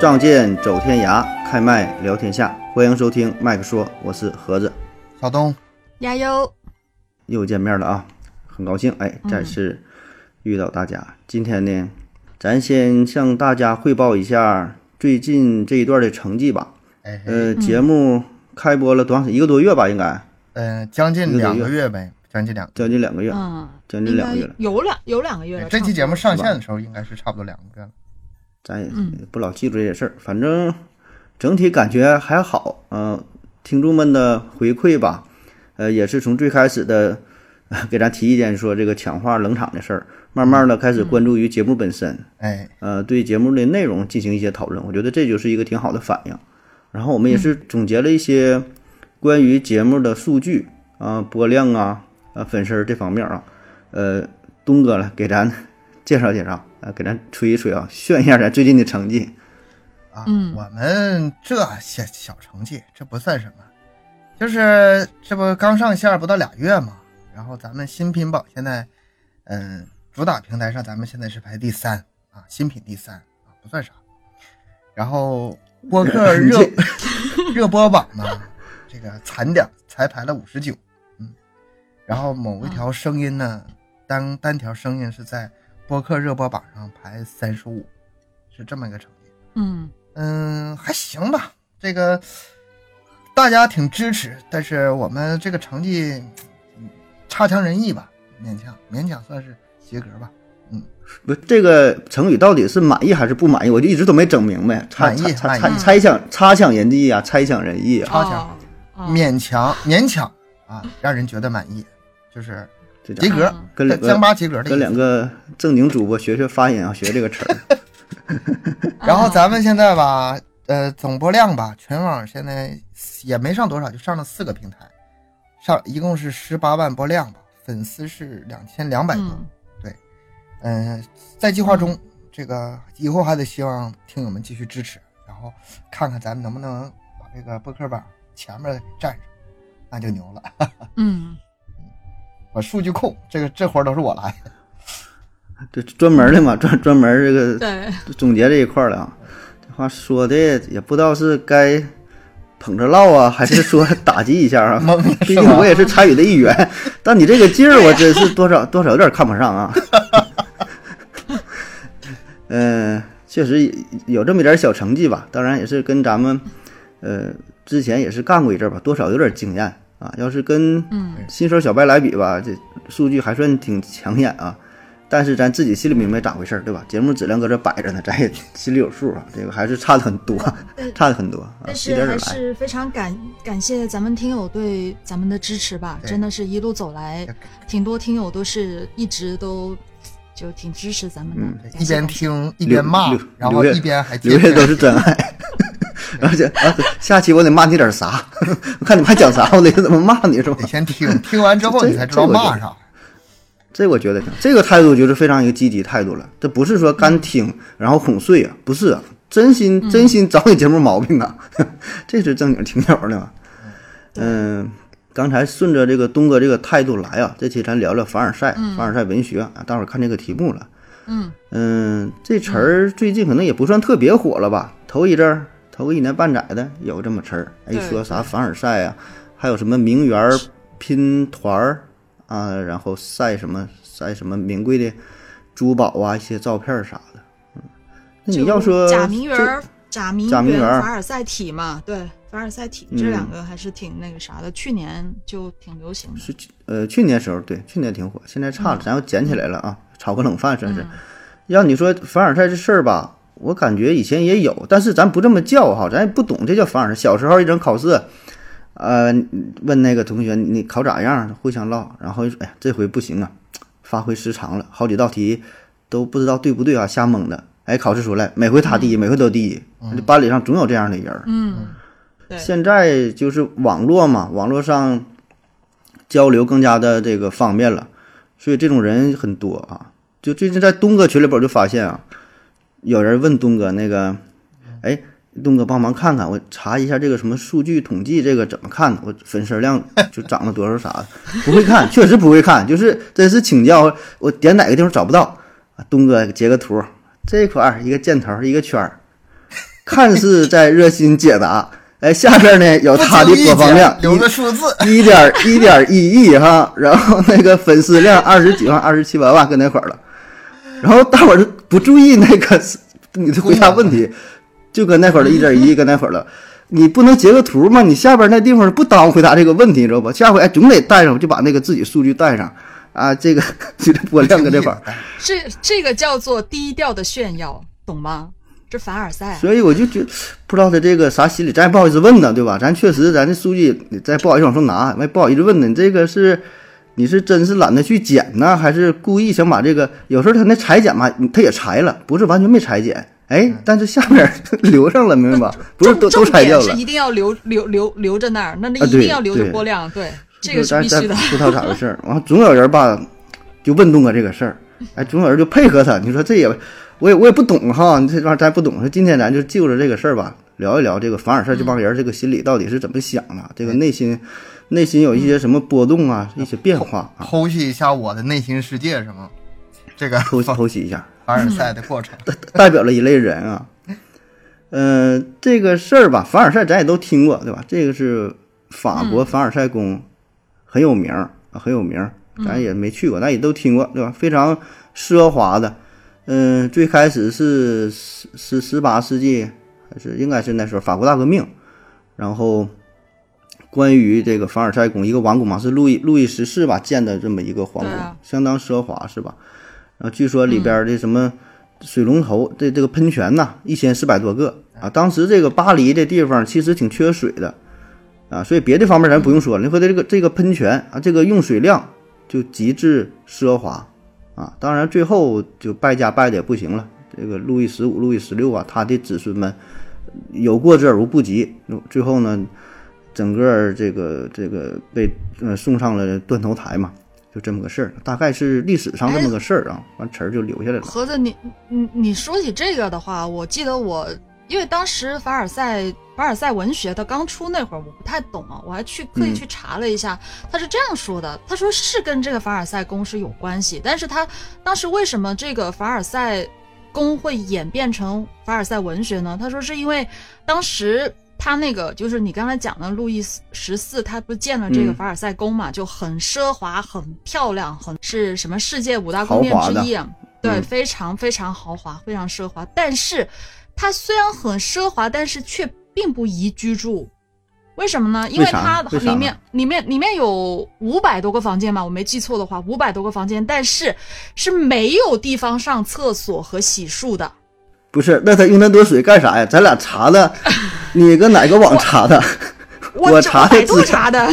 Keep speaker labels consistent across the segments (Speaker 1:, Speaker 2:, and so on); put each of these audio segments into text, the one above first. Speaker 1: 仗剑走天涯，开麦聊天下。欢迎收听麦克说，我是盒子，
Speaker 2: 小东
Speaker 3: 加油！
Speaker 1: 又见面了啊，很高兴哎，再次遇到大家。今天呢，咱先向大家汇报一下最近这一段的成绩吧。
Speaker 2: 哎，嗯、
Speaker 1: 呃，节目开播了多长时间？一个多月吧，应该
Speaker 2: 呃将近两个月呗，将近两个
Speaker 1: 将近两个月，
Speaker 3: 嗯，
Speaker 1: 将近两个月了。
Speaker 3: 有两有两个月
Speaker 2: 月。
Speaker 3: 了。
Speaker 2: 哎这期节目
Speaker 3: 差
Speaker 2: 上线的时候应该是差不多两个月了。
Speaker 1: 咱也
Speaker 3: 嗯
Speaker 1: 不老记住这些事儿，反正整体感觉还好。嗯、听众们的回馈吧，呃，也是从最开始的 呃给咱提意见说这个强化冷场的事儿，慢慢的开始关注于节目本身，
Speaker 2: 哎，
Speaker 1: 呃，对节目的内容进行一些讨论。我觉得这就是一个挺好的反应。然后我们也
Speaker 2: 嗯
Speaker 1: 是总结了一些关于节目的数据啊、播量啊、啊粉丝儿这方面啊，呃，东哥来给咱介绍介绍，啊，给咱吹一吹啊，炫一下咱最近的成绩。
Speaker 2: 啊，
Speaker 3: 嗯
Speaker 2: 我们这些小成绩，这不算什么，就是这不刚上线不到俩月嘛，然后咱们新品榜现在，嗯，主打平台上咱们现在是排第三啊，新品第三啊，不算啥。然后 播客
Speaker 1: 你
Speaker 2: 热
Speaker 1: 这
Speaker 2: 热播榜呢，这个惨点儿才排了五十九，嗯，然后某一条声音呢，单单条声音是在播客热播榜上排三十五，是这么一个成绩。
Speaker 3: 嗯
Speaker 2: 嗯，还行吧。这个大家挺支持，但是我们这个成绩嗯差强人意吧，勉强勉强算是及格吧。
Speaker 1: 不，这个成语到底是满意还是不满意？我就一直都没整明白。差
Speaker 2: 满意
Speaker 1: 差差
Speaker 2: 满
Speaker 1: 差
Speaker 2: 意
Speaker 1: 猜想差强人意啊，猜想人意啊，
Speaker 2: 差强
Speaker 3: 哦
Speaker 2: 勉强勉强啊，让人觉得满意，就是
Speaker 1: 就这
Speaker 2: 及
Speaker 1: 样。
Speaker 2: 格
Speaker 3: 嗯，
Speaker 1: 跟两个
Speaker 2: 江巴及格的
Speaker 1: 跟
Speaker 2: 意
Speaker 1: 两
Speaker 2: 思。
Speaker 1: 个正经主播学学发音啊，学这个 词儿。
Speaker 3: 嗯
Speaker 2: 然后咱们现在吧，呃，总播量吧，全网现在也没上多少，就上了四个平台，上一共是十八万播量吧，粉丝是两千两百多。
Speaker 3: 嗯
Speaker 2: 嗯，在计划中，这个以后还得希望听友们继续支持，然后看看咱们能不能把这个播客榜前面占上，那就牛了。
Speaker 3: 嗯
Speaker 2: 我数据控，这个这活儿都是我来。
Speaker 1: 这专门的嘛，专专门这个
Speaker 3: 对，
Speaker 1: 总结这一块儿了啊。这话说的也不知道是该捧着唠啊，还是说 打击一下 啊
Speaker 2: 懵 了？
Speaker 1: 毕
Speaker 2: 是
Speaker 1: 竟
Speaker 2: 吧
Speaker 1: 我也是参与的一员，但你这个劲儿，我真是多少多少有点看不上啊。 嗯，确实有这么一点小成绩吧，当然也是跟咱们呃之前也是干过一阵儿吧，多少有点经验啊。要是跟
Speaker 3: 嗯
Speaker 1: 新手小白来比吧，这数据还算挺抢眼啊。但是咱自己心里明白咋回事儿，对吧？节目质量搁这摆着呢，咱也心里有数啊。这个还是差的很多，差的很多啊，
Speaker 3: 但
Speaker 1: 一
Speaker 3: 是
Speaker 1: 点点
Speaker 3: 还
Speaker 1: 来。
Speaker 3: 是非常感感谢咱们听友对咱们的支持吧，
Speaker 2: 对
Speaker 3: 真的是一路走来，挺多听友都是一直都就挺支持咱们的，感谢
Speaker 2: 嗯一边
Speaker 3: 感谢
Speaker 2: 听一边骂
Speaker 1: 刘刘，
Speaker 2: 然后
Speaker 1: 刘烨
Speaker 2: 一边还接
Speaker 1: 留下
Speaker 2: 着
Speaker 1: 都是真 爱。而且啊，下期我得骂你点啥？ 我看你还讲啥，我得怎么骂你是吧
Speaker 2: 得？先听，听完之后
Speaker 1: 这
Speaker 2: 你才知道
Speaker 1: 这
Speaker 2: 骂
Speaker 1: 这
Speaker 2: 啥。
Speaker 1: 这我觉得行，这个态度就是非常一个积极态度了。这不是说干
Speaker 3: 嗯
Speaker 1: 听然后哄睡啊，不是啊，真心真心找你节目毛病啊， 这是正经听友的嘛。嗯，刚才顺着这个东哥这个态度来啊，这期咱聊聊凡尔赛，凡尔赛文学啊，大伙儿看这个题目了。
Speaker 3: 嗯
Speaker 1: 嗯，这词儿最近可能也不算特别火了吧？头一阵儿，头个一年半载的有这么词儿，哎，
Speaker 3: 对
Speaker 1: 说啥凡尔赛啊，还有什么名媛儿拼团儿啊，然后晒什么晒什么名贵的珠宝啊，一些照片儿啥的。嗯，那你要说
Speaker 3: 假名媛
Speaker 1: 这
Speaker 3: 儿、假名
Speaker 1: 假名媛
Speaker 3: 媛、
Speaker 1: 儿
Speaker 3: 凡尔赛体嘛，对，凡尔赛体
Speaker 1: 嗯
Speaker 3: 这两个还是挺那个啥的，去年就挺流行的。
Speaker 1: 是去呃去年时候对，去年挺火，现在差了，咱要捡起来了啊，炒个冷饭算是。要你说凡尔赛这事儿吧，我感觉以前也有，但是咱不这么叫哈，咱也不懂这叫凡尔赛。小时候一整考试，呃，问那个同学你考咋样，互相唠，然后就说哎呀这回不行啊，发挥失常了，好几道题都不知道对不对啊，瞎蒙的。哎，考试出来，每回他第一，每回都第一，这班里上总有这样的人儿。
Speaker 3: 嗯，对，
Speaker 1: 现在就是网络嘛，网络上交流更加的这个方便了，所以这种人很多啊。就最近在东哥群里边儿就发现啊，有人问东哥那个，哎，东哥帮忙看看，我查一下这个什么数据统计，这个怎么看？我粉丝量就涨了多少啥的， 不会看，确实不会看，就是真是请教我点哪个地方找不到，啊东哥截个图，这块儿一个箭头一个圈儿， 看似在热心解答。哎，下边呢有他的播放量，
Speaker 2: 留个数字
Speaker 1: 一点一点一亿哈，然后那个粉丝量二十几万、二十七八万跟那块儿了，然后大伙儿不注意那个你的回答问题，就跟那块儿的一点一亿跟那块儿了，你不能截个图吗？你下边那地方不耽误回答这个问题，知道不？下回哎总得带上，就把那个自己数据带上啊，这个 你的播量跟这块儿，
Speaker 3: 这这个叫做低调的炫耀，懂吗？这凡尔赛、啊，
Speaker 1: 所以我就觉不知道他这个啥心理，咱也不好意思问呢，对吧？咱确实，咱这书记咱不好意思往上拿，也不好意思问呢。你这个是你是真是懒得去剪呢，还是故意想把这个？有时候他那裁剪嘛，他也裁了，不是完全没裁剪，哎，但是下面 留上了，明白吧？不是都都裁掉了，
Speaker 3: 是一定要留留留留着那儿，那那一定要留着播量，
Speaker 1: 啊、
Speaker 3: 对,对,对，这个是必须的。
Speaker 1: 不知道咋回事儿，完总有人吧就问东哥这个事儿，哎，总有人就配合他，你说这也。我也我也不懂哈，你这玩意儿咱不懂。说今天咱就就着这个事儿吧，聊一聊这个凡尔赛
Speaker 3: 嗯
Speaker 1: 这帮人这个心理到底是怎么想的，这个内心内心有一
Speaker 3: 嗯
Speaker 1: 些什么波动啊，一些变化啊。
Speaker 2: 剖析一下我的内心世界是吗？这个
Speaker 1: 剖析剖析一下
Speaker 2: 凡尔赛的过程，
Speaker 1: 代表了一类人啊。嗯、呃，这个事儿吧，凡尔赛咱也都听过，对吧？这个是法国凡尔赛宫，很有名啊，很有名，咱也没去过，咱也都听过，对吧？非常奢华的。嗯，最开始是十十十八世纪，还是应该是那时候法国大革命。然后，关于这个凡尔赛宫，一个王宫嘛，是路易路易十四吧建的这么一个皇宫，
Speaker 3: 啊、
Speaker 1: 相当奢华，是吧？然后据说里边的什么水龙头，这、
Speaker 3: 嗯、
Speaker 1: 这个喷泉呐、啊，一千四百多个啊。当时这个巴黎这地方其实挺缺水的啊，所以别的方面咱不用说，你说的这个这个喷泉啊，这个用水量就极致奢华。啊，当然最后就败家败的也不行了。这个路易十五、路易十六啊，他的子孙们有过之而无不及。最后呢，整个这个这个被呃送上了断头台嘛，就这么个事儿。大概是历史上这么个事儿啊，完、哎、词儿就留下来了。
Speaker 3: 合子，你你你说起这个的话，我记得我因为当时凡尔赛凡尔赛文学它刚出那会儿，我不太懂啊，我还去刻意去查了一下。嗯他是这样说的：“他说是跟这个凡尔赛宫是有关系，但是他当时为什么这个凡尔赛宫会演变成凡尔赛文学呢？他说是因为当时他那个就是你刚才讲的路易十四，他不建了这个凡尔赛宫嘛，
Speaker 1: 嗯、
Speaker 3: 就很奢华、很漂亮、很是什么世界五大宫殿之一、啊，对、
Speaker 1: 嗯，
Speaker 3: 非常非常豪华、非常奢华。但是它虽然很奢华，但是却并不宜居住。”为什么呢？因为它里面里面里面有五百多个房间嘛，我没记错的话，五百多个房间，但是是没有地方上厕所和洗漱的。
Speaker 1: 不是，那他用那多水干啥呀？咱俩查 的，你搁哪个网查的？
Speaker 3: 我
Speaker 1: 查
Speaker 3: 百度 查的。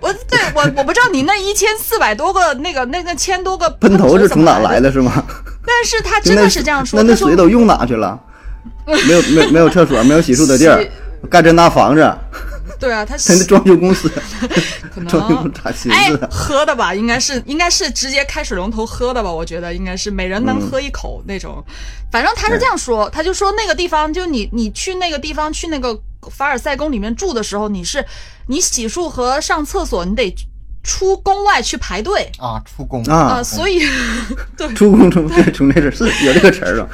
Speaker 3: 我对我我不知道你那一千四百多个那个那个千多个
Speaker 1: 喷头是从哪
Speaker 3: 来
Speaker 1: 的，是吗？
Speaker 3: 但是他真的是这样说，
Speaker 1: 那那水都用哪去了？没有没没有厕所，没有洗漱的地儿。盖这大房子，
Speaker 3: 对啊，他
Speaker 1: 他那装修公 司，
Speaker 3: 可能
Speaker 1: 装修咋 寻
Speaker 3: 思？哎喝的吧，应该是应该是直接开水龙头喝的吧，我觉得应该是每人能喝一口那种。
Speaker 1: 嗯、
Speaker 3: 反正他是这样说，他就说那个地方，就你你去那个地方去那个凡尔赛宫里面住的时候，你是你洗漱和上厕所，你得出宫外去排队
Speaker 2: 啊，出宫
Speaker 1: 啊、
Speaker 3: 呃，所以对
Speaker 1: 出宫从从这事是有这个词儿啊，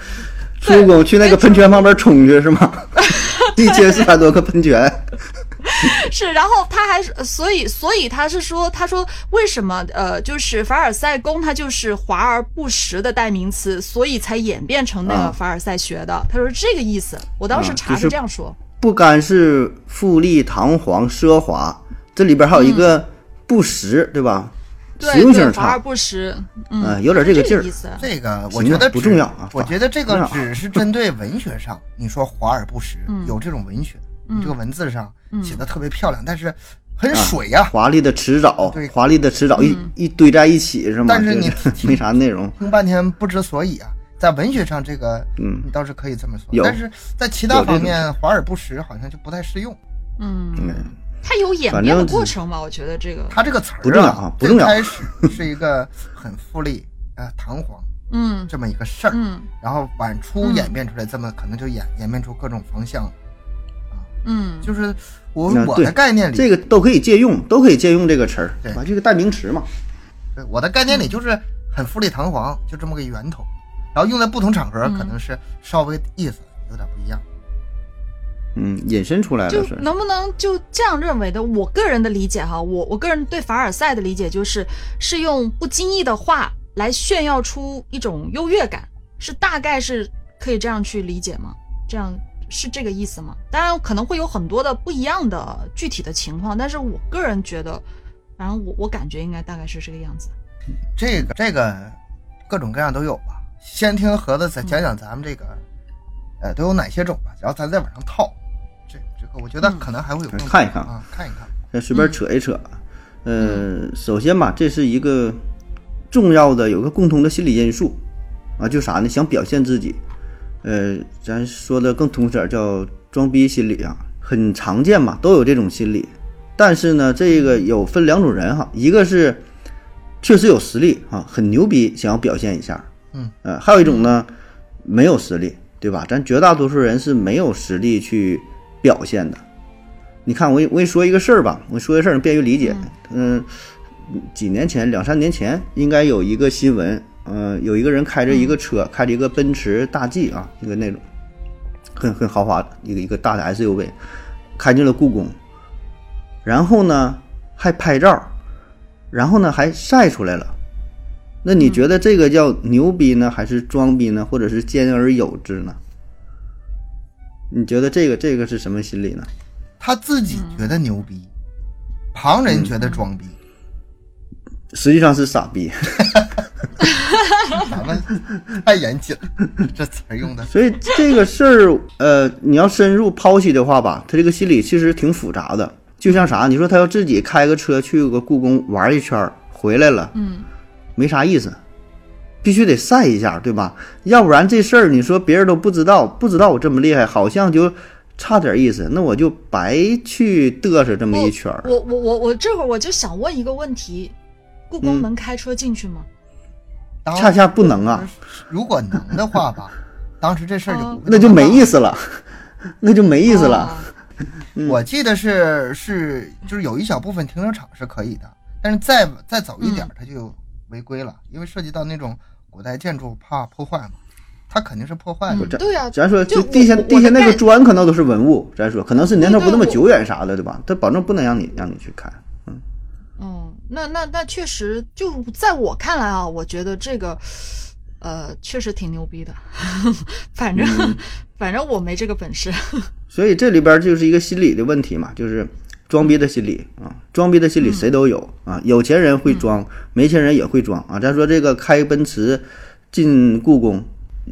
Speaker 1: 出宫去那个喷泉旁边冲去是吗？ 一千四百多个喷泉，
Speaker 3: 是，然后他还是，呃所以，所以他是说，他说为什么，呃，就是凡尔赛宫，它就是华而不实的代名词，所以才演变成那个凡尔赛学的。
Speaker 1: 啊、
Speaker 3: 他说这个意思，我当时查
Speaker 1: 是
Speaker 3: 这样说，啊
Speaker 1: 就是、不甘是富丽堂皇、奢华，这里边还有一个不实，
Speaker 3: 嗯、
Speaker 1: 对吧？
Speaker 3: 对
Speaker 1: 实用性
Speaker 3: 差，华而不实，嗯、
Speaker 1: 呃，有点
Speaker 3: 这
Speaker 1: 个劲儿。
Speaker 2: 这个我觉得
Speaker 1: 不重要啊，
Speaker 2: 我觉得这个只是针对文学上， 你说华而不实，
Speaker 3: 嗯、
Speaker 2: 有这种文学，
Speaker 3: 嗯、
Speaker 2: 这个文字上写的特别漂亮，嗯、但是很水呀、啊。
Speaker 1: 华丽的辞藻，
Speaker 2: 对，
Speaker 1: 华丽的辞藻一
Speaker 3: 嗯
Speaker 1: 一堆在一起是吗？
Speaker 2: 但是你、
Speaker 1: 就是、没啥内容，
Speaker 2: 听半天不知所以啊。在文学上，这个
Speaker 1: 嗯，
Speaker 2: 你倒是可以这么说，但是在其他方面，华而不实好像就不太适用。
Speaker 3: 嗯。它有演变的过程吧？我觉得这个，
Speaker 2: 它这个词
Speaker 1: 儿啊，不重要。
Speaker 2: 开始是一个很富丽 啊、呃、堂皇，
Speaker 3: 嗯，
Speaker 2: 这么一个事儿，
Speaker 3: 嗯，
Speaker 2: 然后晚出演变出来，这么、嗯、可能就演演变出各种方向，啊，
Speaker 3: 嗯，
Speaker 2: 就是我我的概念里，
Speaker 1: 这个都可以借用，都可以借用这个词儿，
Speaker 2: 对，
Speaker 1: 这个代名词嘛。
Speaker 2: 对，我的概念里就是很富丽堂皇，就这么个源头，然后用在不同场合可能是稍微意思。
Speaker 3: 嗯、
Speaker 2: 有点不一样。
Speaker 1: 嗯，引申出来
Speaker 3: 就
Speaker 1: 了是，
Speaker 3: 能不能就这样认为的？我个人的理解哈，我我个人对凡尔赛的理解就是，是用不经意的话来炫耀出一种优越感，是大概是可以这样去理解吗？这样是这个意思吗？当然可能会有很多的不一样的具体的情况，但是我个人觉得，反正我我感觉应该大概是这个样子。
Speaker 2: 这个这个各种各样都有吧。先听盒子再讲讲咱们这个，呃，都有哪些种吧，然后咱再往上套。这这个我觉得可能还会有更多、
Speaker 1: 看一看
Speaker 2: 啊，看一看。
Speaker 1: 咱随便扯一扯。啊呃，首先吧，这是一个重要的有个共同的心理因素啊，就啥呢？想表现自己，呃，咱说的更通俗点儿叫装逼心理啊，很常见嘛，都有这种心理。但是呢，这个有分两种人哈，一个是确实有实力啊，很牛逼，想要表现一下，
Speaker 2: 嗯，
Speaker 1: 呃，还有一种呢，没有实力，对吧？咱绝大多数人是没有实力去表现的。你看，我给我给你说一个事儿吧，我说个事儿便于理解。嗯、几年前，两三年前，应该有一个新闻，嗯、有一个人开着一个车，开着一个奔驰大 G 啊，一个那种很很豪华的一个一个大的 SUV，开进了故宫，然后呢还拍照，然后呢还晒出来了。那你觉得这个叫牛逼呢，还是装逼呢，或者是兼而有之呢？你觉得这个这个是什么心理呢？
Speaker 2: 他自己觉得牛逼，旁人觉得
Speaker 1: 嗯
Speaker 2: 装逼。
Speaker 1: 实际上是傻逼。
Speaker 2: 咱们太严谨了，这词儿用的。
Speaker 1: 所以这个事儿，呃，你要深入剖析的话吧，他这个心理其实挺复杂的。就像啥，你说他要自己开个车去个故宫玩一圈儿，回来了，
Speaker 3: 嗯，
Speaker 1: 没啥意思，必须得晒一下，对吧？要不然这事儿你说别人都不知道，不知道我这么厉害，好像就差点意思，那我就白去嘚瑟这么一圈儿。
Speaker 3: 我我我我这会儿我就想问一个问题：故宫
Speaker 1: 嗯
Speaker 3: 能开车进去吗？
Speaker 2: 当
Speaker 1: 恰恰不能啊，
Speaker 2: 如果能的话吧，当时这事儿就不
Speaker 1: 那就没意
Speaker 2: 思。
Speaker 1: 思了， 那就没意思了。
Speaker 3: 哦
Speaker 2: 我记得是是就是有一小部分停车场是可以的，但是再再早一点儿它就违规了，因为涉及到那种古代建筑怕破坏嘛，它肯定是破坏的。
Speaker 3: 嗯对呀、
Speaker 1: 咱说，
Speaker 3: 就
Speaker 1: 就
Speaker 3: 我
Speaker 1: 地下
Speaker 3: 我我
Speaker 1: 地下
Speaker 3: 的
Speaker 1: 那个
Speaker 3: 概
Speaker 1: 砖可能都是文物，咱说可能是年头不那么
Speaker 3: 对对
Speaker 1: 久远啥的，对吧？它保证不能让你让你去看。
Speaker 3: 嗯，那那那确实，就在我看来啊，我觉得这个，呃，确实挺牛逼的。 反正、
Speaker 1: 嗯
Speaker 3: 反正我没这个本事。
Speaker 1: 所以这里边就是一个心理的问题嘛，就是装逼的心理啊，装逼的心理谁都有啊，有钱人会装，没钱人也会装啊。咱说这个开奔驰进故宫，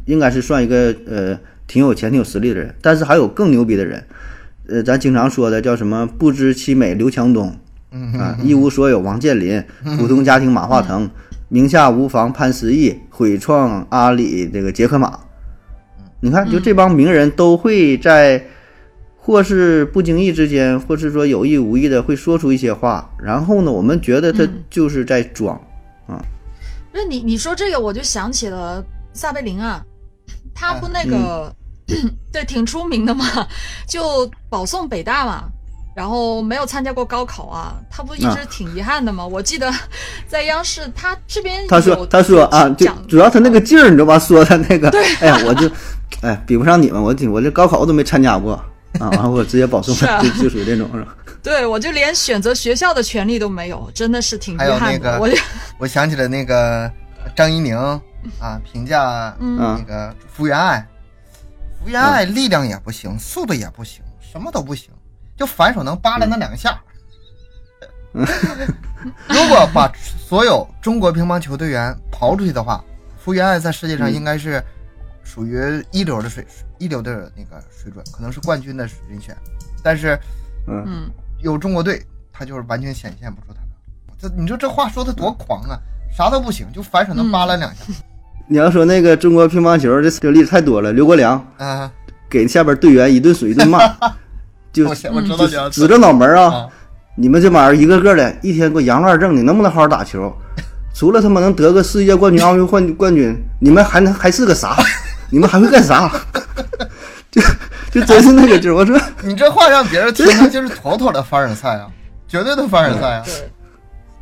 Speaker 1: 应该是算一个呃挺有钱、挺有实力的人，但是还有更牛逼的人，呃，咱经常说的叫什么不知其美刘强东，
Speaker 2: 嗯
Speaker 1: 啊，一无所有王健林，普通家庭马化腾，名下无房潘石屹，毁创阿里这个杰克马。你看，就这帮名人都会在，或是不经意之间，或是说有意无意的，会说出一些话。然后呢，我们觉得他
Speaker 3: 嗯
Speaker 1: 就是在装，
Speaker 3: 那你你说这个，我就想起了撒贝宁啊，他不那个，
Speaker 1: 嗯
Speaker 3: 对，挺出名的嘛，就保送北大嘛。然后没有参加过高考啊，他不一直
Speaker 1: 啊
Speaker 3: 挺遗憾的吗？我记得 在央视，他这边
Speaker 1: 他说
Speaker 3: 有
Speaker 1: 他说啊，就
Speaker 3: 讲
Speaker 1: 主要他那个劲儿，你知道吧？说他那个， 哎呀，我就，哎，比不上你们，我我这高考我都没参加过啊， 完了我直接保送
Speaker 3: 是啊
Speaker 1: 了，就就属于这种是吧？
Speaker 3: 对，我就连选择学校的权利都没有，真的是挺遗
Speaker 2: 还有那
Speaker 3: 憾的。
Speaker 2: 个
Speaker 3: 我就
Speaker 2: 我想起了那个张一宁啊，评价
Speaker 3: 嗯
Speaker 2: 那个福原爱，福原爱力量也不行，速度也不行，什么都不行，就反手能扒拉那两下。
Speaker 3: 嗯
Speaker 2: 如果把所有中国乒乓球队员刨出去的话，福原爱在世界
Speaker 3: 嗯
Speaker 2: 上应该是属于一流的水，一流的那个水准，可能是冠军的人选。但是
Speaker 1: 嗯
Speaker 3: 嗯，
Speaker 2: 有中国队，他就是完全显现不出他的。这你说这话说的多狂啊！啥都不行，就反手能扒拉两下。
Speaker 1: 你要说那个中国乒乓球这这例子太多了，刘国梁
Speaker 2: 啊，
Speaker 1: 给下边队员一顿水一顿骂，就
Speaker 2: 我想我知道
Speaker 1: 就
Speaker 2: 你要
Speaker 1: 指着脑门儿啊！
Speaker 2: 啊，
Speaker 1: 你们这帮人一个个的，一天给我洋乱整，你能不能好好打 球？除了他妈能得个世界冠军、奥运冠冠军，你们还能还是个 啥？你们还会干啥？就就真是那个劲儿。我说，
Speaker 2: 你这话让别人听，他就是妥妥的凡尔赛啊，绝对的凡尔赛啊。
Speaker 1: 嗯
Speaker 3: 对，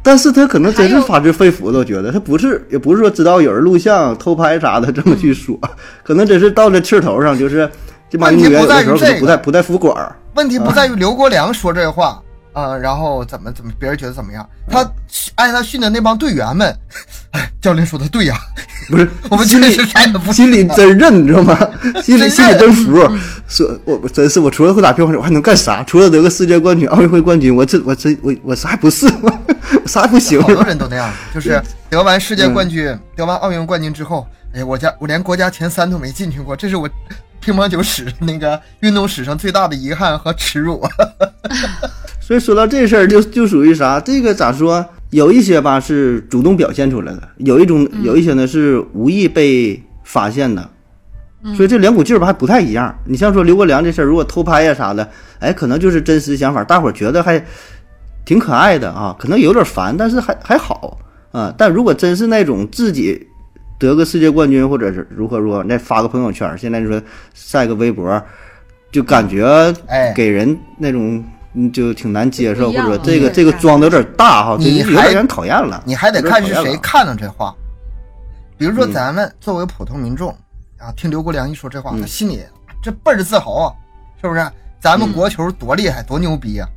Speaker 1: 但是他可能真
Speaker 3: 还
Speaker 1: 是
Speaker 3: 有
Speaker 1: 发自肺腑的，我觉得他不是，也
Speaker 2: 嗯
Speaker 1: 不是说知道有人录像、偷拍啥的这么去说，可能真是到了气儿头上，就是这帮女演员有的时候可
Speaker 2: 问
Speaker 1: 能不太
Speaker 2: 题不在于这个
Speaker 1: 不太服管儿。
Speaker 2: 问题不在于刘国梁说这话啊、然后怎么怎么别人觉得怎么样，他训挨他训的那帮队员们，哎，教练说的对呀、
Speaker 1: 不是，
Speaker 2: 我们
Speaker 1: 心
Speaker 2: 确
Speaker 1: 里
Speaker 2: 实啥也不啊
Speaker 1: 心里
Speaker 2: 知道
Speaker 1: 真认，你知道吗？心里
Speaker 2: 真
Speaker 1: 心里
Speaker 2: 认
Speaker 1: 真服。说，我我真是我除了会打乒乓球，我还能干啥？除了得个世界冠军、奥运会冠军，我这我这我我啥也不是， 我啥也不行。
Speaker 2: 好多人都那样，就是得完世界冠军、得完奥运冠军之后，哎，我家我连国家前三都没进去过，这是我乒乓球史那个运动史上最大的遗憾和耻辱。
Speaker 1: 所以说到这事儿，就就属于啥？这个咋说？有一些吧是主动表现出来的，有一种有一些呢是无意被发现的。
Speaker 3: 嗯
Speaker 1: 所以这两股劲儿吧还不太一样。你像说刘国梁这事儿，如果偷拍呀啥的，哎，可能就是真实想法，大伙儿觉得还挺可爱的啊，可能有点烦，但是还还好啊。但如果真是那种自己得个世界冠军或者是如何如何，那发个朋友圈儿，现在就说晒个微博，就感觉
Speaker 2: 哎
Speaker 1: 给人那种嗯就挺难接受，
Speaker 3: 不
Speaker 1: 或
Speaker 3: 一样
Speaker 1: 者
Speaker 3: 了
Speaker 1: 这个
Speaker 3: 对
Speaker 1: 这个
Speaker 3: 感觉
Speaker 1: 装的有点大哈，这
Speaker 2: 你
Speaker 1: 有点
Speaker 2: 还
Speaker 1: 让人讨厌了。
Speaker 2: 你还得
Speaker 1: 有点
Speaker 2: 看
Speaker 1: 讨
Speaker 2: 是
Speaker 1: 厌
Speaker 2: 谁
Speaker 1: 了
Speaker 2: 看了这话。比如说，
Speaker 1: 嗯
Speaker 2: 咱们作为普通民众啊，听刘国梁一说这话，他心里这倍儿自豪啊，是不是？咱
Speaker 1: 嗯
Speaker 2: 们国球多厉害，多牛逼啊！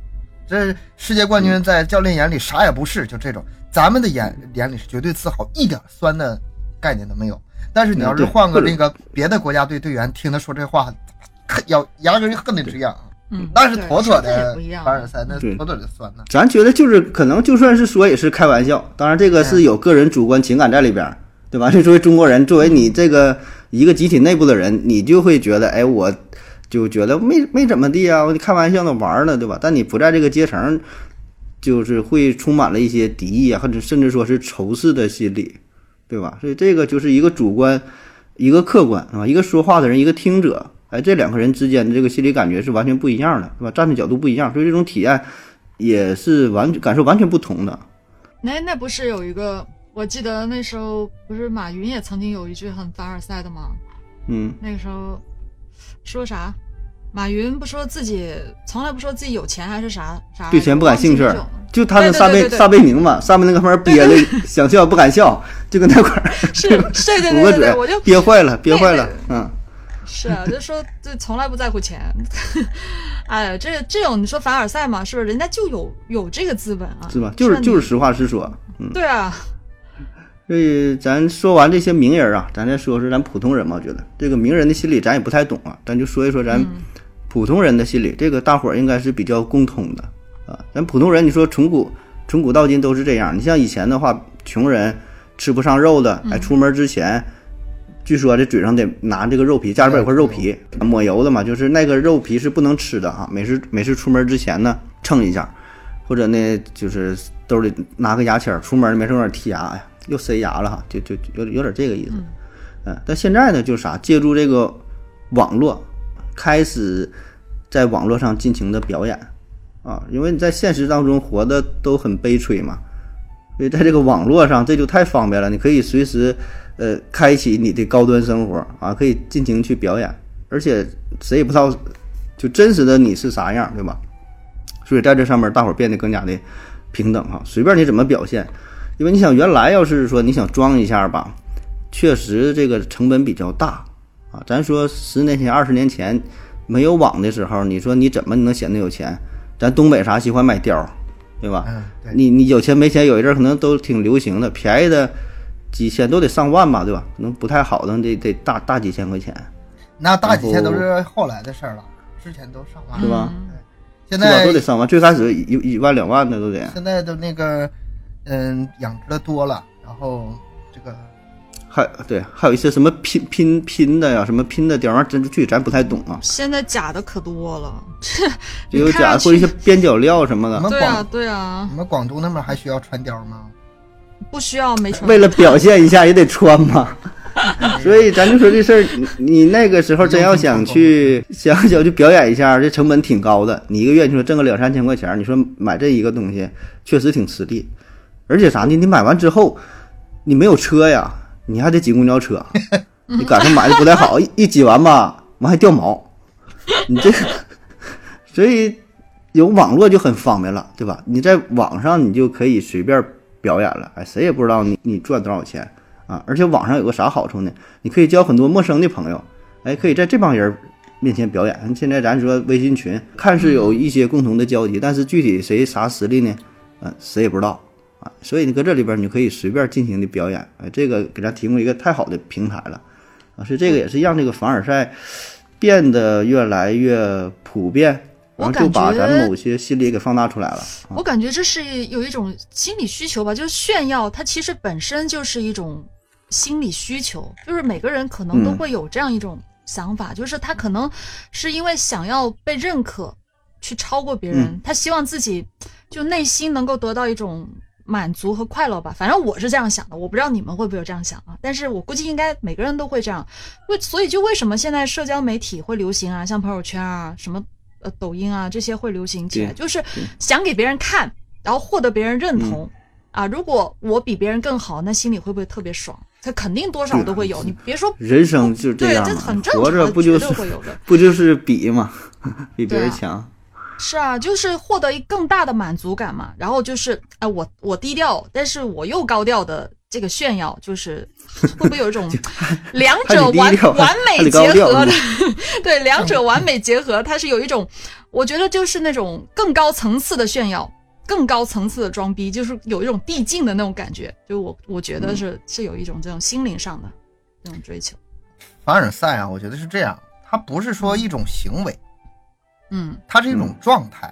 Speaker 2: 这世界冠军
Speaker 1: 嗯
Speaker 2: 在教练眼里啥也不是，就这种，咱们的眼眼里是绝对自豪，一点酸的概念都没有。但是你要
Speaker 1: 嗯
Speaker 2: 是
Speaker 1: 对
Speaker 2: 换个
Speaker 1: 或者
Speaker 2: 那个别的国家队队员听他说这话，恨咬牙根儿恨得直痒啊，
Speaker 3: 嗯，
Speaker 2: 那是妥妥
Speaker 3: 对身份也
Speaker 2: 的
Speaker 3: 不一样啊
Speaker 2: 凡尔赛，那
Speaker 1: 对
Speaker 2: 妥妥的酸呐。
Speaker 1: 咱觉得就是可能就算是说也是开玩笑，当然这个是有个人主观情感在里边儿，对吧？这 作为中国人，作为你这个一个集体内部的人，你就会觉得，哎，我就觉得没没怎么地啊，我开玩笑的玩儿呢，对吧？但你不在这个阶层，就是会充满了一些敌意啊，或者甚至说是仇视的心理，对吧？所以这个就是一个主观，一个客观啊，一个说话的人，一个听者，哎，这两个人之间的这个心理感觉是完全不一样的，对吧？站的角度不一样，所以这种体验。也是完全感受完全不同的。
Speaker 3: 那那不是有一个？我记得那时候不是马云也曾经有一句很凡尔赛的吗？
Speaker 1: 嗯，
Speaker 3: 那个时候说啥？马云不说自己从来不说自己有钱还是啥啥来着，
Speaker 1: 对钱不感兴趣
Speaker 3: 啊忘记那种，
Speaker 1: 就他那撒
Speaker 3: 对
Speaker 1: 贝
Speaker 3: 对对对
Speaker 1: 撒贝宁嘛，撒贝宁搁旁边憋 着，想笑不敢笑，就搁那块儿
Speaker 3: 是，对对
Speaker 1: 捂
Speaker 3: 对
Speaker 1: 个
Speaker 3: 对对，我就
Speaker 1: 嘴，憋坏了，憋坏了，嗯，
Speaker 3: 是啊，就说这从来不在乎钱。 哎呀，这这种你说凡尔赛嘛，是不是？人家就有有这个资本啊，
Speaker 1: 是吧？就是
Speaker 3: 你
Speaker 1: 就是实话实说，嗯。
Speaker 3: 对啊，
Speaker 1: 所以咱说完这些名人啊，咱再说说咱普通人嘛。我觉得这个名人的心理咱也不太懂啊，咱就说一说
Speaker 3: 嗯
Speaker 1: 咱普通人的心理，这个大伙儿应该是比较共通的啊。咱普通人，你说从古从古到今都是这样。你像以前的话，穷人吃不上肉的，哎，出门之前，据说这嘴上得拿这个肉皮，家里边有块肉皮抹油的嘛，就是那个肉皮是不能吃的啊。每次每次出门之前呢，称一下，或者呢，就是兜里拿个牙签儿，出门没事往那儿剔牙，哎呀，又塞牙了哈，就就就有有点这个意思。嗯，但现在呢，就是啥，借助这个网络，开始在网络上尽情的表演啊，因为你在现实当中活的都很悲催嘛，所以在这个网络上，这就太方便了，你可以随时呃开启你的高端生活啊，可以尽情去表演，而且谁也不知道就真实的你是啥样，对吧？所以在这上面，大伙儿变得更加的平等哈，随便你怎么表现，因为你想原来要是说你想装一下吧，确实这个成本比较大啊。咱说十年前、二十年前没有网的时候，你说你怎么能显得有钱？咱东北啥喜欢买貂儿，对吧？
Speaker 2: 嗯，对。
Speaker 1: 你你有钱没钱有一阵儿可能都挺流行的，便宜的几千都得上万吧，对吧？可能不太好的得得大大几千块钱，
Speaker 2: 那大几千都是后来的事儿了，之前都上万
Speaker 1: 是
Speaker 2: 了。
Speaker 1: 吧？
Speaker 3: 嗯
Speaker 2: 现
Speaker 1: 最少
Speaker 2: 在
Speaker 1: 都得上万，最开始一一万两万的都得，
Speaker 2: 现在的那个，嗯，养殖的多了，然后这个
Speaker 1: 还对，还有一些什么拼拼拼的呀，什么拼的貂儿，那真具咱不太懂啊，
Speaker 3: 现在假的可多了，
Speaker 1: 就有
Speaker 3: 你看啊
Speaker 1: 假
Speaker 3: 上
Speaker 1: 或者一些
Speaker 3: 去
Speaker 1: 边角料什么的
Speaker 2: 什。么
Speaker 3: 对啊
Speaker 2: 广，
Speaker 3: 对啊
Speaker 2: 你，们广东那边还需要穿貂吗？
Speaker 3: 不需要没穿
Speaker 1: 为了表现一下也得穿嘛。 所以咱就说这事儿，你你那个时候真要想去想想去表演一下，这成本挺高的。你一个月你说挣个两三千块钱，你说买这一个东西确实挺吃力，而且啥呢？你买完之后，你没有车呀，你还得挤公交车，你赶上买的不太好，一 一挤完吧，完还掉毛，你这个， 所以有网络就很方便了，对吧？你在网上你就可以随便表演了，哎，谁也不知道你你赚多少钱啊！而且网上有个啥好处呢？你可以交很多陌生的朋友，哎，可以在这帮人面前表演。现在咱说微信群，看似有一些共同的交集，但是具体谁啥实力呢？嗯、谁也不知道啊。所以你搁这里边，你可以随便进行的表演，哎、这个给咱提供一个太好的平台了啊。所以这个也是让这个凡尔赛变得越来越普遍，
Speaker 3: 我
Speaker 1: 然后就把
Speaker 3: 感觉
Speaker 1: 咱某些心理给放大出来了。啊、
Speaker 3: 我感觉这是有一种心理需求吧，就是炫耀，它其实本身就是一种心理需求，就是每个人可能都
Speaker 1: 嗯
Speaker 3: 会有这样一种想法，就是他可能是因为想要被认可，去超过别人，
Speaker 1: 嗯
Speaker 3: 他希望自己就内心能够得到一种满足和快乐吧。反正我是这样想的，我不知道你们会不会有这样想啊，但是我估计应该每个人都会这样。为所以就为什么现在社交媒体会流行啊，像朋友圈啊什么。呃，抖音啊，这些会流行起来，
Speaker 1: 对嗯
Speaker 3: 就是想给别人看，然后获得别人认同、啊。如果我比别人更好，那心里会不会特别爽？他肯定多少都会有。你别说，
Speaker 1: 人生就是这
Speaker 3: 对，
Speaker 1: 样
Speaker 3: 这
Speaker 1: 嘛
Speaker 3: 很，正常，
Speaker 1: 活着不就
Speaker 3: 绝
Speaker 1: 是
Speaker 3: 对会有的。
Speaker 1: 不就是比嘛， 比别
Speaker 3: 对啊
Speaker 1: 人强。
Speaker 3: 是啊，就是获得一更大的满足感嘛。然后就是，哎、我我低调，但是我又高调的这个炫耀，就是会不会有 一种两者
Speaker 1: 还
Speaker 3: 完
Speaker 1: 得低调
Speaker 3: 完
Speaker 1: 还
Speaker 3: 美
Speaker 1: 得高
Speaker 3: 结
Speaker 1: 调嗯
Speaker 3: 合的？ 对，两者完美结合，它是有一种，我觉得就是那种更高层次的炫耀。更高层次的装逼，就是有一种递进的那种感觉，就我我觉
Speaker 1: 嗯
Speaker 3: 得是、是有一种这种心灵上的这种追求，
Speaker 2: 凡尔赛啊，我觉得是这样，它不是说一种行为，
Speaker 3: 嗯
Speaker 2: 它是一种
Speaker 1: 嗯
Speaker 2: 状态。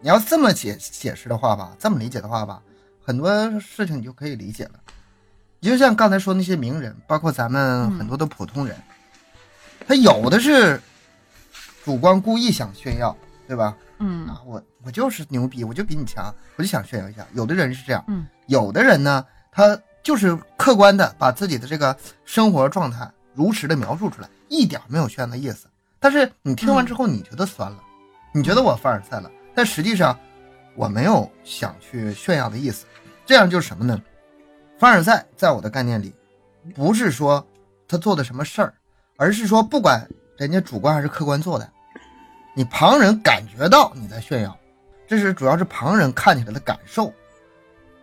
Speaker 2: 你要这么解解释的话吧，这么理解的话吧，很多事情你就可以理解了。你就像刚才说那些名人，包括咱们很多的普通人，他有的是主观故意想炫耀，对吧？
Speaker 3: 嗯
Speaker 2: 啊，我我就是牛逼，我就比你强，我就想炫耀一下。有的人是这样，
Speaker 3: 嗯，
Speaker 2: 有的人呢，他就是客观的把自己的这个生活状态如实的描述出来，一点没有炫耀的意思。但是你听完之后，你觉得酸了，你觉得我凡尔赛了，但实际上我没有想去炫耀的意思。这样就是什么呢？凡尔赛在我的概念里，不是说他做的什么事儿，而是说不管人家主观还是客观做的，你旁人感觉到你在炫耀，这是主要是旁人看起来的感受，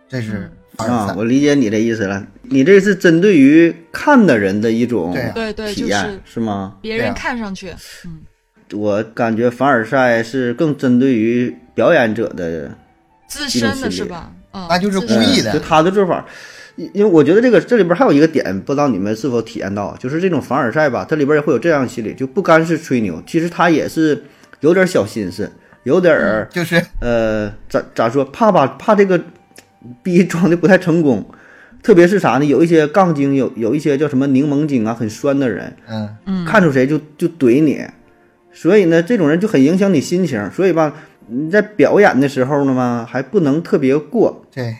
Speaker 2: 这是凡尔
Speaker 1: 啊，
Speaker 2: 赛。
Speaker 1: 我理解你的意思了。你这是针对于看的人的一种
Speaker 2: 对啊
Speaker 3: 对对，
Speaker 1: 体
Speaker 3: 就
Speaker 1: 验、
Speaker 3: 是
Speaker 1: 吗？
Speaker 3: 别
Speaker 2: 对啊
Speaker 3: 人看上去，嗯。
Speaker 1: 我感觉凡尔赛是更针对于表演者的，
Speaker 3: 自身的是吧？嗯，
Speaker 2: 那就是
Speaker 3: 自
Speaker 2: 故
Speaker 3: 身
Speaker 2: 意
Speaker 1: 呃
Speaker 2: 的
Speaker 1: 就他的做法。因因为我觉得这个这里边还有一个点，不知道你们是否体验到，就是这种凡尔赛吧，它里边也会有这样的心理，就不干是吹牛，其实他也是有点小心思，有点儿、
Speaker 2: 就是
Speaker 1: 呃，咋咋说？怕吧，怕这个逼装的不太成功，特别是啥呢？有一些杠精，有有一些叫什么柠檬精啊，很酸的人，
Speaker 2: 嗯，
Speaker 1: 看出谁就就怼你，所以呢，这种人就很影响你心情。所以吧，你在表演的时候呢嘛，还不能特别过，
Speaker 2: 对，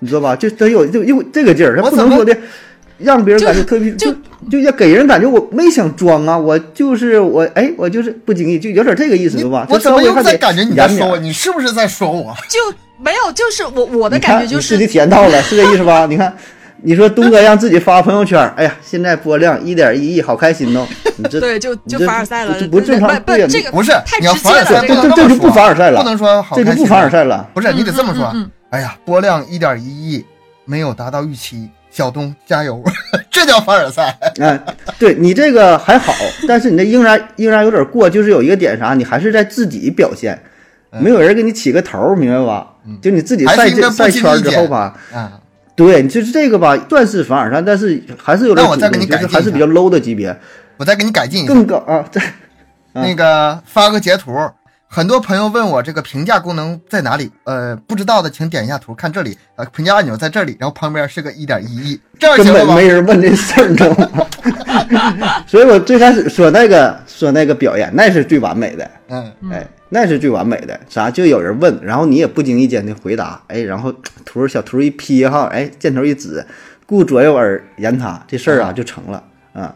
Speaker 1: 你知道吧？就得有就有这个劲儿，他
Speaker 2: 我
Speaker 1: 不
Speaker 2: 怎
Speaker 1: 能
Speaker 2: 么
Speaker 1: 说的让别人
Speaker 3: 就
Speaker 1: 感觉特别
Speaker 3: 就
Speaker 1: 就就要给人感觉我没想装啊，我就是我哎，我就是不经意，就有点这个意思，
Speaker 2: 你
Speaker 1: 对吧？
Speaker 2: 我
Speaker 1: 就
Speaker 2: 怎
Speaker 1: 稍
Speaker 2: 么
Speaker 1: 微
Speaker 2: 又
Speaker 1: 还
Speaker 2: 在
Speaker 1: 得
Speaker 2: 感觉你在
Speaker 1: 严点
Speaker 2: 说
Speaker 1: 儿
Speaker 2: 我？你是不是在说我？
Speaker 3: 就没有，就是我我的
Speaker 1: 你
Speaker 3: 感
Speaker 1: 看
Speaker 3: 觉就
Speaker 1: 你自
Speaker 3: 是
Speaker 1: 己体验到了，是这意思 吧？你看，你说东哥让自己发朋友圈，哎呀，现在播量一点一亿，好开心哦！你这
Speaker 3: 对，就就
Speaker 1: 这
Speaker 3: 凡尔赛了，
Speaker 1: 这不正常
Speaker 3: 不
Speaker 1: 对呀
Speaker 3: 不，这
Speaker 1: 你
Speaker 3: 个
Speaker 2: 不是
Speaker 3: 太，
Speaker 2: 你要
Speaker 3: 直接
Speaker 2: 凡尔
Speaker 3: 了，
Speaker 2: 赛，
Speaker 1: 这这
Speaker 3: 这个
Speaker 2: 不能
Speaker 1: 这
Speaker 2: 么
Speaker 1: 就不
Speaker 2: 说
Speaker 1: 凡尔赛了
Speaker 2: 不能说好
Speaker 1: 这就
Speaker 2: 开
Speaker 1: 不
Speaker 2: 心啊
Speaker 1: 凡尔赛了。
Speaker 2: 不是，你得这么说。
Speaker 3: 嗯嗯嗯
Speaker 2: 哎呀，播量一点一亿，没有达到预期，小东加油， 这叫凡尔赛。
Speaker 1: 哎，对你这个还好，但是你这仍然仍然有点过，就是有一个点啥，你还是在自己表现，没有人给你起个头儿，明白吧？就你自己
Speaker 2: 嗯还是
Speaker 1: 晒
Speaker 2: 应该
Speaker 1: 这
Speaker 2: 不
Speaker 1: 晒
Speaker 2: 经
Speaker 1: 圈儿
Speaker 2: 意
Speaker 1: 之
Speaker 2: 见
Speaker 1: 后吧，
Speaker 2: 啊，
Speaker 1: 对，你就是这个吧，算是凡尔赛，但是还是有点
Speaker 2: 那我再
Speaker 1: 主
Speaker 2: 给你
Speaker 1: 流就
Speaker 2: 改
Speaker 1: 是
Speaker 2: 进
Speaker 1: 还是
Speaker 2: 一
Speaker 1: 比
Speaker 2: 下嗯
Speaker 1: 较 low 的级别，
Speaker 2: 我再给你改进一下，
Speaker 1: 更高啊，这嗯
Speaker 2: 那个发个截图。很多朋友问我这个评价功能在哪里？呃，不知道的请点一下图，看这里，呃，评价按钮在这里，然后旁边是个一点一亿，这样
Speaker 1: 根
Speaker 2: 行了
Speaker 1: 本
Speaker 2: 吧？
Speaker 1: 没人问这事儿，你知道吗？ 所以我最开始说那个说那个表演，那是最完美的，
Speaker 2: 嗯，
Speaker 1: 哎，那是最完美的。啥就有人问，然后你也不经意间的回答，哎，然后图儿小图儿一撇哈，哎，箭头一指，顾左右而言他，这事儿
Speaker 3: 嗯
Speaker 1: 啊就成了啊。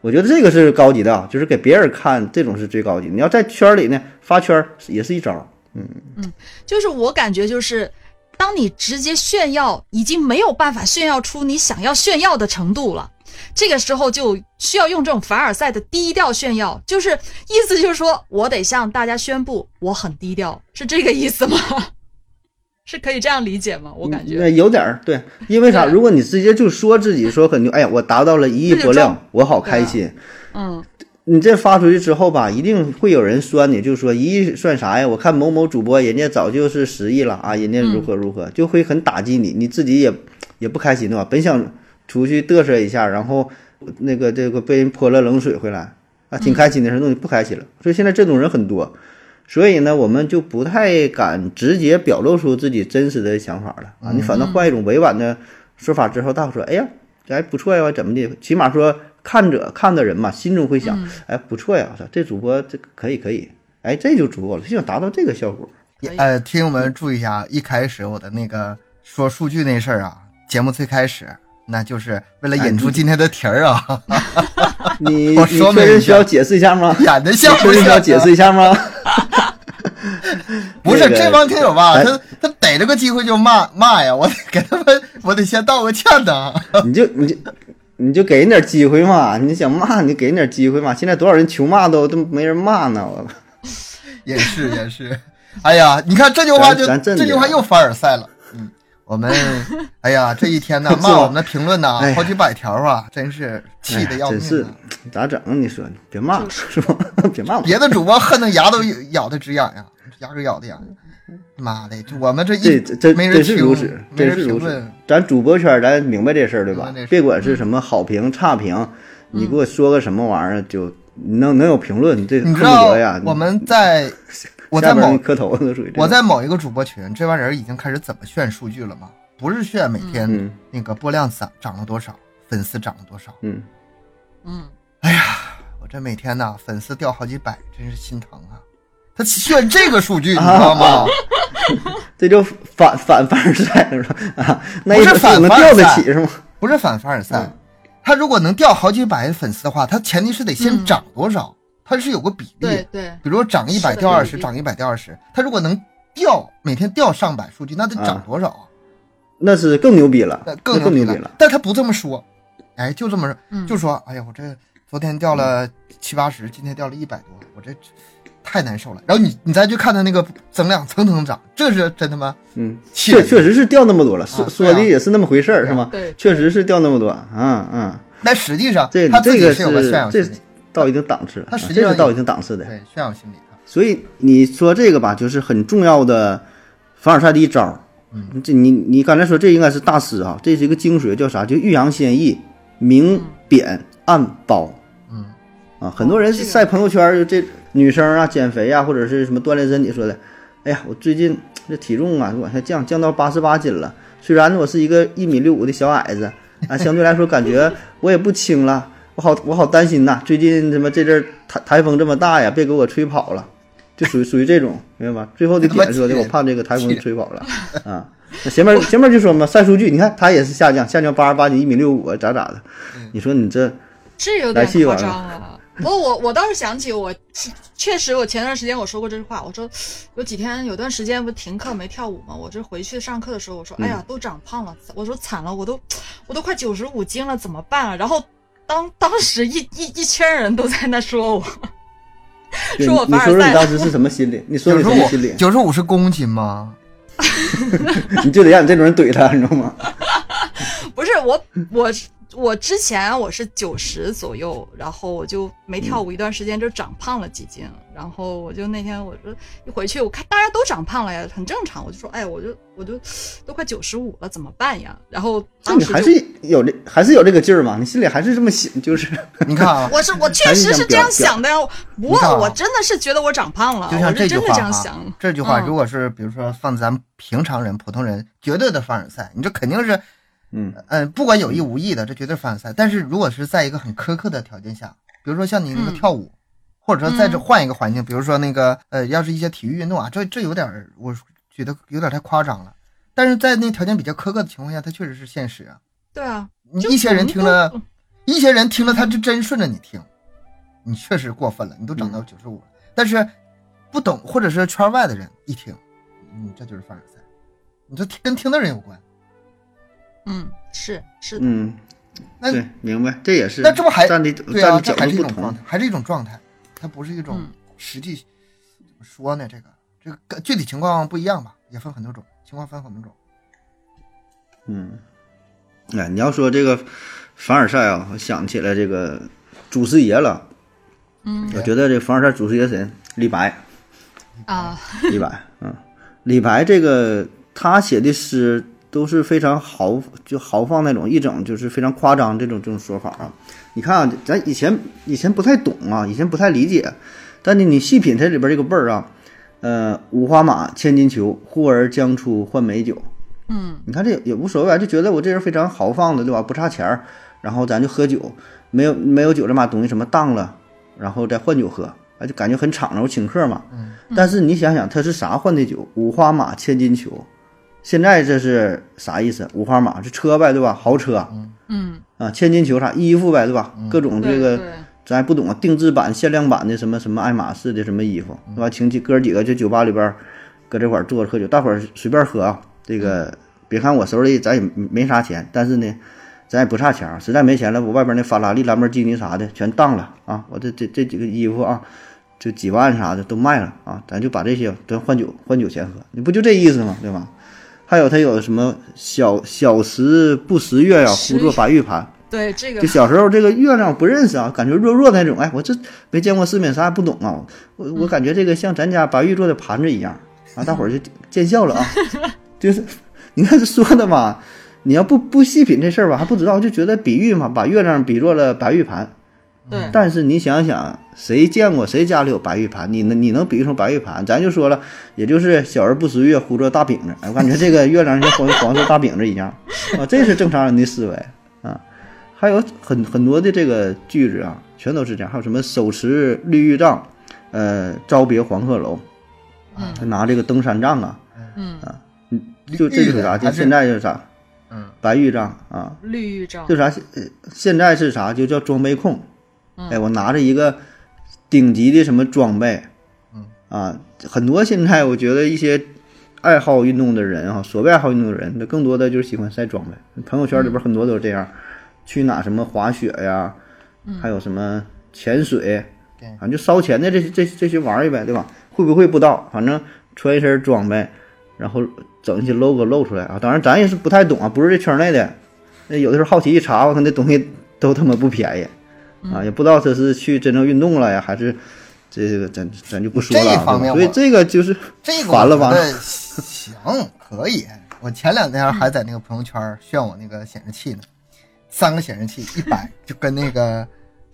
Speaker 1: 我觉得这个是高级的啊，就是给别人看，这种是最高级。你要在圈儿里呢发圈儿也是一招儿，
Speaker 3: 就是我感觉就是，当你直接炫耀，已经没有办法炫耀出你想要炫耀的程度了。这个时候就需要用这种凡尔赛的低调炫耀，就是意思就是说我得向大家宣布我很低调，是这个意思吗？ 是可以这样理解吗？我感觉
Speaker 1: 那有点儿对，因为啥？
Speaker 3: 对啊
Speaker 1: 如果你直接就说自己说很牛，哎呀，我达到了一亿
Speaker 3: 那就
Speaker 1: 播
Speaker 3: 装
Speaker 1: 量，我好
Speaker 3: 对
Speaker 1: 开
Speaker 3: 啊
Speaker 1: 心。
Speaker 3: 嗯，
Speaker 1: 你这发出去之后吧，一定会有人酸你，就说一亿算啥呀？我看某某主播人家早就是十亿了啊，人家如何如何，就会很打击你，你自己也也不开心对吧？本想出去嘚瑟一下，然后那个这个被人泼了冷水回来啊，挺开心的事儿，弄你不开心了。所以现在这种人很多，所以呢，我们就不太敢直接表露出自己真实的想法了啊，你反倒换一种委婉的说法之后，大伙说，哎呀，这还不错呀，怎么的？起码说。看者看的人嘛，心中会想，
Speaker 2: 嗯
Speaker 1: 哎，不错呀，我操，这主播啊这可以可以，哎，这就足够了，就想达到这个效 果。
Speaker 3: 可以
Speaker 2: 呃，听友们注意一下，一开始我的那个说数据那事儿啊，节目最开始那就是为了引出今天的题儿 啊，
Speaker 1: 你
Speaker 2: 我
Speaker 1: 你
Speaker 2: 说
Speaker 1: 确
Speaker 2: 明一
Speaker 1: 认需
Speaker 2: 下
Speaker 1: 要解释一下 吗？
Speaker 2: 演的
Speaker 1: 你
Speaker 2: 像
Speaker 1: 确
Speaker 2: 不
Speaker 1: 认需要
Speaker 2: 像？
Speaker 1: 解释一下吗？
Speaker 2: 不是
Speaker 1: 那个
Speaker 2: 这帮听友吧，
Speaker 1: 哎
Speaker 2: 他他逮着个机会就骂骂呀，我得给他们，我得先道个歉呐。
Speaker 1: 你就你就你就给人点机会嘛，你想骂你就给人点机会嘛。现在多少人求骂都都没人骂呢，我
Speaker 2: 也是也是，哎呀，你看这句话就
Speaker 1: 咱咱啊
Speaker 2: 这
Speaker 1: 正
Speaker 2: 句话
Speaker 1: 点
Speaker 2: 又凡尔赛了。嗯，我 们哎呀，这一天呢，
Speaker 1: 是吧
Speaker 2: 骂我们的评论呢
Speaker 1: 哎，呀
Speaker 2: 好几百条啊，真是
Speaker 1: 哎
Speaker 2: 气
Speaker 1: 呀
Speaker 2: 得要
Speaker 1: 真
Speaker 2: 命
Speaker 1: 是
Speaker 2: 啊。
Speaker 1: 咋整啊？你说你别骂了是吧？ 别骂我，
Speaker 2: 别的主播恨得牙都咬得直痒痒，牙都咬得痒。妈的，这我们这
Speaker 1: 这
Speaker 2: 一
Speaker 1: 这这
Speaker 2: 没人
Speaker 1: 真是
Speaker 2: 听，
Speaker 1: 如此，
Speaker 2: 没
Speaker 1: 真
Speaker 2: 人
Speaker 1: 是如
Speaker 2: 评
Speaker 1: 此
Speaker 2: 论。。
Speaker 1: 咱主播圈，咱明白这事儿对
Speaker 2: 明白
Speaker 1: 吧
Speaker 2: 这事儿？嗯
Speaker 1: 别管是什么好评、差评，你给我说个什么玩意儿，就能能有评论，你这恨
Speaker 2: 你
Speaker 1: 不
Speaker 2: 知道
Speaker 1: 得呀！
Speaker 2: 我们在我在
Speaker 1: 下边
Speaker 2: 某
Speaker 1: 人磕头都属于这
Speaker 2: 我
Speaker 1: 种
Speaker 2: 在某一个主播群，这帮人已经开始怎么炫数据了吗？不是炫每天
Speaker 1: 嗯
Speaker 2: 那个播量涨涨了多少，粉丝涨了多少。
Speaker 1: 嗯，
Speaker 3: 嗯，
Speaker 2: 我这每天呐，粉丝掉好几百，真是心疼啊！他炫这个数据，你知
Speaker 1: 啊
Speaker 2: 道吗？
Speaker 1: 这就反反凡尔赛了是吧？啊，那
Speaker 2: 不
Speaker 1: 一
Speaker 2: 是
Speaker 1: 会儿
Speaker 2: 反
Speaker 1: 能
Speaker 2: 凡尔
Speaker 1: 吊得
Speaker 2: 赛
Speaker 1: 起是吗？
Speaker 2: 不是反凡尔赛，他如果能掉好几百粉丝的话，他前提是得先涨多少，他是有个比例
Speaker 3: 对，对，
Speaker 2: 比如说涨一百
Speaker 3: 是的
Speaker 2: 掉二
Speaker 3: 有
Speaker 2: 十，
Speaker 3: 比例
Speaker 2: 涨一百掉二十，他如果能掉每天掉上百数据，那得涨
Speaker 1: 啊
Speaker 2: 多少啊？
Speaker 1: 那是更牛逼了，
Speaker 2: 那
Speaker 1: 那
Speaker 2: 更
Speaker 1: 更
Speaker 2: 牛
Speaker 1: 牛
Speaker 2: 逼
Speaker 1: 逼
Speaker 2: 了
Speaker 1: 了。。
Speaker 2: 但他不这么说，哎，就这么说，
Speaker 3: 嗯
Speaker 2: 就说，哎呀，我这昨天掉了七八十，今天掉了一百多，我这太难受了。然后你你再去看他那个增量蹭蹭涨，这是真他妈
Speaker 1: 嗯，
Speaker 2: 气
Speaker 1: 确
Speaker 2: 人
Speaker 1: 确实是掉那么多了，说
Speaker 2: 啊
Speaker 1: 说
Speaker 2: 对
Speaker 1: 的
Speaker 2: 啊
Speaker 1: 也是那么回事儿
Speaker 2: 对啊
Speaker 1: 是吗
Speaker 3: 对？
Speaker 1: 确实是掉那么多，嗯嗯，
Speaker 2: 但实际上
Speaker 1: 这
Speaker 2: 他自
Speaker 1: 这
Speaker 2: 己
Speaker 1: 个
Speaker 2: 是有个
Speaker 1: 是
Speaker 2: 炫耀心
Speaker 1: 这
Speaker 2: 理，
Speaker 1: 到一定档次了，
Speaker 2: 他
Speaker 1: 啊
Speaker 2: 实际
Speaker 1: 这
Speaker 2: 上
Speaker 1: 是到
Speaker 2: 也
Speaker 1: 一定档次的
Speaker 2: 对。炫耀心理啊。
Speaker 1: 所以你说这个吧，就是很重要的凡尔赛的一招。嗯，这你你刚才说这应该是大师啊，这是一个精髓，叫啥？就欲扬先抑，明贬暗褒。
Speaker 2: 嗯，
Speaker 1: 啊，很多人
Speaker 3: 这个
Speaker 1: 晒朋友圈儿就这女生啊减肥啊，或者是什么锻炼身体说的，哎呀，我最近这体重啊往下降，降到八十八斤了。虽然我是一个一米六五的小矮子，啊，相对来说感觉我也不轻了，我好我好担心呐、最近怎么这阵儿台台风这么大呀，别给我吹跑了，就属于属于这种，明白吧？最后的点说的，我怕这个台风吹跑了啊。那前面前面就说嘛，晒数据，你看他也是下降，下降八十八斤，一米六五啊，咋咋的？你说你这
Speaker 3: 这有点夸张啊。不过我我倒是想起我，确实我前段时间我说过这句话，我说有几天有段时间不停课没跳舞嘛，我这回去上课的时候我说，
Speaker 1: 嗯
Speaker 3: 哎呀都长胖了，我说惨了，我都我都快九十五斤了，怎么办啊？然后当当时一一一圈人都在那说我，
Speaker 1: 对
Speaker 3: 说我
Speaker 1: 你
Speaker 3: 凡尔
Speaker 1: 说说
Speaker 3: 赛
Speaker 1: 你当时是什么心 理？你说
Speaker 2: 九
Speaker 1: 你
Speaker 2: 十
Speaker 1: 什么心
Speaker 2: 五，
Speaker 1: 理？
Speaker 2: 九十五是公斤吗？
Speaker 1: 你就得让你这种人怼他，你知道吗？
Speaker 3: 不是我我我之前我是九十左右，然后我就没跳
Speaker 2: 嗯
Speaker 3: 舞一段时间，就长胖了几斤。然后我就那天我说一回去，我看大家都长胖了呀，很正常。我就说，哎，我就我就都快九十五了，怎么办呀？然后
Speaker 1: 这
Speaker 3: 当
Speaker 1: 你
Speaker 3: 时
Speaker 1: 还
Speaker 3: 就是
Speaker 1: 有这，还是有这个劲儿嘛？你心里还是这么想，就是
Speaker 2: 你看
Speaker 1: 嗯
Speaker 2: 啊，
Speaker 3: 我是我确实是这样想的呀，不
Speaker 2: 你看啊
Speaker 3: 过我真的是觉得我长胖了，
Speaker 2: 就像
Speaker 3: 我
Speaker 2: 这句
Speaker 3: 是真的
Speaker 2: 话
Speaker 3: 这样
Speaker 2: 哈
Speaker 3: 想，，
Speaker 2: 这句话
Speaker 3: 嗯
Speaker 2: 如果是比如说放咱们平常人、普通人，绝对的凡尔赛，你这肯定是，
Speaker 1: 嗯
Speaker 2: 嗯，不管有意无意的，这绝对凡尔赛。但是如果是在一个很苛刻的条件下，比如说像你那个
Speaker 3: 嗯
Speaker 2: 跳舞，或者说在这
Speaker 3: 嗯
Speaker 2: 换一个环境，比如说那个呃，要是一些体育运动啊，这这有点儿我觉得有点太夸张了。但是在那条件比较苛刻的情况下，它确实是现实啊。
Speaker 3: 对啊，
Speaker 2: 你
Speaker 3: 就嗯
Speaker 2: 一些人听了
Speaker 3: 我们，
Speaker 2: 一些人听了，他就真顺着你听，你确实过分了，你都涨到
Speaker 3: 嗯
Speaker 2: 九十五了。但是不懂或者是圈外的人一听，嗯，这就是凡尔赛，你这跟听的人有关。
Speaker 3: 嗯，是是的，
Speaker 1: 嗯，
Speaker 2: 那
Speaker 1: 对，明白，这也是。
Speaker 2: 那这不还
Speaker 1: 站的
Speaker 2: 对啊，
Speaker 1: 站的
Speaker 2: 这
Speaker 1: 角
Speaker 2: 还
Speaker 1: 度
Speaker 2: 是一
Speaker 1: 不
Speaker 2: 种状
Speaker 1: 同
Speaker 2: 态，，还是一种状态，它不是一种
Speaker 3: 嗯
Speaker 2: 实际怎么说呢？这个这个跟具体情况不一样吧，也分很多种，情况分很多种。
Speaker 1: 嗯，哎，你要说这个凡尔赛啊，我想起来这个祖师爷了。
Speaker 3: 嗯
Speaker 1: 我觉得这凡尔赛祖师爷谁？李白，
Speaker 3: 啊，
Speaker 1: 李白，嗯，李白这个他写的诗都是非常豪，就豪放那种，一整就是非常夸张这种这种说法啊。你看啊，咱以前以前不太懂啊，以前不太理解，但你你细品它里边这个味儿啊，呃，五花马，千金裘，呼儿将出换美酒。
Speaker 3: 嗯，
Speaker 1: 你看这也也无所谓啊，就觉得我这人非常豪放的，对吧？不差钱儿，然后咱就喝酒，没有没有酒这把东西什么当了，然后再换酒喝，啊，就感觉很敞亮，我请客嘛。
Speaker 2: 嗯。
Speaker 1: 但是你想想，他是啥换的酒？五花马，千金裘。现在这是啥意思？五花马是车呗，对吧？豪车
Speaker 3: 嗯，
Speaker 1: 啊，千金裘啥衣服呗，对吧？各种
Speaker 3: 对
Speaker 1: 这个
Speaker 3: 对，
Speaker 1: 咱也不懂啊，定制版、限量版的什么什么爱马仕的什么衣服，对吧？请几哥几个去酒吧里边儿，搁这块儿坐着喝酒，大伙儿随便喝啊。这个别看我手里咱也没啥钱，但是呢，咱也不差钱儿，实在没钱了，我外边那法拉利、兰博基尼啥的全当了啊，我这这这几个衣服啊，就几万啥的都卖了啊，咱就把这些咱换酒换酒钱喝，你不就这意思吗？对吧？还有他有什么小小时不识月呀、
Speaker 3: 识
Speaker 1: 胡作白玉盘。
Speaker 3: 对这个
Speaker 1: 就小时候这个月亮不认识啊，感觉弱弱那种。哎，我这没见过世面，啥也不懂啊。我我感觉这个像咱家白玉做的盘子一样啊，大伙儿就见笑了啊。就是你看这说的嘛，你要不不细品这事儿吧，还不知道，就觉得比喻嘛，把月亮比作了白玉盘。
Speaker 2: 嗯
Speaker 3: 对，嗯
Speaker 1: 但是你想想，谁见过谁家里有白玉盘？你能你能比喻成白玉盘？咱就说了，也就是小儿不识月，胡作大饼子。哎我感觉这个月亮像 黄黄色大饼子一样啊，这是正常人的思维啊。还有很很多的这个句子啊，全都是这样。还有什么手持绿玉杖，呃，朝别黄鹤楼，
Speaker 3: 嗯
Speaker 1: 还拿这个登山杖啊，
Speaker 3: 嗯，
Speaker 1: 就这就是啥？
Speaker 2: 绿玉
Speaker 1: 就
Speaker 2: 还是
Speaker 1: 现在就是啥
Speaker 2: 嗯，
Speaker 1: 白玉杖啊，
Speaker 3: 绿玉章
Speaker 1: 就，啥？呃现在是啥？就叫装备控。
Speaker 3: 嗯
Speaker 1: 哎，我拿着一个顶级的什么装备，
Speaker 2: 嗯
Speaker 1: 啊，很多现在我觉得一些爱好运动的人啊，所谓爱好运动的人，那更多的就是喜欢晒装备。朋友圈里边很多都是这样，去哪什么滑雪呀，还有什么潜水，
Speaker 2: 对
Speaker 1: 反正就烧钱的这些这这些玩意儿呗，对吧？会不会不知道，反正穿一身装备，然后整一些 logo 露出来啊。当然，咱也是不太懂啊，不是这圈内的，那有的时候好奇一查，我看那东西都他妈不便宜
Speaker 2: 嗯
Speaker 1: 啊，也不知道他是去真正运动了呀，还是这这个咱咱就不说了
Speaker 2: 这一
Speaker 1: 啊。
Speaker 2: 方
Speaker 1: 对吧所
Speaker 2: 面
Speaker 1: 以
Speaker 2: 我
Speaker 1: 这个就是
Speaker 2: 这个
Speaker 1: 完了吧
Speaker 2: 我觉得行，可以。我前两天还在那个朋友圈炫我那个显示器呢，三个显示器一摆，就跟那个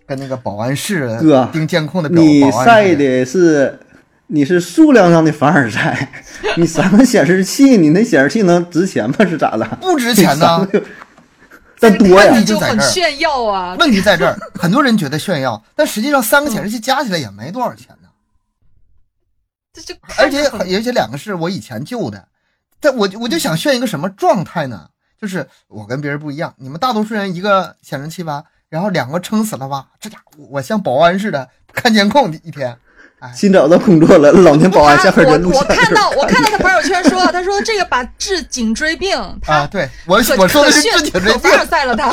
Speaker 2: 跟那个保安室
Speaker 1: 哥
Speaker 2: 盯监控的表
Speaker 1: 你
Speaker 2: 保安
Speaker 1: 晒
Speaker 2: 似，
Speaker 1: 的是你是数量上的凡尔赛， 你三个显示器，你那显示器能值钱吗？是咋的？
Speaker 2: 不值钱 呢。
Speaker 1: 但多呀
Speaker 2: 问，题
Speaker 3: 就
Speaker 2: 就在
Speaker 3: 很
Speaker 2: 这儿
Speaker 3: 炫耀啊，
Speaker 2: 问题在这儿，很多人觉得炫耀，但实际上三个显示器加起来也没多少钱呢。
Speaker 3: 这就
Speaker 2: 而 且而且两个是我以前旧的，但我就我就想炫一个什么状态呢？就是我跟别人不一样，你们大多数人一个显示器吧，然后两个撑死了吧，这家伙我像保安似的看监控一天，
Speaker 1: 新找到工作了，老年保安下课
Speaker 3: 我
Speaker 1: 在录
Speaker 3: 我
Speaker 1: 像。
Speaker 3: 看到我看到他朋友圈说，他说这个把治颈椎病，
Speaker 2: 啊，
Speaker 3: 他
Speaker 2: 对我
Speaker 3: 可
Speaker 2: 我说的
Speaker 3: 可
Speaker 2: 是
Speaker 3: 炫
Speaker 2: 治颈椎
Speaker 3: 可
Speaker 2: 病
Speaker 3: 凡，尔赛了他，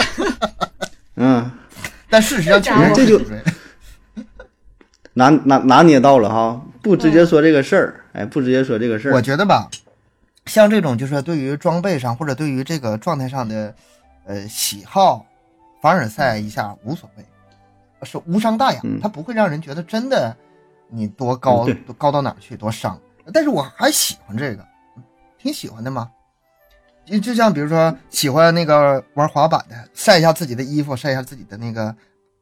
Speaker 1: 嗯，
Speaker 2: 但事实上确实
Speaker 1: 这
Speaker 2: 是
Speaker 1: 就
Speaker 2: 颈椎。
Speaker 1: 拿拿拿捏到了哈，不直
Speaker 3: 嗯
Speaker 1: 接说这个事儿，哎，不直接说这个事
Speaker 2: 我
Speaker 1: 儿，
Speaker 2: 觉得吧，像这种就是对于装备上或者对于这个状态上的呃喜好，凡尔赛一下无所谓，是无伤大雅，
Speaker 1: 嗯
Speaker 2: 它不会让人觉得真的你多高、
Speaker 1: 嗯对
Speaker 2: 多高到哪儿去多伤。但是我还喜欢这个，挺喜欢的嘛。就就像比如说喜欢那个玩滑板的，晒一下自己的衣服，晒一下自己的那个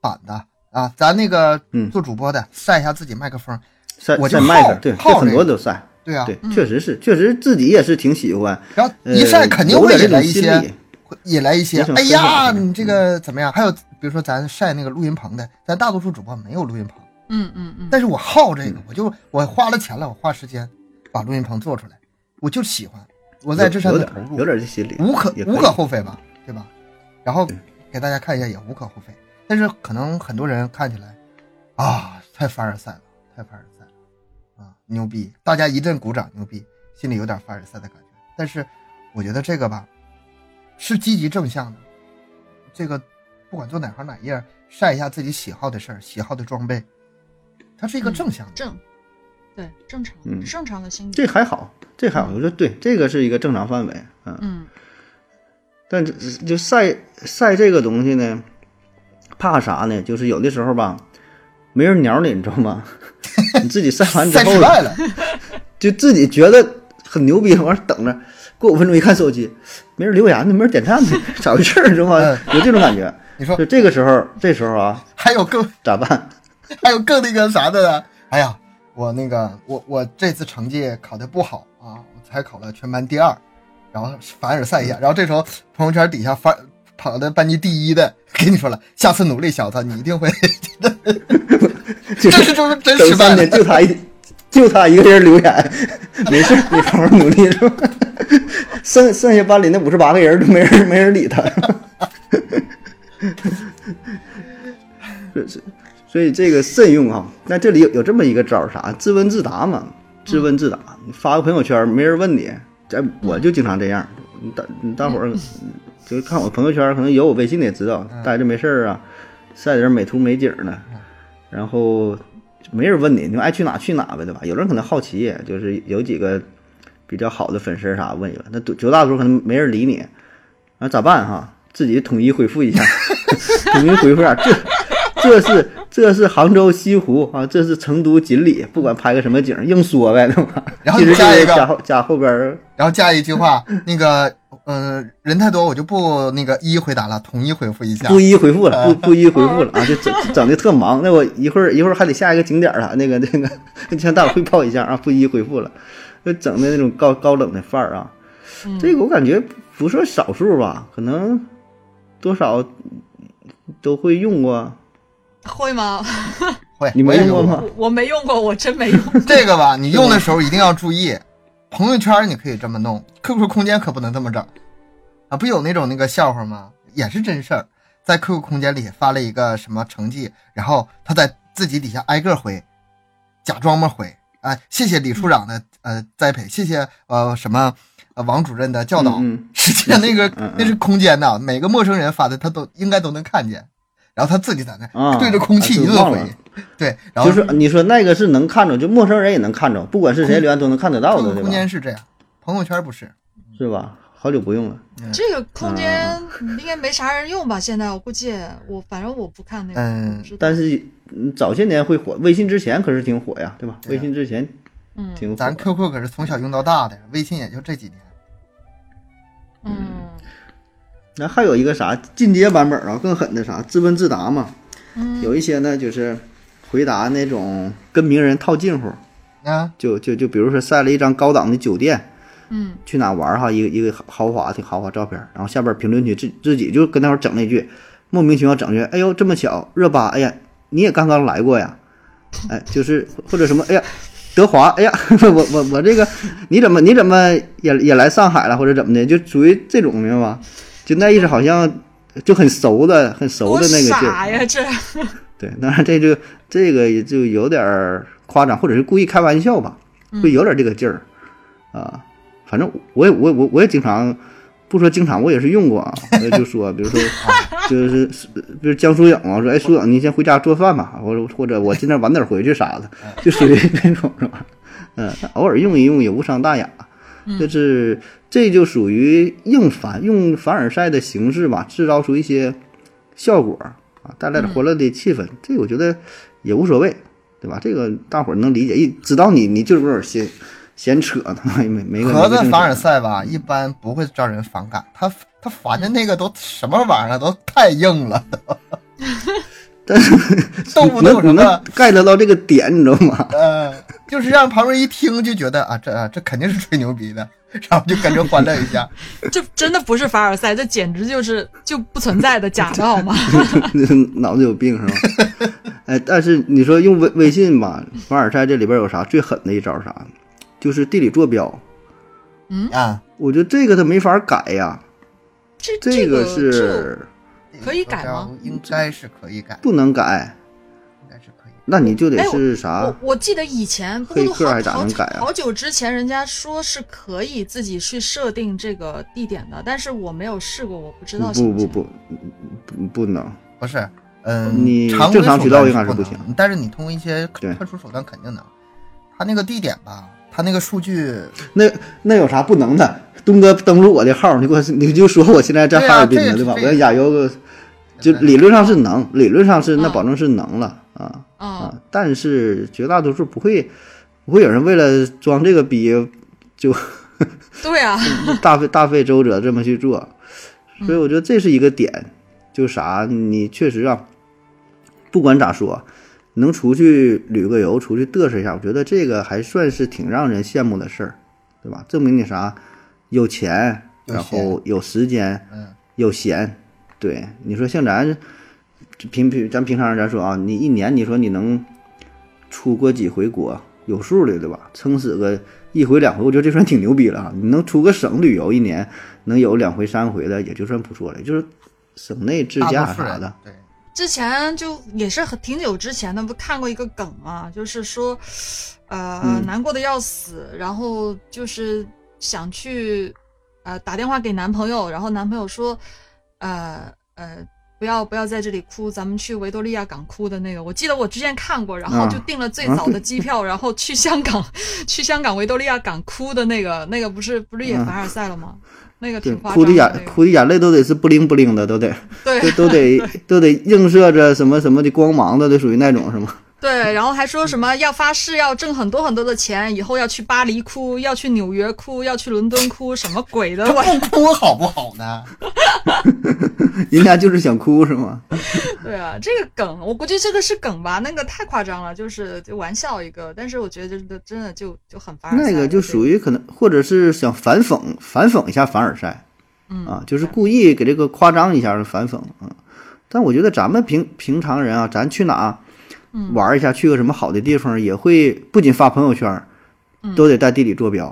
Speaker 2: 板子啊。咱那个
Speaker 1: 嗯
Speaker 2: 做主播的，晒一下自己麦克风，
Speaker 1: 晒
Speaker 2: 我就
Speaker 1: 晒麦
Speaker 2: 好
Speaker 1: 克，对，
Speaker 2: 好
Speaker 1: 这很
Speaker 2: 这
Speaker 1: 多
Speaker 2: 个
Speaker 1: 都晒，
Speaker 2: 对啊，
Speaker 1: 对，
Speaker 3: 嗯
Speaker 1: 确实是，确实自己也是挺喜欢，
Speaker 2: 然后
Speaker 1: 呃
Speaker 2: 一晒肯定
Speaker 1: 有
Speaker 2: 会
Speaker 1: 点这
Speaker 2: 引来
Speaker 1: 种
Speaker 2: 一
Speaker 1: 心
Speaker 2: 些
Speaker 1: 理，
Speaker 2: 会引来一些
Speaker 1: 也，挺
Speaker 2: 哎
Speaker 1: 深刻
Speaker 2: 呀，
Speaker 1: 的嗯
Speaker 2: 你这个怎么样？还有比如说咱晒那个录音棚的，咱大多数主播没有录音棚，
Speaker 3: 嗯嗯嗯，
Speaker 2: 但是我好这个，我就我花了钱了，我花时间把录音棚做出来，我就喜欢，我
Speaker 1: 有
Speaker 2: 在这上
Speaker 1: 有
Speaker 2: 面
Speaker 1: 点
Speaker 2: 投
Speaker 1: 有
Speaker 2: 入，
Speaker 1: 点这心理，
Speaker 2: 无可
Speaker 1: 也以
Speaker 2: 无可厚非吧，对吧？然后给大家看一下也无可厚非，但是可能很多人看起来啊，太凡尔赛了，太凡尔赛了啊，牛逼！大家一阵鼓掌，牛逼，心里有点凡尔赛的感觉。但是我觉得这个吧，是积极正向的。这个不管做哪行哪业，晒一下自己喜好的事儿、喜好的装备，它是一个正向的。
Speaker 3: 正，对正常
Speaker 1: 嗯
Speaker 3: 正常的心理，
Speaker 1: 这还好，这还好，我说对，这个是一个正常范围，嗯，
Speaker 3: 嗯
Speaker 1: 但这就晒晒这个东西呢，怕啥呢？就是有的时候吧，没人鸟你，你知道吗？ 你自己晒完之
Speaker 2: 晒
Speaker 1: 后
Speaker 2: 出来了，
Speaker 1: 就自己觉得很牛逼， 完事儿等着，过五分钟一看手机，没人留言呢，没人点赞呢， 咋回事儿？是吧？
Speaker 2: 嗯
Speaker 1: 有这种感觉。
Speaker 2: 你说
Speaker 1: 就这个时候，这时候啊，
Speaker 2: 还有更
Speaker 1: 咋办？
Speaker 2: 还有更那个啥的呢？哎呀，我那个我我这次成绩考得不好啊，我才考了全班第二，然后凡尔赛一下，然后这时候朋友圈底下发跑到班级第一的跟你说了，下次努力，小子，你一定会，
Speaker 1: 就
Speaker 2: 这
Speaker 1: 是
Speaker 2: 是就是真
Speaker 1: 等
Speaker 2: 失败
Speaker 1: 三
Speaker 2: 了
Speaker 1: 天，。就他一，就他一个人留言，没事儿，你好好努力，是吧？剩剩下班里那五十八个人都没人没人理他，所以所以这个慎用啊。那这里有有这么一个招儿，啥？自问自答嘛，自问自答。你发个朋友圈，没人问你，这我就经常这样。你大你大伙儿就看我朋友圈，可能有我微信的也知
Speaker 2: 嗯
Speaker 1: 道，待着没事儿啊，晒点美图美景儿呢，然后没人问你，你就爱去哪去哪呗，对吧？有人可能好奇，就是有几个比较好的粉丝啥问一问，那多绝大多数可能没人理你，那咋办哈？自己统一回复一下， 统一回复一下，这这是这是杭州西湖啊，这是成都锦里，不管拍个什么景儿，硬说呗，对吧？
Speaker 2: 然后
Speaker 1: 其
Speaker 2: 你
Speaker 1: 实就
Speaker 2: 加一
Speaker 1: 是
Speaker 2: 个
Speaker 1: 加后加后边儿
Speaker 2: 然后加一句话，那个，嗯、人太多，我就不那个一一回答了，统一回复一下。
Speaker 1: 不一回复了，不不一回复了啊，就整整的特忙。那我一会儿一会儿还得下一个景点儿啊了，那个 那个向大伙汇报一下啊，不一回复了，就整的那种高高冷的范儿啊。
Speaker 3: 嗯
Speaker 1: 这个我感觉不是少数吧，可能多少都会用过。
Speaker 3: 会吗？
Speaker 2: 会，
Speaker 1: 你
Speaker 2: 我
Speaker 1: 没
Speaker 2: 也
Speaker 1: 用过
Speaker 2: 用
Speaker 1: 吗？
Speaker 3: 我我没用过，我真没用。
Speaker 2: 这个吧，你用的时候一定要注意，朋友圈你可以这么弄，QQ 空间可不能这么整啊！不有那种那个笑话吗？也是真事儿，在 QQ 空间里发了一个什么成绩，然后他在自己底下挨个回，假装么回，哎，谢谢李处长的呃栽培，谢谢呃什么呃王主任的教导，
Speaker 1: 嗯嗯
Speaker 2: 实际上那个
Speaker 1: 嗯嗯
Speaker 2: 那是空间呐，每个陌生人发的他都应该都能看见，然后他自己在那
Speaker 1: 啊
Speaker 2: 对着空气
Speaker 1: 啊
Speaker 2: 一
Speaker 1: 就
Speaker 2: 顿
Speaker 1: 忘
Speaker 2: 回
Speaker 1: 了，
Speaker 2: 对，然后
Speaker 1: 就是你说那个是能看着，就陌生人也能看着，不管是谁留言都能看得到的，对
Speaker 2: 空
Speaker 1: 吧？
Speaker 2: 间是这样，朋友圈不是。
Speaker 1: 是吧？好久不用了。
Speaker 3: 这个空间应该没啥人用吧？现在我估计，我反正我不看那个。
Speaker 2: 嗯
Speaker 3: 不知道
Speaker 1: 但是嗯早些年会火，微信之前可是挺火呀，对吧？微信之前
Speaker 3: 嗯
Speaker 1: 挺火。
Speaker 2: 咱 QQ 可是从小用到大的，微信也就这几年。
Speaker 3: 嗯
Speaker 1: 那还有一个啥进阶版本啊，更狠的啥自问自答嘛。
Speaker 3: 嗯
Speaker 1: 有一些呢就是回答那种跟名人套近乎，
Speaker 2: 啊，
Speaker 1: 就就就比如说晒了一张高档的酒店，
Speaker 3: 嗯
Speaker 1: 去哪玩儿哈，一个一个豪华挺豪华照片，然后下边评论区自自己就跟那会儿整了一句，莫名其妙整一句，哎呦这么巧，热巴，哎呀你也刚刚来过呀，哎就是或者什么，哎呀德华，哎呀 我我我这个你怎么你怎么也也来上海了或者怎么的，就属于这种明白吗？就那意思好像就很熟的很熟
Speaker 3: 多
Speaker 1: 的那个劲儿。
Speaker 3: 傻呀，这
Speaker 1: 对，当然这就这个也就有点儿夸张，或者是故意开玩笑吧，会有点这个劲儿啊。反正我也我我我也经常，不说经常，我也是用过 啊。我也就说，比如说就是比如江疏影啊，我说哎疏影，你先回家做饭吧，或者或者我今天晚点回去啥的，
Speaker 2: 嗯
Speaker 1: 就属于那种是吧？嗯，偶尔用一用也无伤大雅。
Speaker 2: 嗯
Speaker 1: 就是这就属于硬凡，用凡尔赛的形式吧，制造出一些效果啊，带
Speaker 2: 嗯
Speaker 1: 来了欢乐的气氛，这我觉得也无所谓，对吧？这个大伙儿能理解，一知道你你就是有点闲闲扯呢， 没没个
Speaker 2: 盒
Speaker 1: 没个
Speaker 2: 子
Speaker 1: 正
Speaker 2: 凡
Speaker 1: 事
Speaker 2: 尔赛吧，一般不会让人反感。他他烦的那个都什么玩意儿，都太硬了， 动不
Speaker 1: 你能
Speaker 2: 动
Speaker 1: 你能
Speaker 2: 什么
Speaker 1: get 到这个点，你知道吗？
Speaker 2: 呃，就是让旁边一听就觉得啊，这啊这肯定是吹牛逼的，然后就跟着欢乐一 下。
Speaker 3: 这真的不是凡尔赛，这简直就是就不存在 的假的好吗？
Speaker 1: 脑子有病是吧？ 哎，但是你说用微微信吧，凡尔赛这里边有啥最狠的一招是啥？就是地理坐标，嗯
Speaker 2: 啊，
Speaker 1: 我觉得这个他没法改呀，
Speaker 3: 这
Speaker 1: 这
Speaker 3: 个
Speaker 1: 是
Speaker 3: 可以改吗？
Speaker 2: 应该是可以改，
Speaker 1: 不能改。
Speaker 2: 应该是可以改。
Speaker 1: 那你就得
Speaker 3: 哎我
Speaker 1: 是啥？
Speaker 3: 我我记得以前不
Speaker 1: 啊黑
Speaker 3: 过都
Speaker 1: 客
Speaker 3: 好
Speaker 1: 还咋能
Speaker 3: 好久
Speaker 1: 改啊
Speaker 3: 好久之前，人家说是可以自己去设定这个地点的，但是我没有试过，我不知道行
Speaker 1: 不
Speaker 3: 行
Speaker 1: 不不不不能，
Speaker 2: 不是，嗯，
Speaker 1: 你
Speaker 2: 常规
Speaker 1: 正常渠道应该
Speaker 2: 手
Speaker 1: 是
Speaker 2: 段
Speaker 1: 不
Speaker 2: 不
Speaker 1: 行
Speaker 2: 能，但是你通过一些
Speaker 1: 对
Speaker 2: 特殊手段肯定能。他那个地点吧，他那个数据
Speaker 1: 那那有啥不能的？东哥登录我的号，你给我你就说我现在在
Speaker 2: 对啊
Speaker 1: 哈尔滨
Speaker 2: 这
Speaker 1: 呢，
Speaker 2: 个
Speaker 1: 对吧？我
Speaker 2: 这个
Speaker 3: 啊
Speaker 1: 要亚游个，就理论上是能，理论上是那保证是能了，啊
Speaker 3: 嗯
Speaker 1: 啊！但是绝大多数不会不会有人为了装这个逼就
Speaker 3: 对啊，
Speaker 1: 大费大费周折这么去做，所以我觉得这是一个点，就啥你确实啊，不管咋说，能出去旅个游，出去嘚瑟一下，我觉得这个还算是挺让人羡慕的事儿，对吧？证明你啥有钱，
Speaker 2: 有
Speaker 1: 然后有时间，
Speaker 2: 嗯，
Speaker 1: 有闲，对，你说像咱平平咱平常人咱说啊，你一年你说你能出过几回国，有数的对吧？撑死个一回两回，我觉得这算挺牛逼了啊！你能出个省旅游，一年能有两回三回的，也就算不错了，也就是省内自
Speaker 2: 大
Speaker 1: 驾
Speaker 2: 多数
Speaker 1: 啥
Speaker 2: 人
Speaker 1: 的。
Speaker 2: 对，
Speaker 3: 之前就也是很挺久之前的，不看过一个梗嘛，就是说，呃，
Speaker 1: 嗯
Speaker 3: 难过的要死，然后就是想去，呃，打电话给男朋友，然后男朋友说，呃呃，不要不要在这里哭，咱们去维多利亚港哭的那个。我记得我之前看过，然后
Speaker 1: 啊
Speaker 3: 就订了最早的机
Speaker 1: 嗯
Speaker 3: 票，然后去香港， 去香港维多利亚港哭的那个，那个不是不是也
Speaker 1: 嗯
Speaker 3: 凡尔赛了吗？那个
Speaker 1: 对，
Speaker 3: 挺夸张
Speaker 1: 哭的眼
Speaker 3: 那个
Speaker 1: 哭的眼泪都得是不灵不灵的，都得
Speaker 3: 对
Speaker 1: 都都得都得映射着什么什么的光芒的，都属于那种是吗？
Speaker 3: 对，然后还说什
Speaker 1: 嗯
Speaker 3: 么要发誓要挣很多很多的钱，以后要去巴黎哭，要去纽约哭，要去伦敦哭，什么鬼的？
Speaker 2: 他
Speaker 3: 我
Speaker 2: 不哭好不好呢？
Speaker 1: 人家就是想哭是吗？
Speaker 3: 对啊，这个梗，我估计这个是梗吧，那个太夸张了，就是就玩笑一个，但是我觉得真的真的就就很凡尔赛。
Speaker 1: 那个就属于可能，或者是想反讽反讽一下凡尔赛，
Speaker 3: 嗯
Speaker 1: 啊，就是故意给这个夸张一下反讽啊。但我觉得咱们平平常人啊，咱去哪儿
Speaker 3: 嗯
Speaker 1: 玩一下，去个什么好的地方，也会不仅发朋友圈，都得带地理坐标。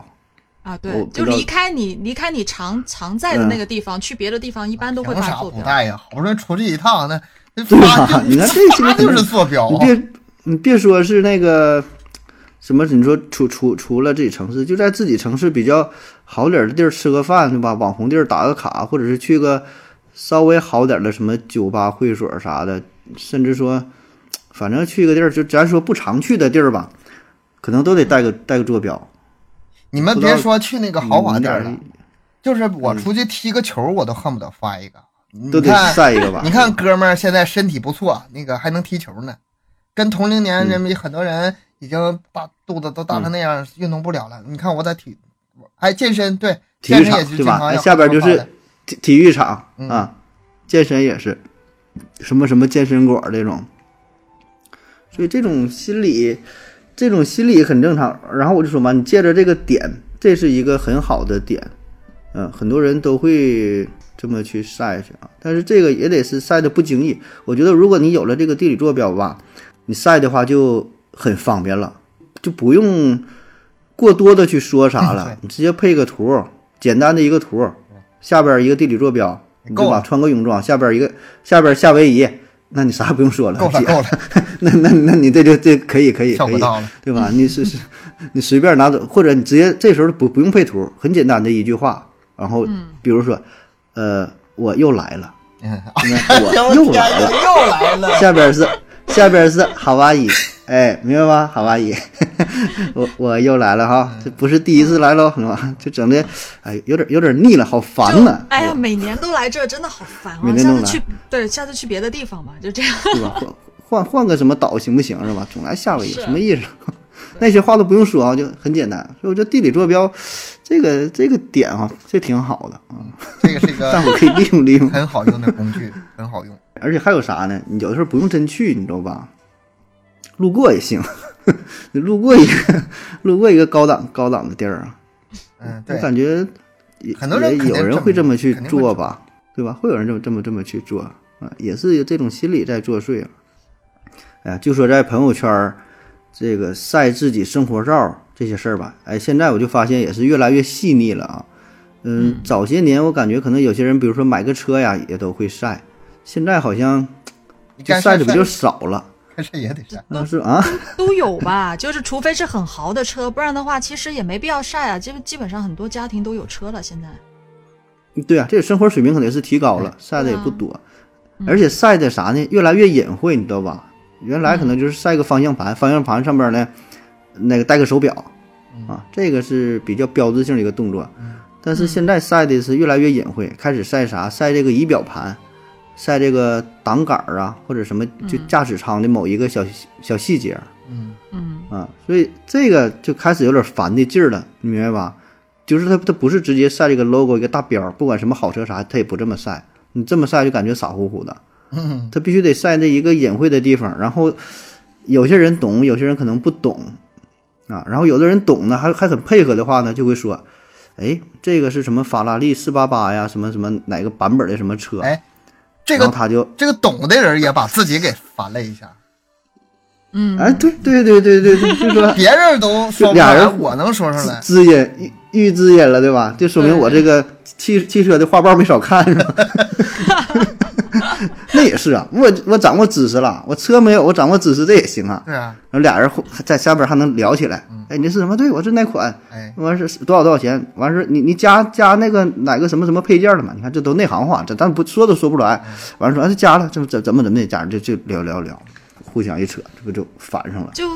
Speaker 3: 啊，
Speaker 1: 我
Speaker 3: 对，
Speaker 1: 不
Speaker 3: 就
Speaker 1: 知道嗯
Speaker 3: 离开你离开你常常在的那个地方，去别的地方一般都会
Speaker 2: 啊凭
Speaker 3: 发
Speaker 2: 啥
Speaker 3: 坐
Speaker 2: 不
Speaker 3: 标。
Speaker 2: 带呀？好不容易出去一趟， 那那
Speaker 1: 对
Speaker 2: 发
Speaker 1: 吧
Speaker 2: 就
Speaker 1: 你看这些
Speaker 2: 发
Speaker 1: 肯定
Speaker 2: 啊就是坐标
Speaker 1: 你
Speaker 2: 啊，
Speaker 1: 别你别说是那个什么，你说除除除了自己城市，就在自己城市比较好点儿的地儿吃个饭，对吧？网红地儿打个卡，或者是去个稍微好点儿的什么酒吧、会所啥的，甚至说，反正去个地儿，就咱说不常去的地儿吧，可能都得带个带个坐标。
Speaker 2: 你们别说去那个豪华地儿
Speaker 1: 嗯
Speaker 2: 了，就是我出去踢个球，我都恨不得发一个。你
Speaker 1: 都得
Speaker 2: 看，
Speaker 1: 晒一 个吧。
Speaker 2: 你看哥们儿现在身体不错，那个还能踢球呢，跟同龄
Speaker 1: 嗯
Speaker 2: 年人比，很多人已经大肚子都大成那样，运动不了了。你看我在体，哎，健身对，
Speaker 1: 体育
Speaker 2: 健身
Speaker 1: 场
Speaker 2: 也
Speaker 1: 对
Speaker 2: 是经
Speaker 1: 吧？
Speaker 2: 常
Speaker 1: 哎
Speaker 2: 要
Speaker 1: 下边就
Speaker 2: 发
Speaker 1: 是
Speaker 2: 的
Speaker 1: 体体育场
Speaker 2: 嗯
Speaker 1: 啊，健身也是，什么什么健身馆儿这种，所以这种心理，这种心理很正常。然后我就说嘛，你借着这个点，这是一个很好的点，嗯，很多人都会这么去晒去啊。但是这个也得是晒的不经意。我觉得如果你有了这个地理坐标吧，你晒的话就很方便了，就不用过多的去说啥
Speaker 2: 嗯对
Speaker 1: 了，你直接配个图，简单的一个图，下边一个地理坐标，你
Speaker 2: 够
Speaker 1: 对吧？
Speaker 2: 了
Speaker 1: 穿个泳装，下边一个下边夏威夷，那你啥也不用说了，
Speaker 2: 够了
Speaker 1: 姐
Speaker 2: 够了，
Speaker 1: 那那那你这就这可以可以
Speaker 2: 跳
Speaker 1: 可
Speaker 2: 不
Speaker 1: 以，
Speaker 2: 到了。
Speaker 1: 对吧？你是是，你随便拿走，或者你直接这时候不不用配图，很简单的一句话，然后比如说，呃，我又来了，
Speaker 2: 嗯，
Speaker 1: 我又来了，
Speaker 2: 又来了。
Speaker 1: 下边是下边是好阿姨，哎，明白吗？好阿姨， 我我又来了哈，这不是第一次来喽，是吧？就整的，哎，有点有点腻了，好烦
Speaker 3: 就
Speaker 1: 呢，
Speaker 3: 哎呀，每年都来这，真的好烦
Speaker 1: 每
Speaker 3: 啊！
Speaker 1: 年
Speaker 3: 下
Speaker 1: 都
Speaker 3: 次
Speaker 1: 来
Speaker 3: 去对，下次去别的地方吧，就这样。
Speaker 1: 对吧？换换换个什么岛行不行是吧？总来夏威夷
Speaker 3: 是
Speaker 1: 什么意思？ 那些话都不用说啊，就很简单。所以我觉得地理坐标，这个这个点啊，这挺好的啊，
Speaker 2: 这个是一
Speaker 1: 但
Speaker 2: 个
Speaker 1: 我可以利用利用。
Speaker 2: 很好用的工具，很好用。
Speaker 1: 而且还有啥呢？你有的时候不用真去，你知道吧？路过也行， 你路过一个路过一个高档高档的地儿啊，
Speaker 2: 嗯，
Speaker 1: 我
Speaker 2: 对，
Speaker 1: 感觉也
Speaker 2: 很多人
Speaker 1: 也
Speaker 2: 肯定
Speaker 1: 有
Speaker 2: 这
Speaker 1: 人
Speaker 2: 么
Speaker 1: 会这么去
Speaker 2: 肯定会
Speaker 1: 做吧，对吧？会有人这么这么这么去做啊，也是这种心理在作祟啊。哎呀，就说在朋友圈儿这个晒自己生活照儿这些事儿吧，哎，现在我就发现也是越来越细腻了啊。嗯，早些年我感觉可能有些人，比如说买个车呀，也都会晒，现在好像
Speaker 2: 你
Speaker 1: 就
Speaker 2: 干
Speaker 1: 晒
Speaker 2: 晒
Speaker 1: 的比较少了。
Speaker 2: 干晒也得晒。
Speaker 1: 那是啊，
Speaker 3: 都有吧， 就是除非是很豪的车，不然的话其实也没必要晒啊。基基本上很多家庭都有车了，现在。
Speaker 1: 对啊，这个生活水平肯定是提高了，晒的也不多，而且晒的啥呢？越来越隐晦，你知道吧？原来可能就是晒个方向盘，方向盘上边呢，那个戴个手表，啊，这个是比较标志性的一个动作。但是现在晒的是越来越隐晦，开始晒啥？晒这个仪表盘，在这个挡杆儿啊，或者什么就驾驶舱的某一个小、小细节儿
Speaker 2: 嗯，
Speaker 3: 嗯
Speaker 1: 啊，所以这个就开始有点烦的劲儿了，你明白吧？就是它它不是直接晒这个 logo 一个大标儿，不管什么好车啥，它也不这么晒，你这么晒就感觉傻乎乎的。
Speaker 2: 嗯，
Speaker 1: 它必须得晒在一个隐晦的地方，然后有些人懂，有些人可能不懂啊。然后有的人懂呢，还还很配合的话呢，就会说，哎，这个是什么法拉利四八八呀，什么什么哪个版本的什么车？
Speaker 2: 哎这
Speaker 1: 然
Speaker 2: 个
Speaker 1: 后他就，
Speaker 2: 这个懂的人也把自己给翻了一下，
Speaker 3: 嗯，
Speaker 1: 哎，对对对对对，对就说
Speaker 2: 别人都说不出
Speaker 1: 俩
Speaker 2: 来，
Speaker 1: 人
Speaker 2: 我能说出来。
Speaker 1: 知音遇遇知音了，对吧？就说明我这个汽汽车的画报没少看，是 吧？那也是啊，我我掌握知识了，我车没有，我掌握知识这也行啊。
Speaker 2: 对啊，
Speaker 1: 然后俩人互在下边还能聊起来。
Speaker 3: 嗯
Speaker 1: 哎，你这是什么？对，我是哪款？
Speaker 2: 哎，
Speaker 1: 完是多少多少钱？完事儿你你加加那个哪个什么什么配件了嘛？你看这都内行话，这咱不说都说不出来。
Speaker 3: 嗯
Speaker 1: 完了说啊这加了，这怎怎么怎么的加上，这就聊聊聊，互相一扯，这不就烦上了？
Speaker 3: 就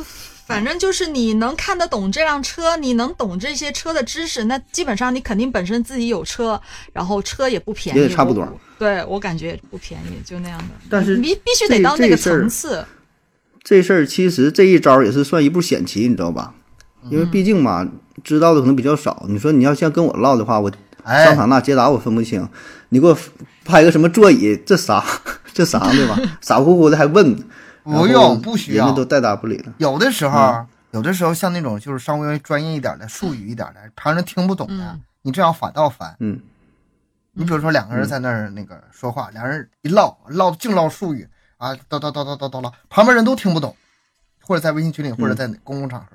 Speaker 3: 反正就是你能看得懂这辆车，你能懂这些车的知识，那基本上你肯定本身自己有车，然后车也不便宜，
Speaker 1: 也得差不多
Speaker 3: 我估。对我感觉也不便宜，就那样的。
Speaker 1: 但是
Speaker 3: 你必须得
Speaker 1: 这
Speaker 3: 到那
Speaker 1: 这
Speaker 3: 个
Speaker 1: 事儿
Speaker 3: 层次。
Speaker 1: 这事儿其实这一招也是算一步险棋，你知道吧？因为毕竟嘛，知道的可能比较少。你说你要像跟我唠的话，我
Speaker 2: 哎
Speaker 1: 桑塔纳、捷达我分不清，你给我拍个什么座椅，这啥 这啥对吧？傻乎乎的还问，然后
Speaker 2: 不用不需
Speaker 1: 人
Speaker 2: 要
Speaker 1: 家都嗯带答不理了。
Speaker 2: 有的时候，有的时候像那种就是稍微专业一点的术语一点的，旁人听不懂的
Speaker 3: 嗯，
Speaker 2: 你这样反倒烦。
Speaker 1: 嗯，
Speaker 2: 你比如说两个人在那儿那个说话，两人一唠唠净唠术语啊，叨叨叨叨叨叨唠，旁边人都听不懂，或者在微信
Speaker 1: 嗯
Speaker 2: 群里，或者在公共场合，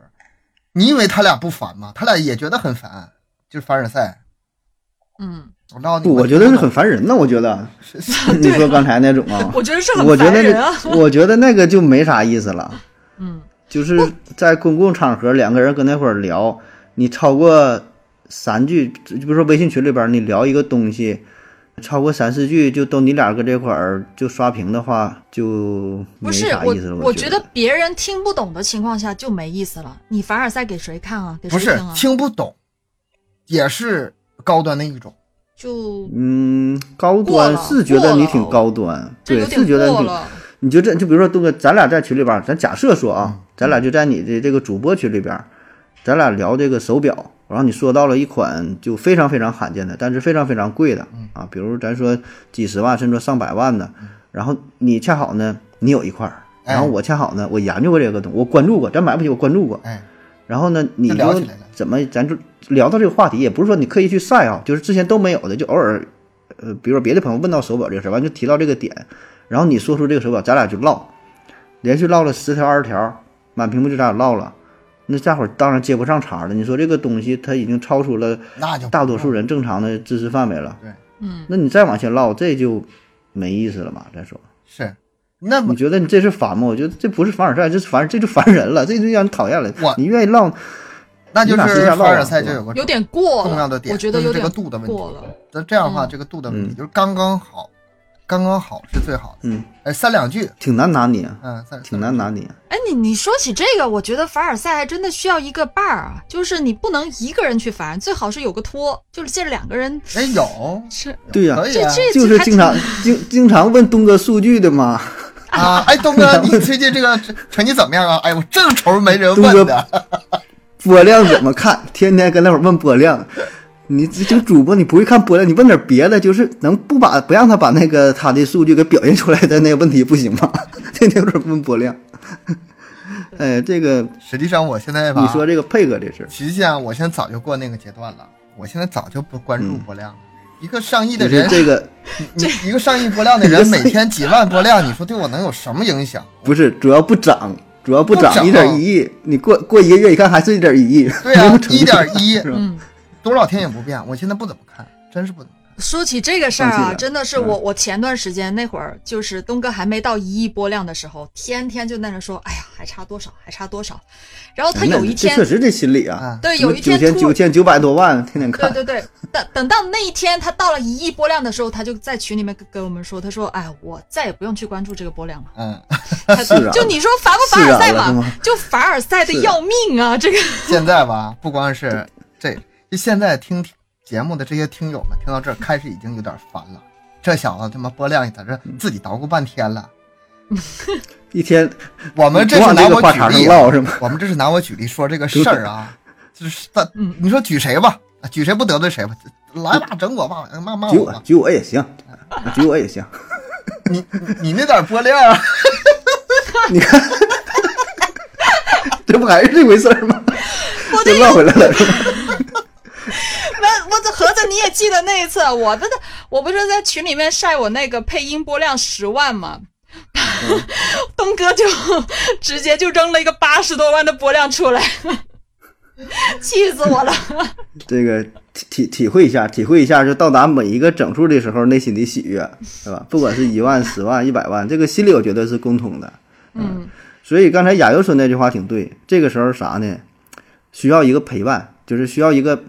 Speaker 2: 你以为他俩不烦吗？他俩也觉得很烦，就是凡尔赛，
Speaker 3: 嗯，
Speaker 2: 我唠你
Speaker 1: 不，
Speaker 2: 们
Speaker 1: 我觉得是很烦人的。我觉得你说刚才那种 啊，
Speaker 3: 我觉得是
Speaker 1: 我
Speaker 3: 很
Speaker 1: 觉
Speaker 3: 烦
Speaker 1: 得
Speaker 3: 人啊。
Speaker 1: 那 我觉得那个就没啥意思了。
Speaker 3: 嗯，
Speaker 1: 就是在公共场合，两个人搁那会儿聊，你超过三句，就比如说微信群里边儿，你聊一个东西，超过三四句就都你俩搁这块儿就刷屏的话，就
Speaker 3: 不
Speaker 1: 没
Speaker 3: 是
Speaker 1: 啥
Speaker 3: 我
Speaker 1: 意思了。，
Speaker 3: 我
Speaker 1: 觉
Speaker 3: 觉得别人听不懂的情况下就没意思了。你凡尔赛给谁看啊？给
Speaker 2: 不
Speaker 3: 谁
Speaker 2: 是
Speaker 3: 听啊？
Speaker 2: 听不懂，也是高端的一种。
Speaker 3: 就
Speaker 1: 嗯，高
Speaker 3: 过
Speaker 1: 端
Speaker 3: 了
Speaker 1: 是觉得你挺
Speaker 3: 过了
Speaker 1: 高端，
Speaker 3: 这
Speaker 1: 对，
Speaker 3: 有
Speaker 1: 是
Speaker 3: 点
Speaker 1: 觉得你
Speaker 3: 过
Speaker 1: 挺
Speaker 3: 了。
Speaker 1: 你就这就比如说东哥，咱俩在群里边儿，咱假设说啊，咱俩就在你的这个主播群里边儿，咱俩聊这个手表，然后你说到了一款就非常非常罕见的，但是非常非常贵的啊，比如咱说几十万甚至说上百万的，然后你恰好呢你有一块儿，
Speaker 2: 哎
Speaker 1: 然后我恰好呢我研究过这个东西，我关注过，咱买不起我关注过，
Speaker 2: 哎，
Speaker 1: 然后呢你
Speaker 2: 就
Speaker 1: 就
Speaker 2: 聊起来了
Speaker 1: 怎么咱就聊到这个话题，也不是说你刻意去晒啊，就是之前都没有的，就偶尔呃，比如说别的朋友问到手表这个事儿，完就提到这个点，然后你说出这个手表，咱俩就唠，连续唠了十条二十条，满屏幕就咱俩唠了。那家伙当然接不上茬了。你说这个东西，它已经超出了
Speaker 2: 那就不
Speaker 1: 大多数
Speaker 2: 用
Speaker 1: 人正常的知识范围了。
Speaker 3: 嗯，
Speaker 1: 那你再往下唠，这就没意思了嘛。再 说，
Speaker 2: 是，那么
Speaker 1: 你觉得你这是烦吗？我觉得这不是凡尔赛，这是烦，这就烦人了，这就让你讨厌了
Speaker 2: 我。
Speaker 1: 你愿意唠，
Speaker 2: 那就
Speaker 1: 你哪是
Speaker 2: 是
Speaker 1: 在
Speaker 2: 凡
Speaker 1: 唠啊
Speaker 2: 尔赛
Speaker 1: 是
Speaker 2: 就
Speaker 1: 吧
Speaker 2: 有个
Speaker 3: 有点过了。
Speaker 2: 重要的点
Speaker 3: 我觉得
Speaker 2: 就是
Speaker 3: 有
Speaker 2: 这
Speaker 3: 点
Speaker 2: 个度的问题
Speaker 3: 过了。
Speaker 2: 那这样的话，
Speaker 3: 嗯
Speaker 2: 这个度的问题
Speaker 1: 嗯
Speaker 2: 就是刚刚好，刚刚好是最好的。
Speaker 1: 嗯，
Speaker 2: 哎，三两句，
Speaker 1: 挺难拿捏，
Speaker 2: 嗯，三
Speaker 1: 挺难。拿捏。
Speaker 3: 哎，你你说起这个，我觉得凡尔赛还真的需要一个伴儿啊，就是你不能一个人去凡，最好是有个托，就是这两个人
Speaker 2: 三哎，有，
Speaker 3: 是
Speaker 1: 对呀、
Speaker 2: 可以
Speaker 3: 这
Speaker 2: 啊
Speaker 3: 这
Speaker 1: 就是
Speaker 3: 还
Speaker 1: 经常经经常问东哥数据的嘛。
Speaker 2: 啊！哎，东哥，你最近这个成成绩怎么样啊？哎，我正愁没人
Speaker 1: 东哥
Speaker 2: 问的。
Speaker 1: 波量怎么看？天天跟那会儿问波量，你这这主播你不会看波量，你问点别的，就是能不把不让他把那个他的数据给表现出来的那个问题不行吗？ 天天有点问波量。 哎，这个
Speaker 2: 实际上，我现在吧，
Speaker 1: 你说这个配合这事儿，
Speaker 2: 实际上我现在早就过那个阶段了，我现在早就不关注
Speaker 1: 嗯
Speaker 2: 播量了。一个上亿的
Speaker 1: 就是
Speaker 2: 人，
Speaker 1: 这个
Speaker 2: 你一个上亿播量的人，每天几万播量，你说对我能有什么影响？
Speaker 1: 不是主要不涨，主要不
Speaker 2: 不
Speaker 1: 涨
Speaker 2: 涨
Speaker 1: 一点一亿，你过过一个月一看还是一点一亿，
Speaker 2: 对啊
Speaker 1: 没有成
Speaker 2: 一
Speaker 1: 长
Speaker 2: 点一
Speaker 1: 是吧
Speaker 3: 嗯。
Speaker 2: 多少天也不变。我现在不怎么看，真是不怎么看。
Speaker 3: 说起这个事儿
Speaker 1: 放弃
Speaker 3: 啊，
Speaker 1: 了
Speaker 3: 真的
Speaker 2: 嗯
Speaker 3: 是我，我前段时间那会儿，就是东哥还没到一亿播量的时候，天天就在那说，哎呀，还差多少，还差多少。然后他有一天
Speaker 1: 这确，实这心理啊
Speaker 2: 啊，
Speaker 3: 对，
Speaker 1: 什么
Speaker 3: 有一天
Speaker 1: 九千
Speaker 3: 突
Speaker 1: 九
Speaker 3: 然，
Speaker 1: 千九百多万，天天
Speaker 3: 对
Speaker 1: 看，
Speaker 3: 对对，等等到那一天他到了一亿播量的时候，他就在群里面跟跟我们说，他说，哎，我再也不用去关注这个播量了。
Speaker 2: 嗯，
Speaker 3: 他
Speaker 1: 是啊
Speaker 3: 就你说凡不凡尔赛
Speaker 1: 是啊
Speaker 3: 吧，
Speaker 1: 是吗
Speaker 3: 就凡尔赛的
Speaker 1: 是啊
Speaker 3: 要命啊，这个
Speaker 2: 现在吧，不光是这，就现在听节目的这些听友们，听到这儿开始已经有点烦了。这小子他妈播量在这自己捣鼓半天了。
Speaker 1: 一天
Speaker 2: 我们这是
Speaker 1: 往
Speaker 2: 拿
Speaker 1: 这个
Speaker 2: 我
Speaker 1: 话
Speaker 2: 举
Speaker 1: 茬上
Speaker 2: 例啊，
Speaker 1: 唠是吗？
Speaker 2: 我们这是拿我举例说这个事 儿啊，就是但
Speaker 3: 嗯
Speaker 2: 你说举谁吧，啊举谁不得罪谁吧，来吧，整我吧，骂骂
Speaker 1: 举
Speaker 2: 我
Speaker 1: 我
Speaker 2: 吧，
Speaker 1: 举我也行，举我也行。
Speaker 2: 你你那点播量啊，
Speaker 1: 你看，这不还是这回事儿吗？
Speaker 3: 我
Speaker 1: 又
Speaker 3: 这
Speaker 1: 绕回来了是吧？
Speaker 3: 我我这合着你也记得那一次，我真的我不是在群里面晒我那个配音播量十万嘛。
Speaker 1: 嗯
Speaker 3: 东哥就 直接就扔了一个八十多万的播量出来， 气死我了！
Speaker 1: 这个体体体会一下，体会一下，就到达每一个整数的时候内心的喜悦，是吧？不管是一万、十万、一百万，这个心理我觉得是共通的。
Speaker 3: 嗯
Speaker 1: 所以刚才亚优说那句话挺对，这个时候啥呢？需要一个陪伴，就是需要一个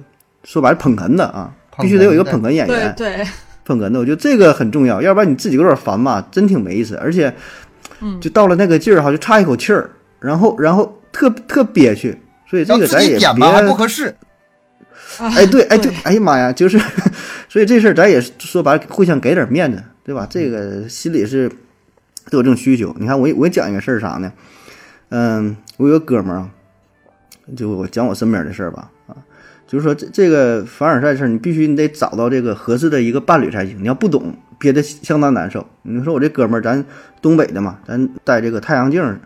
Speaker 1: 说白了捧哏的啊，必须得有一个捧哏演
Speaker 3: 对
Speaker 1: 员，
Speaker 3: 对，
Speaker 1: 捧哏的，我觉得这个很重要，要不然你自己有点烦吧，真挺没意思。而且，
Speaker 3: 嗯
Speaker 1: 就到了那个劲儿哈，就差一口气儿，然后然后特特憋屈，所 以这
Speaker 2: 要
Speaker 1: 个
Speaker 2: 自
Speaker 1: 咱
Speaker 2: 己
Speaker 1: 也别
Speaker 2: 点吧还不合适，
Speaker 1: 哎，对，哎，
Speaker 3: 对
Speaker 1: 对，哎呀妈呀，就是，所以这事儿咱也是说白了，互相给点面子，对吧？这个心里是都有这种需求。你看我，我讲一个事儿啥呢？嗯，我有个哥们儿啊，就我讲我身边的事儿吧，啊，就是说这这个凡尔赛事儿，你必须你得找到这个合适的一个伴侣才行。你要不懂，憋得相当难受。你说我这哥们儿，咱东北的嘛，咱戴这个太阳镜儿，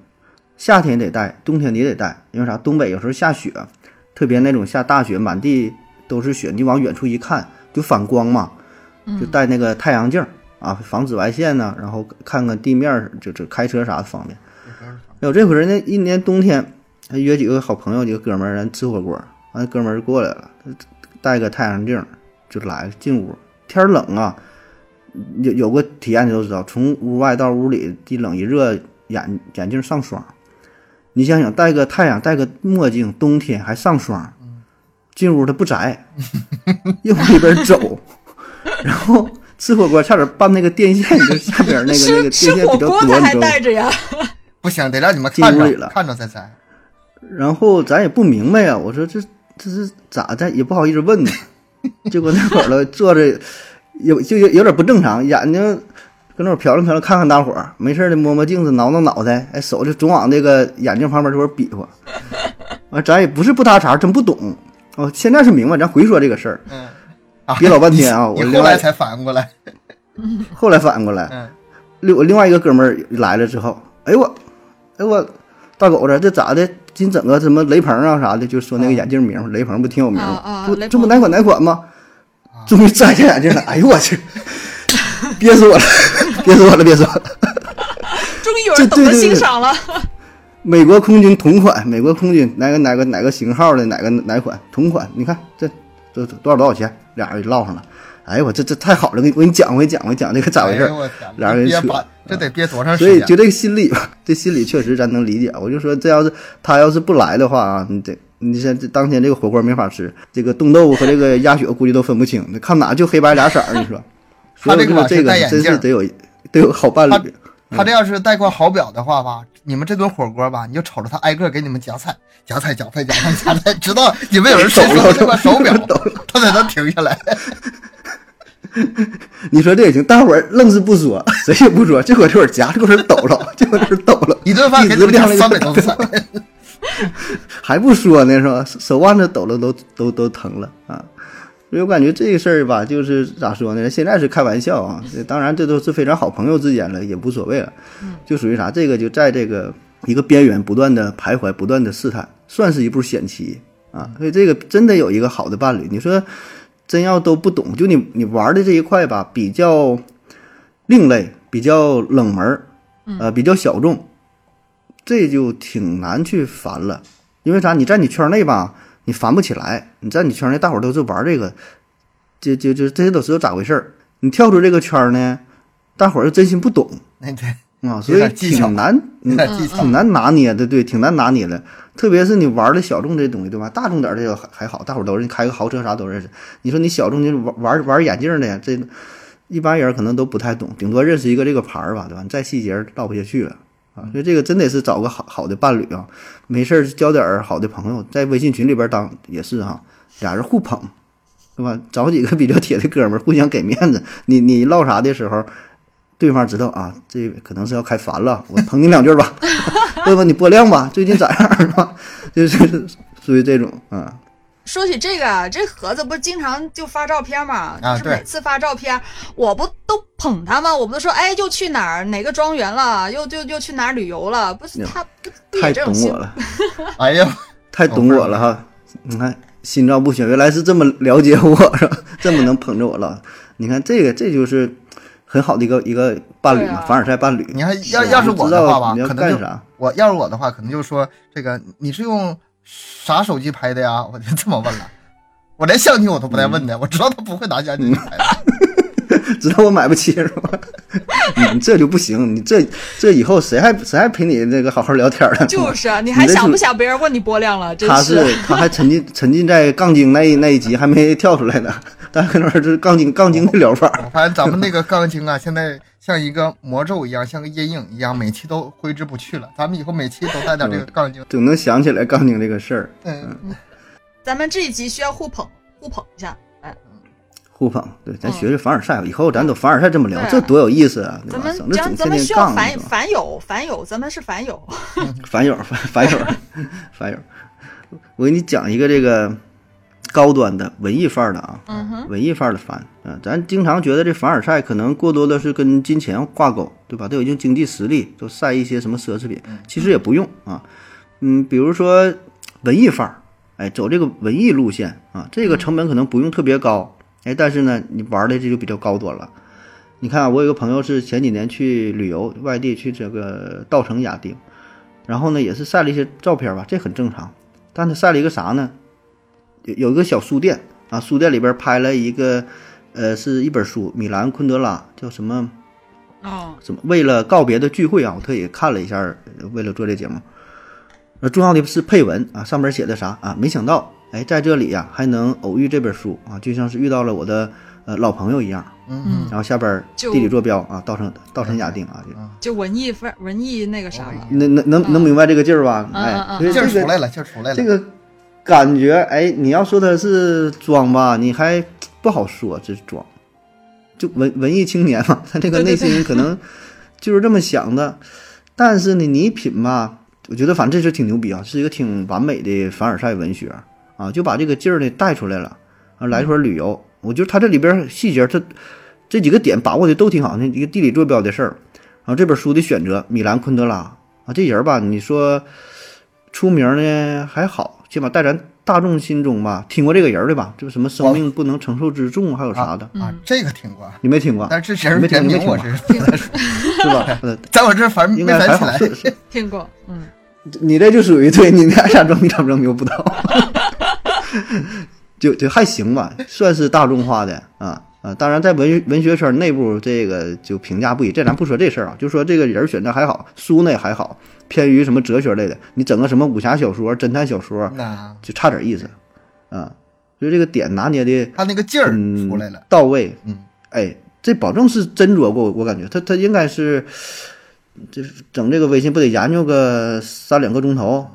Speaker 1: 夏天得戴，冬天也得戴，因为啥？东北有时候下雪，特别那种下大雪，满地都是雪，你往远处一看就反光嘛，就戴那个太阳镜儿啊，防紫外线呐、然后看看地面儿，就就开车啥的方便。有哎这回人家一年冬天，他约几个好朋友几个哥们儿，咱吃火锅，完哥们儿过来了，他戴个太阳镜儿就来了，进屋，天儿冷啊，有有过体验你都知道，从屋外到屋里一冷一热，眼眼镜上霜。你想想，戴个太阳，戴个墨镜，冬天还上霜，进屋他不摘，又往里边走， 然后吃火锅差点绊那个电线，就是下边那个那个
Speaker 3: 吃
Speaker 1: 电
Speaker 3: 吃
Speaker 1: 线
Speaker 3: 火
Speaker 1: 比较多，
Speaker 3: 锅
Speaker 1: 你
Speaker 3: 他还
Speaker 1: 知道吗？
Speaker 3: 带着呀，
Speaker 2: 不行，得让你们
Speaker 1: 进
Speaker 2: 看
Speaker 1: 屋里
Speaker 2: 着
Speaker 1: 了
Speaker 2: 看着再摘。
Speaker 1: 然后咱也不明白呀、我说这这是咋的，也不好意思问呢。结果那会儿了，坐着有就有有点不正常，眼睛跟那会儿瞟了瞟了，看看大伙儿，没事儿的摸摸镜子，挠挠脑袋，哎，手就总往那个眼镜旁边这会儿比划。完，咱也不是不搭茬，真不懂。哦，现在是明白，咱回说这个事儿，
Speaker 2: 嗯，啊
Speaker 1: 憋老半天啊
Speaker 2: 你
Speaker 1: 我
Speaker 2: 你
Speaker 1: 另
Speaker 2: 后
Speaker 1: 外
Speaker 2: 来才反应过来，
Speaker 1: 后来反应过来，
Speaker 2: 嗯，
Speaker 1: 另我另外一个哥们儿来了之后，哎呦我，哎呦我，大狗子这咋的？今整个什么雷鹏啊啥的，就说那
Speaker 2: 嗯
Speaker 1: 个眼镜名儿，雷鹏不挺有名儿吗？
Speaker 3: 啊啊
Speaker 1: 不
Speaker 3: 雷
Speaker 1: 这不
Speaker 3: 鹏
Speaker 1: 哪款哪款吗？终于摘下眼镜了，哎呦我去，憋死我了，憋死我了，憋死我了！
Speaker 3: 终于有人懂得欣赏了。
Speaker 1: 美国空军同款，美国空军哪个哪个哪个型号的哪个哪款同款？你看这这这多少多少钱？俩人就唠上了。哎呦我这这太好了，给你我给你讲，我给你讲，我给你讲这个咋回事
Speaker 2: 哎
Speaker 1: 儿
Speaker 2: 呦。我天，
Speaker 1: 俩人
Speaker 2: 憋
Speaker 1: 扯啊
Speaker 2: 半，这得憋多长时
Speaker 1: 所
Speaker 2: 间？
Speaker 1: 以
Speaker 2: 啊
Speaker 1: 就这个心理吧，这心理确实咱能理解。我就说，这要是他要是不来的话啊，你这你像这当天这个火锅没法吃，这个冻豆腐和这个鸭血估计都分不清，那看哪就黑白俩色儿，你说。所
Speaker 2: 他
Speaker 1: 以我
Speaker 2: 这
Speaker 1: 就说这
Speaker 2: 个吧是
Speaker 1: 个
Speaker 2: 戴眼
Speaker 1: 真
Speaker 2: 镜
Speaker 1: 是
Speaker 2: 儿
Speaker 1: 得有得有好伴侣，
Speaker 2: 他这要是带块好表的话吧，你们这顿火锅吧，你就瞅着他挨个给你们夹菜，夹菜，夹菜，夹菜，夹菜，直到你们有 人吃出了这块手表， 他才能停下来。
Speaker 1: 你说这也行，大伙儿愣是不说， 谁也不说，就搁这会儿夹，就搁这儿抖了，就搁这儿抖了，
Speaker 2: 一顿饭给你们夹三百多次菜，
Speaker 1: 还不说呢是吧？手腕子抖了都都都疼了啊！所以我感觉这个事儿吧，就是咋说呢？现在是开玩笑啊，这当然这都是非常好朋友之间了，也无所谓了，就属于啥？这个就在这个一个边缘不断的徘徊，不断的试探，算是一步险棋啊。所以这个真的有一个好的伴侣，你说真要都不懂，就你你玩的这一块吧，比较另类，比较冷门儿，呃，比较小众，这就挺难去烦了。因为啥？你在你圈内吧，你烦不起来；你在你圈内，大伙儿都是玩这个，就就就这些都知道咋回事儿。你跳出这个圈儿呢，大伙儿又真心不懂
Speaker 2: 那对，
Speaker 1: 啊，所以
Speaker 2: 有点技巧
Speaker 1: 挺难，
Speaker 2: 有
Speaker 1: 嗯
Speaker 2: 点技巧
Speaker 1: 挺。难拿捏的，对，挺难拿捏的。特别是你玩的小众这东西，对吧？大众点儿这个还还好，大伙儿都认识，开个豪车啥都认识。你说你小众就是玩玩玩眼镜的，这一般人可能都不太懂，顶多认识一个这个牌儿吧，对吧？你再细节儿唠不下去了啊。所以这个真得是找个好好的伴侣啊，没事儿交点儿好的朋友，在微信群里边儿当也是哈、俩人互捧，对吧？找几个比较铁的哥们儿，互相给面子。你你唠啥的时候，对方知道啊，这可能是要开烦了，我捧你两句吧， 对吧？你播量吧，最近咋样是吧？ 就是属于这种啊。
Speaker 3: 说起这个啊，这盒子不是经常就发照片嘛？
Speaker 2: 啊
Speaker 3: 就是
Speaker 2: 对
Speaker 3: 每次发照片，我不都捧他吗？我不都说，哎，又去哪儿哪个庄园了，又又又去哪儿旅游了？不是
Speaker 1: 嗯
Speaker 3: 他不不
Speaker 1: 太
Speaker 3: 也这种
Speaker 1: 懂
Speaker 3: 心
Speaker 1: 我？了，
Speaker 2: 哎呀，
Speaker 1: 太懂我了哈！你看，心照不宣，原来是这么了解我，是吧？ 这么能捧着我了。你看这个，这就是很好的一个一个伴侣嘛，
Speaker 3: 对啊
Speaker 1: 凡尔赛伴侣。
Speaker 2: 你看要
Speaker 1: 是吧啊
Speaker 2: 要是我的话吧，
Speaker 1: 你知道
Speaker 2: 可
Speaker 1: 你要
Speaker 2: 能
Speaker 1: 干
Speaker 2: 就
Speaker 1: 啥？
Speaker 2: 我要是我的话，可能就说这个你是用啥手机拍的呀？我就这么问了。我连相机我都不带问
Speaker 1: 嗯
Speaker 2: 的，我知道他不会拿相机 去拍的。
Speaker 1: 知道我买不起是吧？ 你这就不行，你这这以后谁还谁还陪你那个好好聊天了？
Speaker 3: 就 是啊，你还
Speaker 1: 这
Speaker 3: 想
Speaker 1: 属
Speaker 3: 不想别人问你播量了？真
Speaker 1: 他
Speaker 3: 是
Speaker 1: 是他还沉浸沉浸在杠精那一那一集还没跳出来呢，但可能是杠精杠精的疗法。
Speaker 2: 我发现咱们那个钢琴啊，现在像一个魔咒一样，像个阴影一样，每期都挥之不去了。咱们以后每期都带点这个钢琴。
Speaker 1: 总能想起来杠精这个事儿，
Speaker 2: 嗯，
Speaker 3: 咱们这一集需要互捧互捧一下。哎，
Speaker 1: 互捧。对，咱
Speaker 3: 嗯
Speaker 1: 学学凡尔赛吧，以后咱都凡尔赛这么聊
Speaker 3: 对，啊
Speaker 1: 这多有意思啊！对
Speaker 3: 咱
Speaker 1: 吧？
Speaker 3: 们
Speaker 1: 省得
Speaker 3: 咱
Speaker 1: 总
Speaker 3: 咱
Speaker 1: 天
Speaker 3: 们
Speaker 1: 天
Speaker 3: 需要
Speaker 1: 杠
Speaker 3: 反
Speaker 1: 是吧
Speaker 3: 反友反友，咱们是反友。
Speaker 1: 反友 反反友反友。我给你讲一个这个高端的文艺范儿的啊，
Speaker 3: 嗯哼，
Speaker 1: 文艺范儿的凡，嗯，咱经常觉得这凡尔赛可能过多的是跟金钱挂钩，对吧？都有一定经济实力，都晒一些什么奢侈品，
Speaker 3: 嗯
Speaker 1: 其实也不用啊。嗯，比如说文艺范儿，哎，走这个文艺路线啊，这个成本可能不用特别高，哎，但是呢，你玩的这就比较高端了。你看啊、我有个朋友是前几年去旅游，外地去这个稻城亚丁，然后呢也是晒了一些照片吧，这很正常。但他晒了一个啥呢？有有一个小书店啊，书店里边拍了一个，呃，是一本书，米兰昆德拉叫什么
Speaker 3: 嗯，
Speaker 1: 什么？为了告别的聚会啊，我特意看了一下，呃为了做这节目。呃，重要的是配文啊，上面写的啥啊？没想到，哎，在这里呀、还能偶遇这本书啊，就像是遇到了我的呃老朋友一样。
Speaker 2: 嗯
Speaker 1: 然后下边儿
Speaker 3: 就嗯
Speaker 1: 地理坐标啊，稻城稻城亚丁啊，这
Speaker 2: 嗯
Speaker 3: 就文艺范文艺那个啥了。
Speaker 1: 能能能能明白这个劲儿吧？
Speaker 3: 嗯嗯
Speaker 1: 哎，
Speaker 3: 嗯
Speaker 1: 所以
Speaker 2: 劲儿
Speaker 1: 这
Speaker 2: 出
Speaker 1: 个
Speaker 2: 来了，劲儿出来了。
Speaker 1: 这个感觉，哎，你要说他是装吧，你还不好说这是装，就文文艺青年嘛， 他这个
Speaker 3: 对对
Speaker 1: 内心可 能就是这么想的。但是呢，你一品吧，我觉得反正这是挺牛逼啊，是一个挺完美的凡尔赛文学啊，就把这个劲儿呢带出来了啊。来一会儿旅游，我觉得他这里边细节，他这几个点把握的都挺好。那一个地理坐标的事儿，然后这本书的选择，米兰昆德拉啊，这人吧，你说出名呢还好，起码在咱大众心中吧，听过这个人儿的吧？就什么生命不能承受之重，还有啥的，
Speaker 2: 啊
Speaker 3: 嗯，
Speaker 2: 这个挺过，
Speaker 1: 你没听过
Speaker 2: 但是这人
Speaker 1: 没听
Speaker 2: 人
Speaker 1: 没
Speaker 2: 名
Speaker 1: 听
Speaker 2: 我
Speaker 1: 过
Speaker 2: 是
Speaker 1: 是吧？呃
Speaker 2: 在我这反
Speaker 1: 应
Speaker 2: 没
Speaker 1: 该还
Speaker 2: 反
Speaker 1: 好，
Speaker 2: 起来。
Speaker 1: 是是
Speaker 3: 听过，嗯，
Speaker 1: 你这就属于对你你爱咋装逼咋装逼，我不知道， 就就还行吧，算是大众化的啊啊。当然，在文文学圈内部，这个就评价不一，这咱不说这事儿啊，就说这个人儿选择还好，书呢也还好，偏于什么哲学类的，你整个什么武侠小说、侦探小说，
Speaker 2: 那
Speaker 1: 就差点意思啊。所以这个点拿捏的
Speaker 2: 他那个劲儿
Speaker 1: 嗯
Speaker 2: 出来了，
Speaker 1: 到位，
Speaker 2: 嗯，
Speaker 1: 哎，这保证是斟酌过，我感觉他他应该是这整这个微信不得研究个三两个钟头，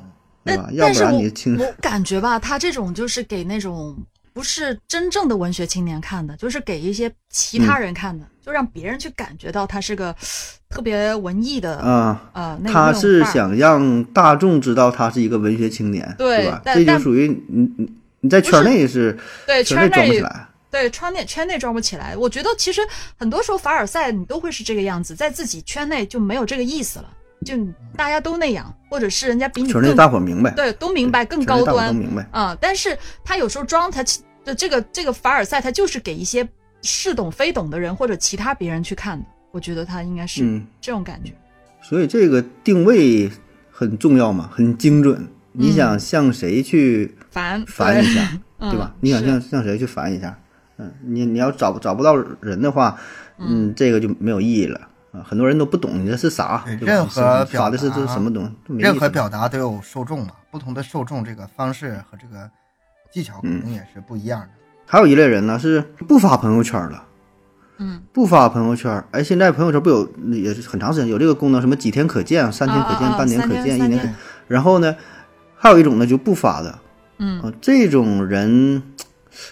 Speaker 1: 对吧？
Speaker 3: 但
Speaker 1: 要
Speaker 3: 但
Speaker 1: 不
Speaker 3: 是
Speaker 1: 然
Speaker 3: 我
Speaker 1: 你 听
Speaker 3: 我感觉吧，他这种就是给那种不是真正的文学青年看的，就是给一些其
Speaker 1: 嗯
Speaker 3: 他人看的，就让别人去感觉到他是个特别文艺的，
Speaker 1: 啊，
Speaker 3: 呃，那
Speaker 1: 他
Speaker 3: 那种
Speaker 1: 是
Speaker 3: 范儿
Speaker 1: 想让大众知道他是一个文学青年，
Speaker 3: 对
Speaker 1: 吧？
Speaker 3: 但
Speaker 1: 这就
Speaker 3: 但
Speaker 1: 属于你你你在圈内是
Speaker 3: 对
Speaker 1: 圈
Speaker 3: 圈
Speaker 1: 装不
Speaker 3: 内
Speaker 1: 起来，
Speaker 3: 对圈内圈内装不起来。我觉得其实很多时候凡尔赛你都会是这个样子，在自己圈内就没有这个意思了，就大家都那样，或者是人家比你
Speaker 1: 圈内
Speaker 3: 更
Speaker 1: 大伙明白，
Speaker 3: 对都明白更
Speaker 1: 圈内
Speaker 3: 高
Speaker 1: 大伙
Speaker 3: 端
Speaker 1: 都，明白。
Speaker 3: 啊、但是他有时候装他其的这个这个凡尔赛，他就是给一些似懂非懂的人或者其他别人去看的。我觉得他应该是
Speaker 1: 嗯
Speaker 3: 这种感觉。
Speaker 1: 所以这个定位很重要嘛，很精准。你
Speaker 3: 嗯
Speaker 1: 想向谁去
Speaker 3: 烦
Speaker 1: 烦一， 下，
Speaker 3: 对嗯
Speaker 1: 对吧？你想向向谁去烦一下？嗯，你你要找找不到人的话，嗯，这个就没有意义了啊！很多人都不懂你这是啥，
Speaker 2: 对
Speaker 1: 对吧
Speaker 2: 哎任何
Speaker 1: 发的是
Speaker 2: 表达
Speaker 1: 这是什么东西，这没意思
Speaker 2: 任何表达都有受众嘛，不同的受众这个方式和这个技巧可
Speaker 1: 嗯
Speaker 2: 能也是不一样的。
Speaker 1: 还有一类人呢是不发朋友圈了，
Speaker 3: 嗯，
Speaker 1: 不发朋友圈。哎，现在朋友圈不有也是很长时间有这个功能，什么几天可见、三天可见、
Speaker 3: 啊啊啊
Speaker 1: 半年可
Speaker 3: 三
Speaker 1: 见、
Speaker 3: 天
Speaker 1: 一年
Speaker 3: 三
Speaker 1: 可见
Speaker 3: 天。
Speaker 1: 呃然后呢，还有一种呢就不发的，
Speaker 3: 嗯
Speaker 1: 啊，这种人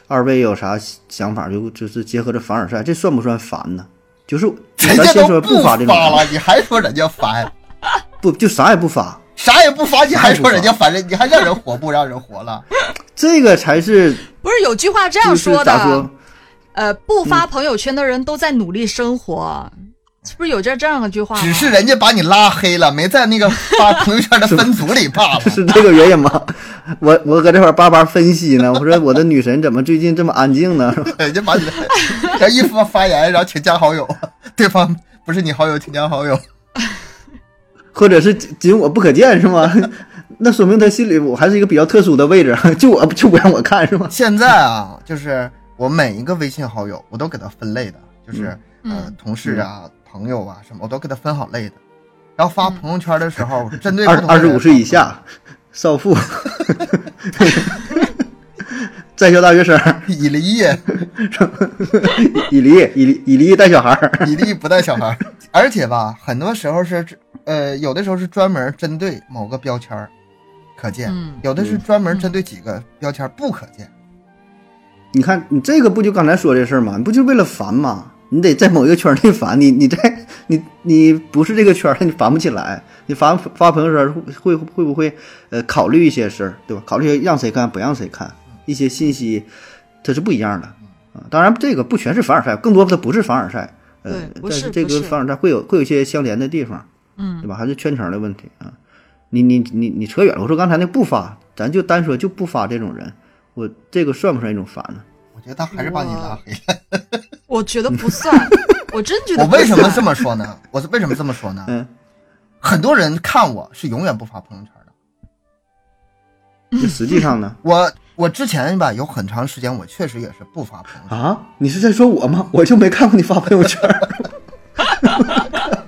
Speaker 1: 二位有啥想法？就就是结合着凡尔赛，这算不算烦呢？就是
Speaker 2: 人
Speaker 1: 咱
Speaker 2: 家
Speaker 1: 先
Speaker 2: 都
Speaker 1: 说不发
Speaker 2: 发
Speaker 1: 这种
Speaker 2: 了，你还说人家烦，
Speaker 1: 不就啥也不发，
Speaker 2: 啥也不发，你还说人家烦人，你还让人活不让人 活了？
Speaker 1: 这个才是
Speaker 3: 不是有句话这样
Speaker 1: 就是
Speaker 3: 说的，
Speaker 1: 咋说？
Speaker 3: 呃，不发朋友圈的人都在努力生活，是不是有这这样一句话吗？
Speaker 2: 只是人家把你拉黑了，没在那个发朋友圈的分组里罢了。
Speaker 1: 是这个原因吗？我我搁这块儿叭叭分析呢，我说我的女神怎么最近这么安静呢？
Speaker 2: 人家把你的， 然后一发发言，然后请加好友，对方不是你好友，请加好友。
Speaker 1: 或者是仅仅我不可见是吗？ 那说明他心里我还是一个比较特殊的位置，啊 就我就不让我看是吗？
Speaker 2: 现在啊，就是我每一个微信好友，我都给他分类的，就是、
Speaker 3: 嗯
Speaker 2: 呃
Speaker 3: 嗯
Speaker 2: 同事啊、朋友啊什么，我都给他分好类的。然后发
Speaker 3: 嗯
Speaker 2: 朋友圈的时 候，针对不
Speaker 1: 二
Speaker 2: 同的
Speaker 1: 二十
Speaker 2: 人
Speaker 1: 五岁以下，少妇， 在校大学生，
Speaker 2: 以离业，
Speaker 1: 以离以离以离带小孩儿，
Speaker 2: 以离不带小 孩儿。而且吧，很多时候是呃，有的时候是专门针对某个标签儿可见，
Speaker 3: 嗯
Speaker 2: 有的是
Speaker 1: 嗯
Speaker 2: 专门针对几个标签儿不可见。
Speaker 1: 你看你这个不就刚才说这事儿吗？你不就为了烦吗？你得在某一个圈内烦，你你在你你不是这个圈儿，你烦不起来。你发发朋友圈会会会不会呃考虑一些事儿，对吧？考虑一些让谁看不让谁看，一些信息它是不一样的
Speaker 3: 嗯
Speaker 1: 啊。当然这个不全是凡尔赛，更多它不是凡尔赛，呃
Speaker 3: 对，不
Speaker 1: 但
Speaker 3: 是
Speaker 1: 这
Speaker 3: 不
Speaker 1: 个
Speaker 3: 是
Speaker 1: 凡尔赛会有会有一些相连的地方，
Speaker 3: 嗯
Speaker 1: 对吧？还是圈层的问题啊。你你你你扯远了，我说刚才那不发，咱就单说就不发这种人，我这个算不算一种烦呢？
Speaker 2: 我觉得他还是把你拉黑了。
Speaker 3: 我觉得不 算，我真觉得
Speaker 2: 我
Speaker 3: 不
Speaker 2: 为什么
Speaker 3: 算
Speaker 2: 这么说呢？我是为什么这么说呢？
Speaker 1: 嗯。
Speaker 2: 很多人看我是永远不发朋友圈的。
Speaker 1: 那实际上 呢？
Speaker 2: 我我之前吧，有很长时间我确实也是不发朋友圈。
Speaker 1: 啊，你是在说我吗？我就没看过你发朋友圈 儿，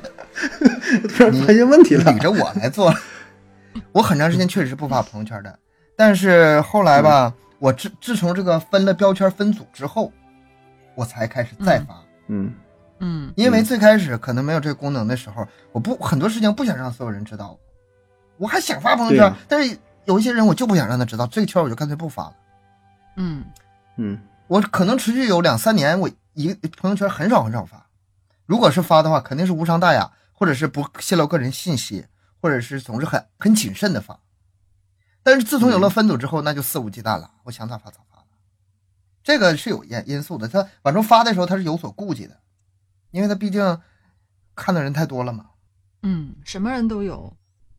Speaker 1: 突然发现问题了
Speaker 2: 捋。着我来做。 我很长时间确实是不发朋友圈的，但是后来吧，
Speaker 1: 嗯
Speaker 2: 我自自从这个分了标签分组之后，我才开始再发。
Speaker 1: 嗯
Speaker 3: 嗯
Speaker 2: 因为最开始可能没有这个功能的时候，我不很多事情不想让所有人知道，我还想发朋友
Speaker 1: 对
Speaker 2: 圈，
Speaker 1: 啊
Speaker 2: 但是有一些人我就不想让他知道，这个圈我就干脆不发了。
Speaker 3: 嗯
Speaker 1: 嗯
Speaker 2: 我可能持续有两三年，我一朋友圈很少很少发。如果是发的话，肯定是无伤大雅，或者是不泄露个人信息，或者是总是很很谨慎的发。但是自从有了分组之后，那就肆无忌惮了，我想咋发咋发了。这个是有因因素的，他往出发的时候他是有所顾忌的，因为他毕竟看的人太多了嘛。
Speaker 3: 嗯，什么人都有，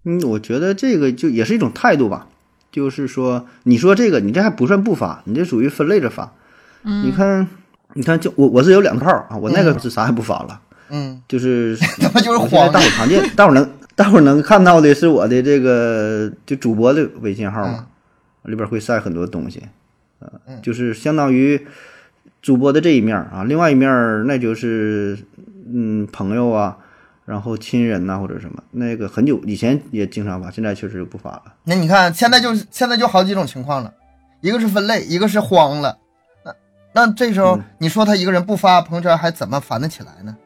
Speaker 1: 嗯，我觉得这个就也是一种态度吧，就是说，你说这个，你这还不算不发，你这属于分类着发。
Speaker 3: 嗯，
Speaker 1: 你看，你看，就我我是有两套啊，我那个是啥也不发了，
Speaker 2: 嗯，
Speaker 1: 就是
Speaker 2: 怎么就是
Speaker 1: 我现在
Speaker 2: 慌
Speaker 1: 大
Speaker 2: 了
Speaker 1: 伙？常见，大伙能大伙能看到的是我的这个就主播的微信号嘛，里边会晒很多东西，呃
Speaker 2: 嗯，
Speaker 1: 就是相当于主播的这一面儿啊，另外一面儿那就是嗯朋友啊，然后亲人呐、或者什么，那个很久以前也经常发，现在确实不发了。
Speaker 2: 那你看，现在就是现在就好几种情况了，一个是分类，一个是慌了。那那这时候、
Speaker 1: 嗯
Speaker 2: 你说他一个人不发朋友圈，还怎么烦得起来呢？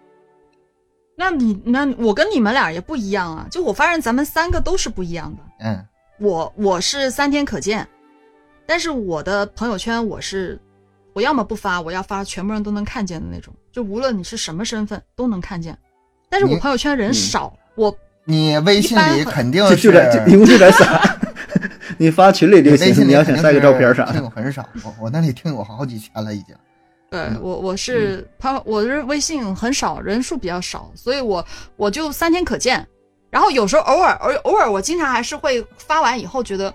Speaker 3: 那你那我跟你们俩也不一样啊，就我发现咱们三个都是不一样的。
Speaker 2: 嗯，
Speaker 3: 我我是三天可见，但是我的朋友圈我是，我要么不发，我要发全部人都能看见的那种，就无论你是什么身份都能看见。但是我
Speaker 2: 你
Speaker 3: 朋友圈人少，我
Speaker 2: 你微信里
Speaker 3: 一般很
Speaker 2: 肯定
Speaker 1: 就是就咱就一共就咱仨， 你发群里
Speaker 2: 你
Speaker 1: 就
Speaker 2: 微
Speaker 1: 行。
Speaker 2: 信
Speaker 1: 你
Speaker 2: 里
Speaker 1: 要
Speaker 2: 肯
Speaker 1: 想
Speaker 2: 定是
Speaker 1: 晒个照片啥
Speaker 2: 听
Speaker 1: 的，
Speaker 2: 友很少，我我那里听友好几千了已经。
Speaker 3: 呃我我是朋友我是微信很少，人数比较少，所以我我就三天可见。然后有时候偶尔偶偶尔我经常还是会发完以后觉得。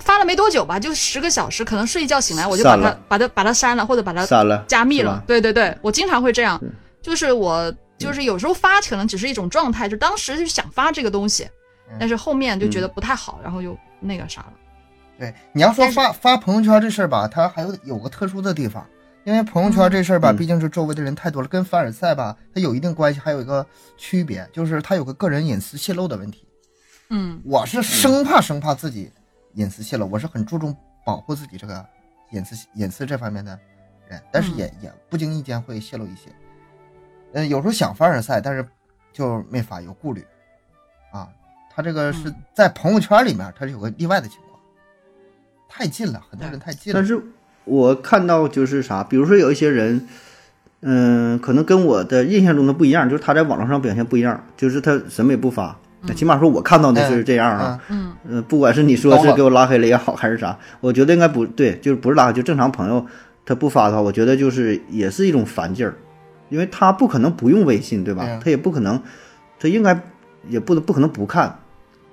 Speaker 3: 发了没多久吧，就十个小时，可能睡一觉醒来我就把
Speaker 1: 删
Speaker 3: 它
Speaker 1: 了
Speaker 3: 把它把它删了，或者把它
Speaker 1: 删了
Speaker 3: 加密
Speaker 1: 是吧
Speaker 3: 了。对对对，我经常会这样，就是我就是有时候发可能只是一种状态，就当时就想发这个东西，
Speaker 1: 嗯
Speaker 3: 但是后面就觉得不太好，然后又那个啥了。
Speaker 2: 对，你要说
Speaker 3: 但是
Speaker 2: 发发朋友圈这事儿吧，它还有有个特殊的地方，因为朋友圈这事儿吧，
Speaker 1: 嗯
Speaker 2: 毕竟是周围的人太多了，跟凡尔赛吧，它有一定关系，还有一个区别，就是它有个个人隐私泄露的问题。
Speaker 3: 嗯
Speaker 2: 我是生怕生怕自己隐私泄露，我是很注重保护自己这个隐私隐私这方面的人，但是也、也不经意间会泄露一些。嗯，有时候想凡尔赛，但是就没法有顾虑啊。他这个是
Speaker 3: 嗯
Speaker 2: 在朋友圈里面，他是有个例外的情况，太近了，很多人太近了
Speaker 1: 但。是我看到就是啥，比如说有一些人，嗯、可能跟我的印象中的不一样，就是他在网络上表现不一样，就是他什么也不发。那起码说我看到的是这样啊，
Speaker 2: 嗯
Speaker 3: 嗯
Speaker 1: 呃，不管是你说
Speaker 2: 懂
Speaker 1: 是
Speaker 2: 了
Speaker 1: 给我拉黑了也好，还是啥，我觉得应该不对，就是不是拉黑，就正常朋友他不发的话，我觉得就是也是一种烦劲儿，因为他不可能不用微信，对吧？
Speaker 2: 对啊
Speaker 1: 他也不可能，他应该也不不可能不看，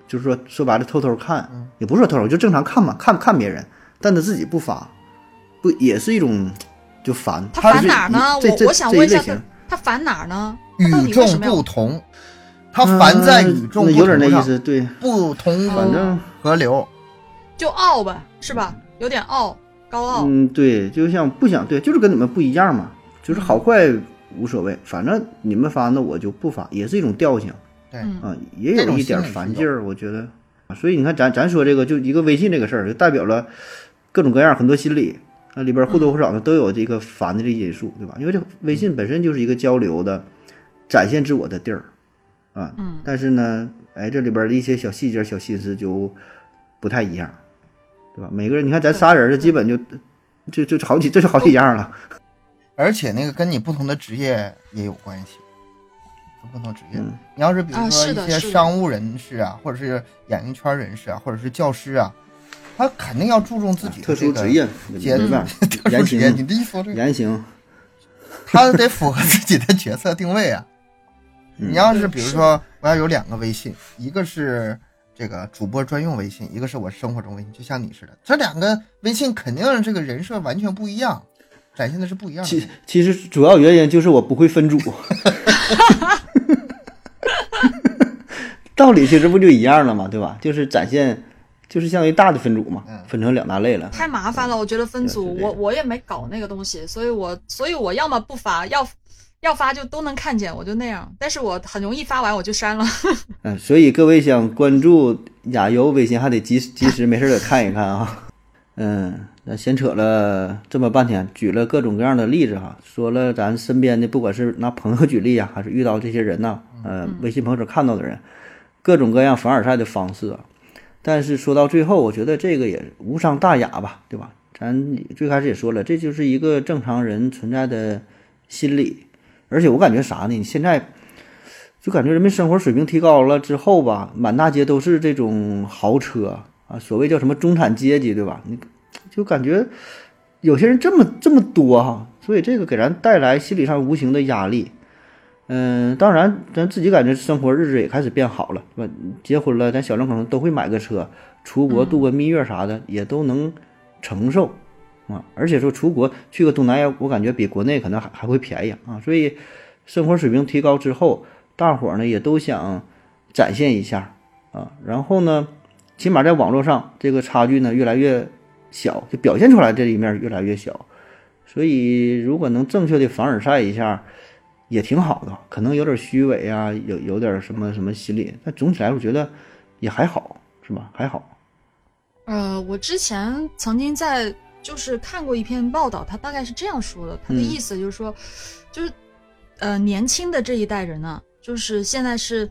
Speaker 1: 就是说说白了偷偷看，
Speaker 2: 嗯
Speaker 1: 也不是说偷偷，就正常看嘛，看看别人，但他自己不发，不也是一种就烦？
Speaker 3: 他
Speaker 1: 就
Speaker 3: 烦
Speaker 1: 是
Speaker 3: 哪儿呢？
Speaker 1: 这这
Speaker 3: 我我想
Speaker 1: 这
Speaker 3: 问
Speaker 1: 一
Speaker 3: 一下
Speaker 1: 类
Speaker 3: 他
Speaker 1: 型。
Speaker 3: 他烦哪儿呢？他
Speaker 2: 与
Speaker 3: 到底为
Speaker 2: 众
Speaker 3: 什么
Speaker 2: 不
Speaker 3: 要？
Speaker 2: 同，他凡在与众
Speaker 1: 嗯
Speaker 2: 不
Speaker 1: 有点
Speaker 2: 同
Speaker 1: 那意
Speaker 2: 上，
Speaker 1: 思，对，
Speaker 2: 不同
Speaker 1: 反
Speaker 3: 哦
Speaker 1: 正。
Speaker 2: 河流。
Speaker 3: 就傲吧，是吧？有点傲，高傲。
Speaker 1: 嗯，对，就像不想对，就是跟你们不一样嘛，就是好坏无所谓，反正你们发那我就不发，也是一种调性
Speaker 2: 对，
Speaker 3: 嗯
Speaker 1: 啊，也
Speaker 2: 这
Speaker 1: 有
Speaker 2: 种
Speaker 1: 一点
Speaker 2: 心理
Speaker 1: 烦
Speaker 2: 是有
Speaker 1: 劲儿，我觉得。啊所以你看咱，咱说这个，就一个微信这个事儿，就代表了各种各样很多心理啊，里边儿或多或
Speaker 2: 嗯
Speaker 1: 少的都有这个烦的这因素，对吧？因为这微信本身就是一个交流的、展现自我的地儿啊，
Speaker 3: 嗯
Speaker 1: 但是呢，哎，这里边儿的一些小细节、小心思就不太一样，对吧？每个人，你看咱仨人儿，这基本就就就好几，这就好几样了。
Speaker 2: 而且那个跟你不同的职业也有关系，跟不同职业。
Speaker 1: 嗯
Speaker 2: 你要是比如
Speaker 3: 啊
Speaker 2: 说
Speaker 3: 是
Speaker 2: 一
Speaker 3: 的
Speaker 2: 些
Speaker 3: 是的
Speaker 2: 商务人士啊，或者是演艺圈人士啊，或者是教师啊，他肯定要注重自己的
Speaker 1: 特殊
Speaker 2: 这个
Speaker 1: 职业，
Speaker 2: 阶
Speaker 1: 没 办
Speaker 2: 段
Speaker 1: 法，
Speaker 2: 特殊
Speaker 1: 言行
Speaker 2: 职业。你这一说这个，
Speaker 1: 言行，
Speaker 2: 他得符合自己的角色定位啊。
Speaker 1: 嗯
Speaker 2: 你要是比如说，我要有两个微信，一个是这个主播专用微信，一个是我生活中微信，就像你似的，这两个微信肯定这个人设完全不一样，展现的是不一样的
Speaker 1: 其。其实主要原因就是我不会分组。道理其实不就一样了嘛，对吧？就是展现，就是相当于大的分组嘛
Speaker 2: 嗯，
Speaker 1: 分成两大类了。
Speaker 3: 太麻烦了，我觉得分
Speaker 1: 是
Speaker 3: 组，
Speaker 1: 这
Speaker 3: 我
Speaker 1: 样
Speaker 3: 我也没搞那个东西，所以我所以我要么不发，要要发就都能看见，我就那样。但是我很容易发完我就删了。
Speaker 1: 嗯，所以各位想关注亚优微信，还得及及时没事儿得看一看啊。 嗯，那闲扯了这么半天，举了各种各样的例子哈，说了咱身边的，不管是拿朋友举例呀、还是遇到这些人呐、呃，微信朋友圈看到的人，各种各样凡尔赛的方式啊。但是说到最后，我觉得这个也无伤大雅吧，对吧？咱最开始也说了，这就是一个正常人存在的心理，而且我感觉啥呢？你现在就感觉人们生活水平提高了之后吧，满大街都是这种豪车啊，所谓叫什么中产阶级，对吧？你就感觉有些人这么这么多哈、所以这个给咱带来心理上无形的压力。嗯，当然，咱自己感觉生活日子也开始变好了，是吧？结婚了，咱小两口都会买个车，出国度个蜜月啥的、也都能承受啊。而且说出国去个东南亚，我感觉比国内可能还还会便宜啊。所以生活水平提高之后，大伙儿呢也都想展现一下啊，然后呢，起码在网络上这个差距呢越来越小，就表现出来这一面儿越来越小。所以如果能正确的凡尔赛一下，也挺好的。可能有点虚伪啊，有有点什么什么心理，但总体来说觉得也还好，是吧？还好。
Speaker 3: 呃，我之前曾经在就是看过一篇报道，他大概是这样说的，他的
Speaker 1: 嗯
Speaker 3: 意思就是说，就是呃年轻的这一代人呢、就是现在是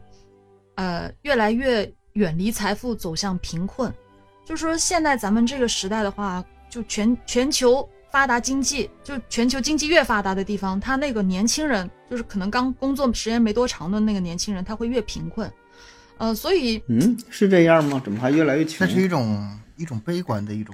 Speaker 3: 呃越来越远离财富，走向贫困。就是说现在咱们这个时代的话，就全全球发达经济，就全球经济越发达的地方，他那个年轻人，就是可能刚工作时间没多长的那个年轻人，他会越贫困。呃，所以
Speaker 1: 嗯，是这样吗？怎么还越来越穷？
Speaker 2: 这是一种一种悲观的一种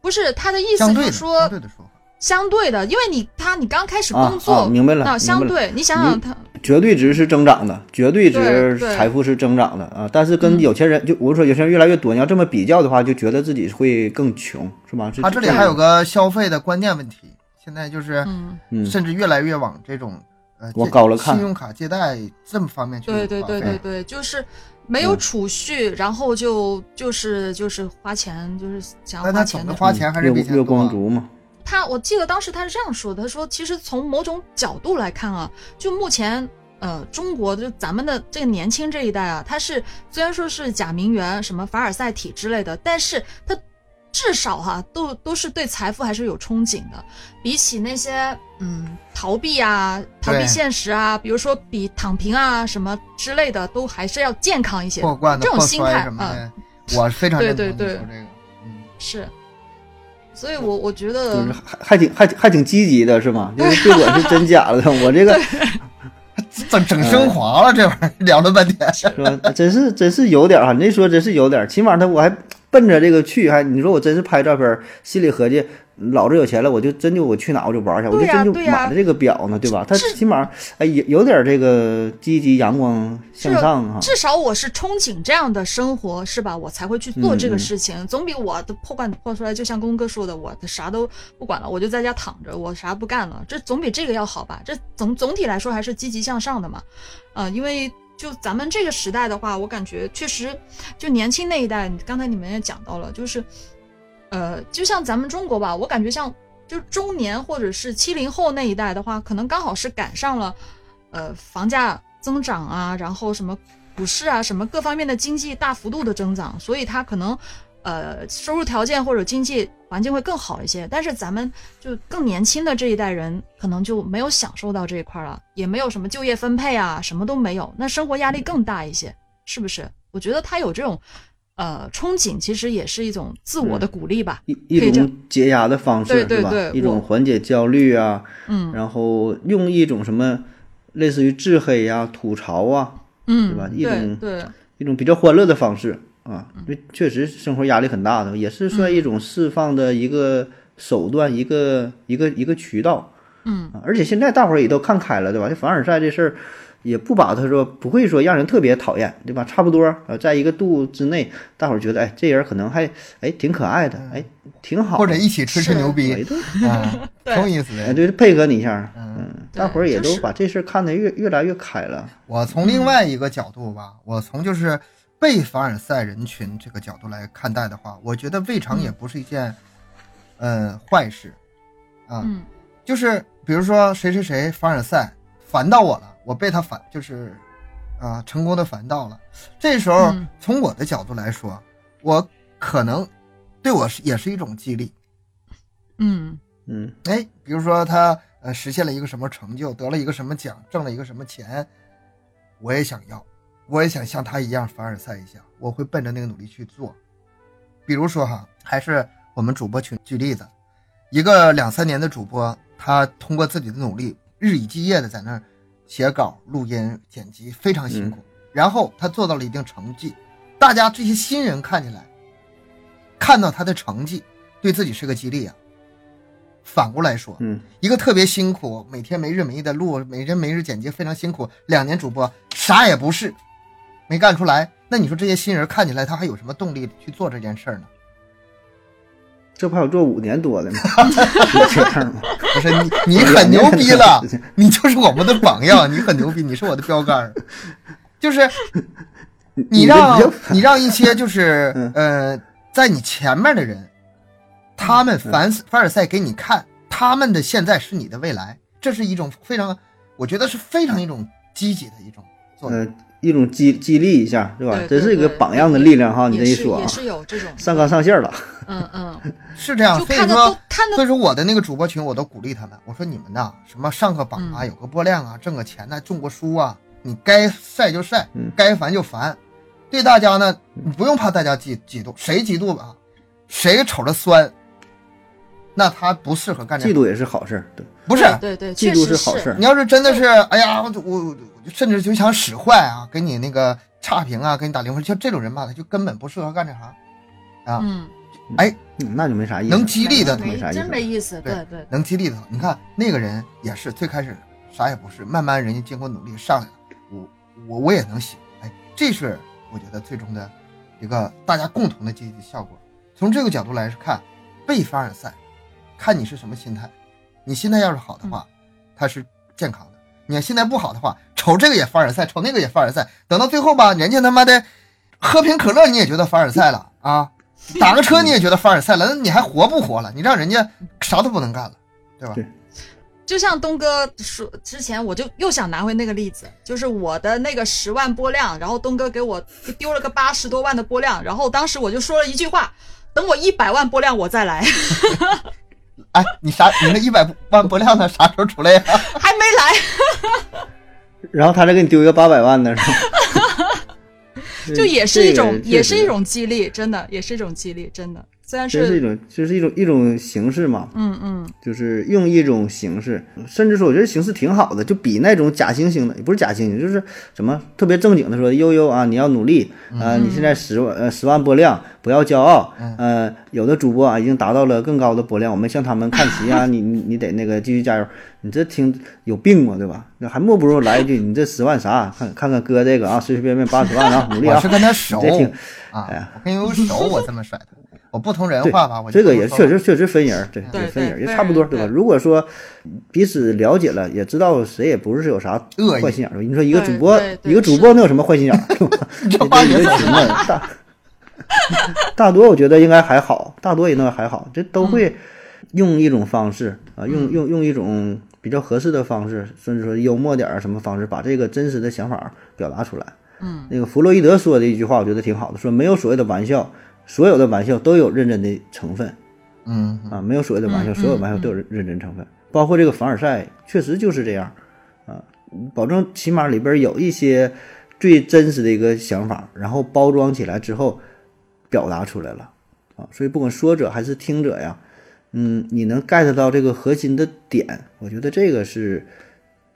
Speaker 3: 不是他的意思
Speaker 2: 相
Speaker 3: 就
Speaker 2: 对的嗯
Speaker 3: 是说，
Speaker 2: 相对的说法。
Speaker 3: 相对的，因为你他你刚开始
Speaker 1: 啊
Speaker 3: 工作，
Speaker 1: 啊明白了
Speaker 3: 那相
Speaker 1: 明白
Speaker 3: 对你想想
Speaker 1: 你
Speaker 3: 他，
Speaker 1: 绝对值是增长的，绝对值
Speaker 3: 对对嗯
Speaker 1: 财富是增长的啊！但是跟有钱人，就我说有钱人越来越多，你要这么比较的话，就觉得自己会更穷，是吧？
Speaker 2: 他这里还有个消费的观念问题，现在就是
Speaker 3: 嗯，
Speaker 1: 嗯，
Speaker 2: 甚至越来越往这种呃
Speaker 1: 往
Speaker 2: 借
Speaker 1: 高了看
Speaker 2: 信用卡借贷这么方面去
Speaker 3: 对对对
Speaker 2: 花
Speaker 3: 对
Speaker 2: 费
Speaker 1: 哎
Speaker 3: 对，就是没有
Speaker 1: 嗯
Speaker 3: 储蓄，然后就就是就是花钱，就是想要
Speaker 2: 但
Speaker 3: 花
Speaker 2: 他
Speaker 3: 钱
Speaker 2: 总
Speaker 3: 的
Speaker 2: 的。花钱还是
Speaker 1: 月
Speaker 2: 比以前
Speaker 1: 月
Speaker 2: 多
Speaker 1: 光
Speaker 2: 啊。
Speaker 1: 族嘛，
Speaker 3: 他我记得当时他是这样说的，他说其实从某种角度来看啊，就目前。呃，中国就咱们的这个年轻这一代啊，他是虽然说是假名媛、什么凡尔赛体之类的，但是他至少哈、都都是对财富还是有憧憬的。比起那些嗯逃避啊、逃避
Speaker 2: 对
Speaker 3: 现实啊，比如说比躺平啊什么之类的，都还是要健康一些。
Speaker 2: 破罐子
Speaker 3: 这种
Speaker 2: 破
Speaker 3: 心态嗯
Speaker 2: 摔什么的，我非常
Speaker 3: 对
Speaker 2: 认同你说
Speaker 3: 对对
Speaker 2: 这个。嗯，
Speaker 3: 是，所以我我觉得
Speaker 1: 就是还还挺还挺还挺积极的是吗？就是别管是真假的，我这个
Speaker 2: 整整升华了，这玩意儿 聊了半天，
Speaker 1: 是吧？ 真是真是有点儿哈，啊你这说真是有点儿，起码他我还奔着这个去，还你说我真是拍照片儿，心里合计老子有钱了，我就真就我去哪我就玩去，我就
Speaker 3: 对呀
Speaker 1: 真就
Speaker 3: 对呀
Speaker 1: 买了这个表呢，对吧？他
Speaker 3: 是
Speaker 1: 起码哎有有点儿这个积极阳光向上啊哈，
Speaker 3: 至少我是憧憬这样的生活，是吧？我才会去做
Speaker 1: 嗯
Speaker 3: 这个
Speaker 1: 嗯
Speaker 3: 事情，总比我的破罐子破摔，就像工哥说的，我的啥都不管了，我就在家躺着，我啥不干了，这总比这个要好吧？这总总体来说还是积极向上的嘛，啊、因为。就咱们这个时代的话，我感觉确实，就年轻那一代，刚才你们也讲到了，就是，呃，就像咱们中国吧，我感觉像就中年或者是七零后那一代的话，可能刚好是赶上了，呃，房价增长啊，然后什么股市啊，什么各方面的经济大幅度的增长，所以他可能，呃，收入条件或者经济环境会更好一些。但是咱们就更年轻的这一代人，可能就没有享受到这一块了，也没有什么就业分配啊，什么都没有，那生活压力更大一些，是不是？我觉得他有这种，呃，憧憬，其实也是一种自
Speaker 1: 嗯
Speaker 3: 我的鼓励吧。
Speaker 1: 一一
Speaker 3: 可以这
Speaker 1: 种解压的方式
Speaker 3: 对对
Speaker 1: 是吧
Speaker 3: 对？
Speaker 1: 一
Speaker 3: 我
Speaker 1: 种缓解焦虑啊，
Speaker 3: 嗯
Speaker 1: 然后用一种什么类似于自黑呀、吐槽啊，
Speaker 3: 嗯，
Speaker 1: 对吧一
Speaker 3: 对
Speaker 1: 种啊
Speaker 3: 对，
Speaker 1: 一种比较欢乐的方式啊，因为确实生活压力很大的，也是算一种释放的一个手段，一个一个一个渠道。
Speaker 3: 嗯
Speaker 1: 啊，而且现在大伙儿也都看开了，对吧？这凡尔赛这事儿，也不把他说不会说让人特别讨厌，对吧？差不多呃，在一个度之内，大伙儿觉得哎，这人可能还哎挺可爱的，哎挺好的，
Speaker 2: 或者一起吹吹牛
Speaker 1: 哎
Speaker 2: 逼
Speaker 1: 对
Speaker 2: 啊，
Speaker 3: 对
Speaker 2: 挺有意思
Speaker 1: 哎
Speaker 2: 的。
Speaker 1: 对，配合你一下，
Speaker 2: 嗯，
Speaker 1: 大伙儿也
Speaker 3: 就
Speaker 1: 都
Speaker 3: 是
Speaker 1: 把这事儿看得越越来越开了。
Speaker 2: 我从另外一个角度吧，我从就是被凡尔赛人群这个角度来看待的话，我觉得未尝也不是一件，嗯，坏事啊。
Speaker 3: 嗯
Speaker 2: 就是比如说谁谁谁凡尔赛烦到我了，我被他烦，就是啊、成功的烦到了。这时候、
Speaker 3: 嗯
Speaker 2: 从我的角度来说，我可能对我是也是一种激励。
Speaker 3: 嗯
Speaker 1: 嗯
Speaker 2: 哎，比如说他呃实现了一个什么成就，得了一个什么奖，挣了一个什么钱，我也想要，我也想像他一样凡尔赛一下，我会奔着那个努力去做。比如说哈，还是我们主播群举例子，一个两三年的主播，他通过自己的努力，日以继夜的在那儿写稿、录音、剪辑，非常辛苦。然后他做到了一定成绩，大家这些新人看起来，看到他的成绩，对自己是个激励啊。反过来说，
Speaker 1: 嗯，
Speaker 2: 一个特别辛苦，每天没日没夜的录，每天没日剪辑，非常辛苦。两年主播啥也不是，没干出来。那你说这些新人看起来他还有什么动力去做这件事儿呢？
Speaker 1: 这不还有做五年多的吗？有这样吗？
Speaker 2: 不是你，你很牛逼了，你就是我们的榜样，你很牛逼，你是我的标杆儿。就是你
Speaker 1: 这
Speaker 2: 让
Speaker 1: 比较
Speaker 2: 你让一些就是
Speaker 1: 嗯
Speaker 2: 呃，在你前面的人，他们
Speaker 1: 嗯
Speaker 2: 凡凡尔赛给你看，他们的现在是你的未来，这是一种非常，我觉得是非常一种积极的一种作用。
Speaker 1: 呃，一种激激励一下，对吧？
Speaker 3: 对
Speaker 1: 这
Speaker 3: 对
Speaker 1: 是一个
Speaker 3: 对
Speaker 1: 榜样的力量哈！你
Speaker 3: 也
Speaker 1: 这一
Speaker 3: 是
Speaker 1: 说啊
Speaker 3: 也，是有这种，
Speaker 1: 上纲上线了。
Speaker 3: 嗯嗯，
Speaker 2: 是这样，
Speaker 3: 就
Speaker 2: 所以
Speaker 3: 看得
Speaker 2: 说
Speaker 3: 都看得
Speaker 2: 所以说我的那个主播群，我都鼓励他们，我说你们呐，什么上个榜啊，
Speaker 3: 嗯
Speaker 2: 有个播量啊，挣个钱呐、中个书啊，你该晒就晒
Speaker 1: 嗯，
Speaker 2: 该烦就烦。对大家呢，你不用怕大家嫉嫉妒，谁嫉妒吧，谁瞅着酸，那他不适合干 这
Speaker 1: 嫉
Speaker 2: 行。
Speaker 1: 妒也是好事儿，对，
Speaker 2: 不是，
Speaker 3: 对对，
Speaker 1: 嫉
Speaker 3: 确
Speaker 1: 妒
Speaker 3: 实
Speaker 1: 好事。儿
Speaker 2: 你。要是真的是，哎呀，我我我甚至就想使坏啊，给你那个差评啊，给你打零分，像这种人吧，他就根本不适合干这行。啊
Speaker 3: 嗯，
Speaker 1: 嗯那就没啥意思了。
Speaker 2: 能激励的他，
Speaker 1: 没
Speaker 3: 没
Speaker 1: 啥意思
Speaker 3: 真没意思，
Speaker 2: 对
Speaker 3: 对对，
Speaker 2: 能激励他。你看那个人也是最开始啥也不是，慢慢人家经过努力上来了，我我我也能行。哎，这是我觉得最终的一个大家共同的积极效果。从这个角度来看，被凡尔赛，看你是什么心态。你心态要是好的话，它是健康的；你要心态不好的话，瞅这个也凡尔赛，瞅那个也凡尔赛，等到最后吧，人家他妈的喝瓶可乐你也觉得凡尔赛了啊，打个车你也觉得凡尔赛了，那你还活不活了？你让人家啥都不能干了，对吧？
Speaker 1: 对
Speaker 3: 就像东哥说之前，我就又想拿回那个例子，就是我的那个十万播量，然后东哥给我丢了个八十多万的播量，然后当时我就说了一句话：等我一百万播量我再来，
Speaker 2: 哎，你啥？你那一百万播量呢？啥时候出 来呀、
Speaker 3: 还没来。
Speaker 1: 然后他再给你丢一个八百万的，是 吧
Speaker 3: 就也是一种，
Speaker 1: 这个
Speaker 3: 也是
Speaker 1: 确实
Speaker 3: 一种激励，真的也是一种激励，真的。虽然
Speaker 1: 这是一
Speaker 3: 是
Speaker 1: 种，这是一种一种形式嘛，
Speaker 3: 嗯嗯
Speaker 1: 就是用一种形式，甚至说我觉得形式挺好的，就比那种假惺惺的，也不是假惺惺，就是什么特别正经的说悠悠啊，你要努力啊、你现在十万呃十万播量，不要骄傲，呃，有的主播啊已经达到了更高的播量，我们向他们看齐啊，你你你得那个继续加油，你这听有病吧，对吧？那还莫不如来一句你这十万啥？看看看哥这个啊，随随便便八十万啊，努力
Speaker 2: 我
Speaker 1: 啊
Speaker 2: 是，跟他熟
Speaker 1: 你这挺哎
Speaker 2: 啊，我跟悠悠熟，我这么甩他，我不同人
Speaker 1: 对
Speaker 2: 话吧，我就
Speaker 1: 这个
Speaker 2: 么
Speaker 1: 也
Speaker 2: 说嗯
Speaker 1: 确
Speaker 2: 吧
Speaker 1: 实确实分人儿，对
Speaker 3: 对
Speaker 1: 也分人儿，
Speaker 3: 对
Speaker 1: 也
Speaker 3: 分
Speaker 1: 差不多，
Speaker 3: 人儿
Speaker 1: 对吧？
Speaker 3: 对
Speaker 1: 如果说彼此了解了，也知道谁也不是有啥
Speaker 2: 恶意
Speaker 1: 坏心眼儿，你说一个
Speaker 3: 对
Speaker 1: 主播
Speaker 3: 对，对
Speaker 1: 一个主
Speaker 3: 是
Speaker 1: 播能有什么坏心眼儿？对吧
Speaker 2: 这
Speaker 1: 你
Speaker 2: 话
Speaker 1: 你
Speaker 2: 也
Speaker 1: 这行了，大大多我觉得应该还好，大多应该还好，这都会用一种方式啊，用用用一种比较合适的方式，甚至说幽默点儿啊什么方式，把这个真实的想法儿表达出来。
Speaker 3: 嗯，
Speaker 1: 那个弗洛伊德说的一句话，我觉得挺好的，说没有所谓的玩笑，所有的玩笑都有认真的成分。
Speaker 2: 嗯，嗯
Speaker 1: 啊，没有所谓的玩笑，
Speaker 3: 嗯
Speaker 1: 所有玩笑都有认认真成分，包括这个凡尔赛，确实就是这样啊。保证起码里边有一些最真实的一个想法，然后包装起来之后表达出来了啊。所以不管说者还是听者呀，嗯，你能 get 到这个核心的点，我觉得这个是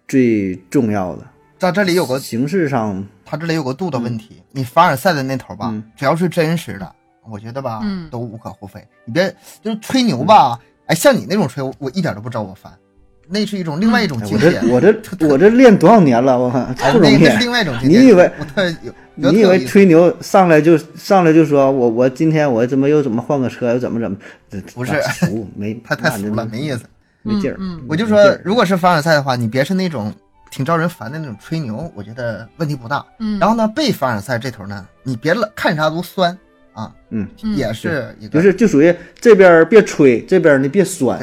Speaker 1: 最重要的。
Speaker 2: 在这里有个
Speaker 1: 形式上，
Speaker 2: 他这里有个度的问题，你凡尔赛的那头吧，
Speaker 1: 嗯
Speaker 2: 只要是真实的，我觉得吧，
Speaker 3: 嗯
Speaker 2: 都无可厚非。你别就是吹牛
Speaker 1: 嗯
Speaker 2: 吧，哎，像你那种吹，我一点都不招我烦，那是一种另外一种
Speaker 1: 哎
Speaker 2: 境
Speaker 1: 我
Speaker 2: 界。
Speaker 1: 这我 这我这练多少年了，我看
Speaker 2: 哎
Speaker 1: 不容
Speaker 2: 那
Speaker 1: 易
Speaker 2: 那。是另外一种境界。
Speaker 1: 你以为
Speaker 2: 我特有？
Speaker 1: 你以为吹牛上来就上来就说我我今天我怎么又怎么换个车又怎么怎么？这
Speaker 2: 不是
Speaker 1: 那 俗没
Speaker 2: 太太
Speaker 1: 那
Speaker 2: 俗了，没意思。
Speaker 1: 没劲儿。
Speaker 3: 嗯嗯
Speaker 2: 我就
Speaker 1: 没劲
Speaker 2: 说
Speaker 1: 儿，
Speaker 2: 如果是凡尔赛的话，你别是那种挺招人烦的那种吹牛，我觉得问题不大。
Speaker 3: 嗯，
Speaker 2: 然
Speaker 3: 后
Speaker 2: 后呢，被凡尔赛这头呢，你别了看啥都酸啊，
Speaker 1: 嗯，
Speaker 2: 也是一个
Speaker 1: 就是就属于这边儿别吹，这边儿呢别
Speaker 2: 对
Speaker 1: 酸，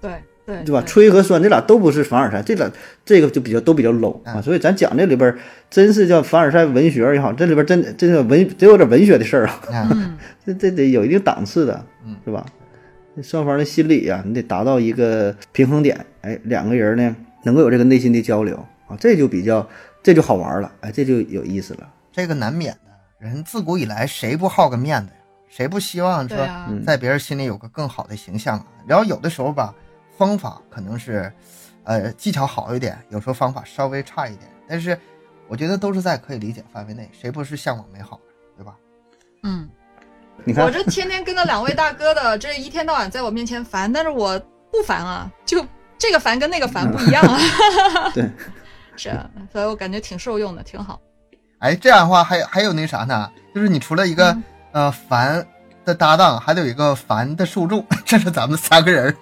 Speaker 3: 对对
Speaker 1: 对吧？吹和酸这俩都不是凡尔赛，这俩这个就比较都比较 low 啊。
Speaker 2: 嗯
Speaker 1: 所以咱讲这里边儿真是叫凡尔赛文学也好，这里边儿真真的文得有点文学的事儿啊，
Speaker 2: 啊，
Speaker 3: 嗯
Speaker 1: 这这得有一定档次的，
Speaker 2: 嗯
Speaker 1: 是吧？双方的心理啊呀、你得达到一个平衡点，哎，两个人呢能够有这个内心的交流啊，这就比较这就好玩了，哎，这就有意思了。
Speaker 2: 这个难免的。人自古以来，谁不好个面子呀？谁不希望
Speaker 3: 对
Speaker 2: 说
Speaker 3: 啊
Speaker 1: 嗯
Speaker 2: 在别人心里有个更好的形象啊？然后有的时候吧，方法可能是，呃，技巧好一点，有时候方法稍微差一点，但是我觉得都是在可以理解范围内。谁不是向往美好的，对吧？
Speaker 3: 嗯，
Speaker 1: 你看
Speaker 3: 我，这天天跟着两位大哥的，这一天到晚在我面前烦，但是我不烦啊，就这个烦跟那个烦不一样啊。
Speaker 1: 嗯 对，
Speaker 3: 是啊，所以我感觉挺受用的，挺好。
Speaker 2: 哎，这样的话还有还有那啥呢？就是你除了一个、
Speaker 3: 嗯
Speaker 2: 呃凡的搭档，还得有一个凡的受众， 这是咱们三个 人儿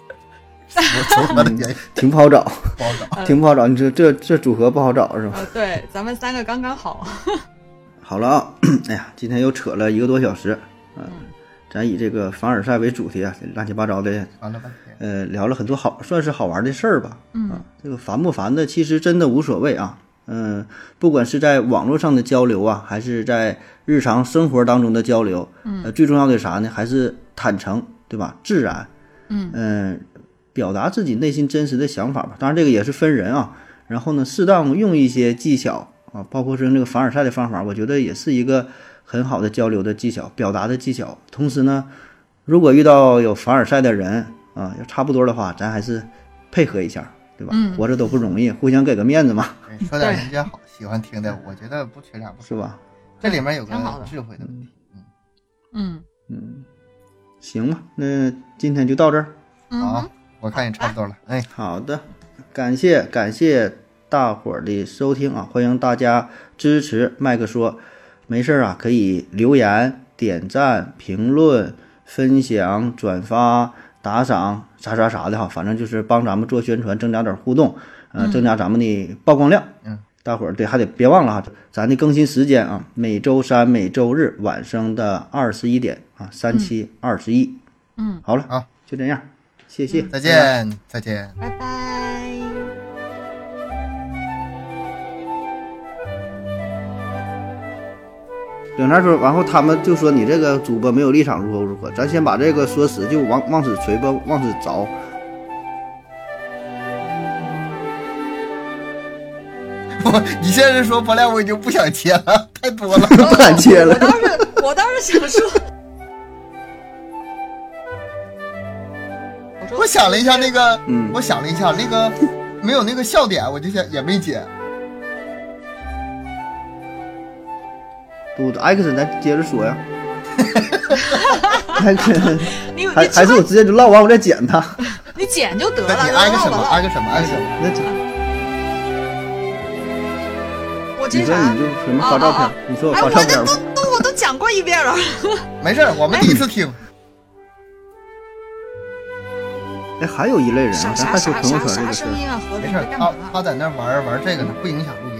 Speaker 2: 组合的原因，
Speaker 1: 挺不好找，
Speaker 2: 不好 找。
Speaker 3: 嗯
Speaker 1: 挺不好找。你说这这组合不好找是吧？
Speaker 3: 呃，对，咱们三个刚刚好。
Speaker 1: 好了啊，哎呀，今天又扯了一个多小时，嗯、咱以这个凡尔赛为主题啊，乱七八糟的，
Speaker 2: 完了半天，
Speaker 1: 呃，聊了很多好，算是好玩的事儿吧。
Speaker 3: 嗯
Speaker 1: 啊，这个烦不烦的，其实真的无所谓啊。嗯，不管是在网络上的交流啊，还是在日常生活当中的交流，
Speaker 3: 嗯
Speaker 1: 呃，最重要的是啥呢？还是坦诚，对吧？自然，
Speaker 3: 嗯
Speaker 1: 嗯、表达自己内心真实的想法吧。当然，这个也是分人啊。然后呢，适当用一些技巧啊，包括是用这个凡尔赛的方法，我觉得也是一个很好的交流的技巧、表达的技巧。同时呢，如果遇到有凡尔赛的人啊，要差不多的话，咱还是配合一下，对吧？
Speaker 3: 嗯
Speaker 1: 活着都不容易，互相给个面子嘛，
Speaker 2: 对哎说点人家好喜欢听的，我觉得不缺俩不
Speaker 1: 是
Speaker 2: 少。
Speaker 1: 吧？
Speaker 2: 这里面有个
Speaker 3: 挺好的
Speaker 2: 智慧的问题，
Speaker 3: 嗯
Speaker 1: 嗯，行吧，那今天就到这儿。
Speaker 3: 嗯
Speaker 2: 好
Speaker 3: 哼，，
Speaker 2: 我看也差不多了。哎，
Speaker 1: 好的，感谢感谢大伙儿的收听啊！欢迎大家支持麦克说，没事儿啊，可以留言、点赞、评论、分享、转发、打赏啥啥啥的哈，反正就是帮咱们做宣传，增加点互动，呃，增加咱们的曝光量。
Speaker 2: 嗯，
Speaker 1: 大伙儿对还得别忘了哈，咱的更新时间啊，每周三、每周日晚上的二十一点啊，三七二十一。
Speaker 3: 嗯，
Speaker 1: 好了，
Speaker 2: 好，嗯
Speaker 1: 就这样，谢谢，
Speaker 2: 再。见，再见。
Speaker 3: 拜拜。
Speaker 1: 警察说，然后他们就说你这个主播没有立场，如何如何。咱先把这个说死，就往往死锤吧，往死凿。
Speaker 2: 我你现在说不亮，我已经不想接了， 太多了。
Speaker 1: 不敢接了
Speaker 3: 我当时我当时想说。
Speaker 2: 想了一下那个，
Speaker 1: 嗯
Speaker 2: 我想了一下那个没有那个笑点，我就想也没接。
Speaker 1: 不，X 咱接着说呀。X
Speaker 3: 你有
Speaker 1: 还
Speaker 3: 你
Speaker 1: 还是我直接就唠完我再剪它。
Speaker 3: 你剪就得
Speaker 2: 那
Speaker 3: 了，
Speaker 2: 你挨个
Speaker 3: 唠
Speaker 2: 什么？
Speaker 3: 吧
Speaker 2: 挨个什么？挨个什么？
Speaker 1: 那剪
Speaker 3: 我这
Speaker 1: 你
Speaker 3: 啥
Speaker 1: 说？你就什么发照
Speaker 3: 啊啊啊
Speaker 1: 片？你说我
Speaker 3: 哎，
Speaker 1: 发
Speaker 3: 我
Speaker 1: 照
Speaker 3: 这
Speaker 1: 片
Speaker 3: 都
Speaker 1: 吧。
Speaker 3: 都我都讲过一遍了。
Speaker 2: 没事儿，我们第一次听。
Speaker 1: 哎，还有一类人
Speaker 3: 啥
Speaker 1: 啊，咱
Speaker 3: 啥
Speaker 1: 还说
Speaker 3: 啥
Speaker 1: 朋友圈
Speaker 3: 啥
Speaker 1: 这
Speaker 3: 啥
Speaker 1: 个事
Speaker 3: 声
Speaker 1: 儿。
Speaker 3: 音啊？合着
Speaker 2: 没
Speaker 3: 你
Speaker 2: 事
Speaker 3: 在
Speaker 2: 儿，
Speaker 3: 干
Speaker 2: 他
Speaker 3: 嘛？啊
Speaker 2: 他在那玩儿玩儿这个呢，不影响录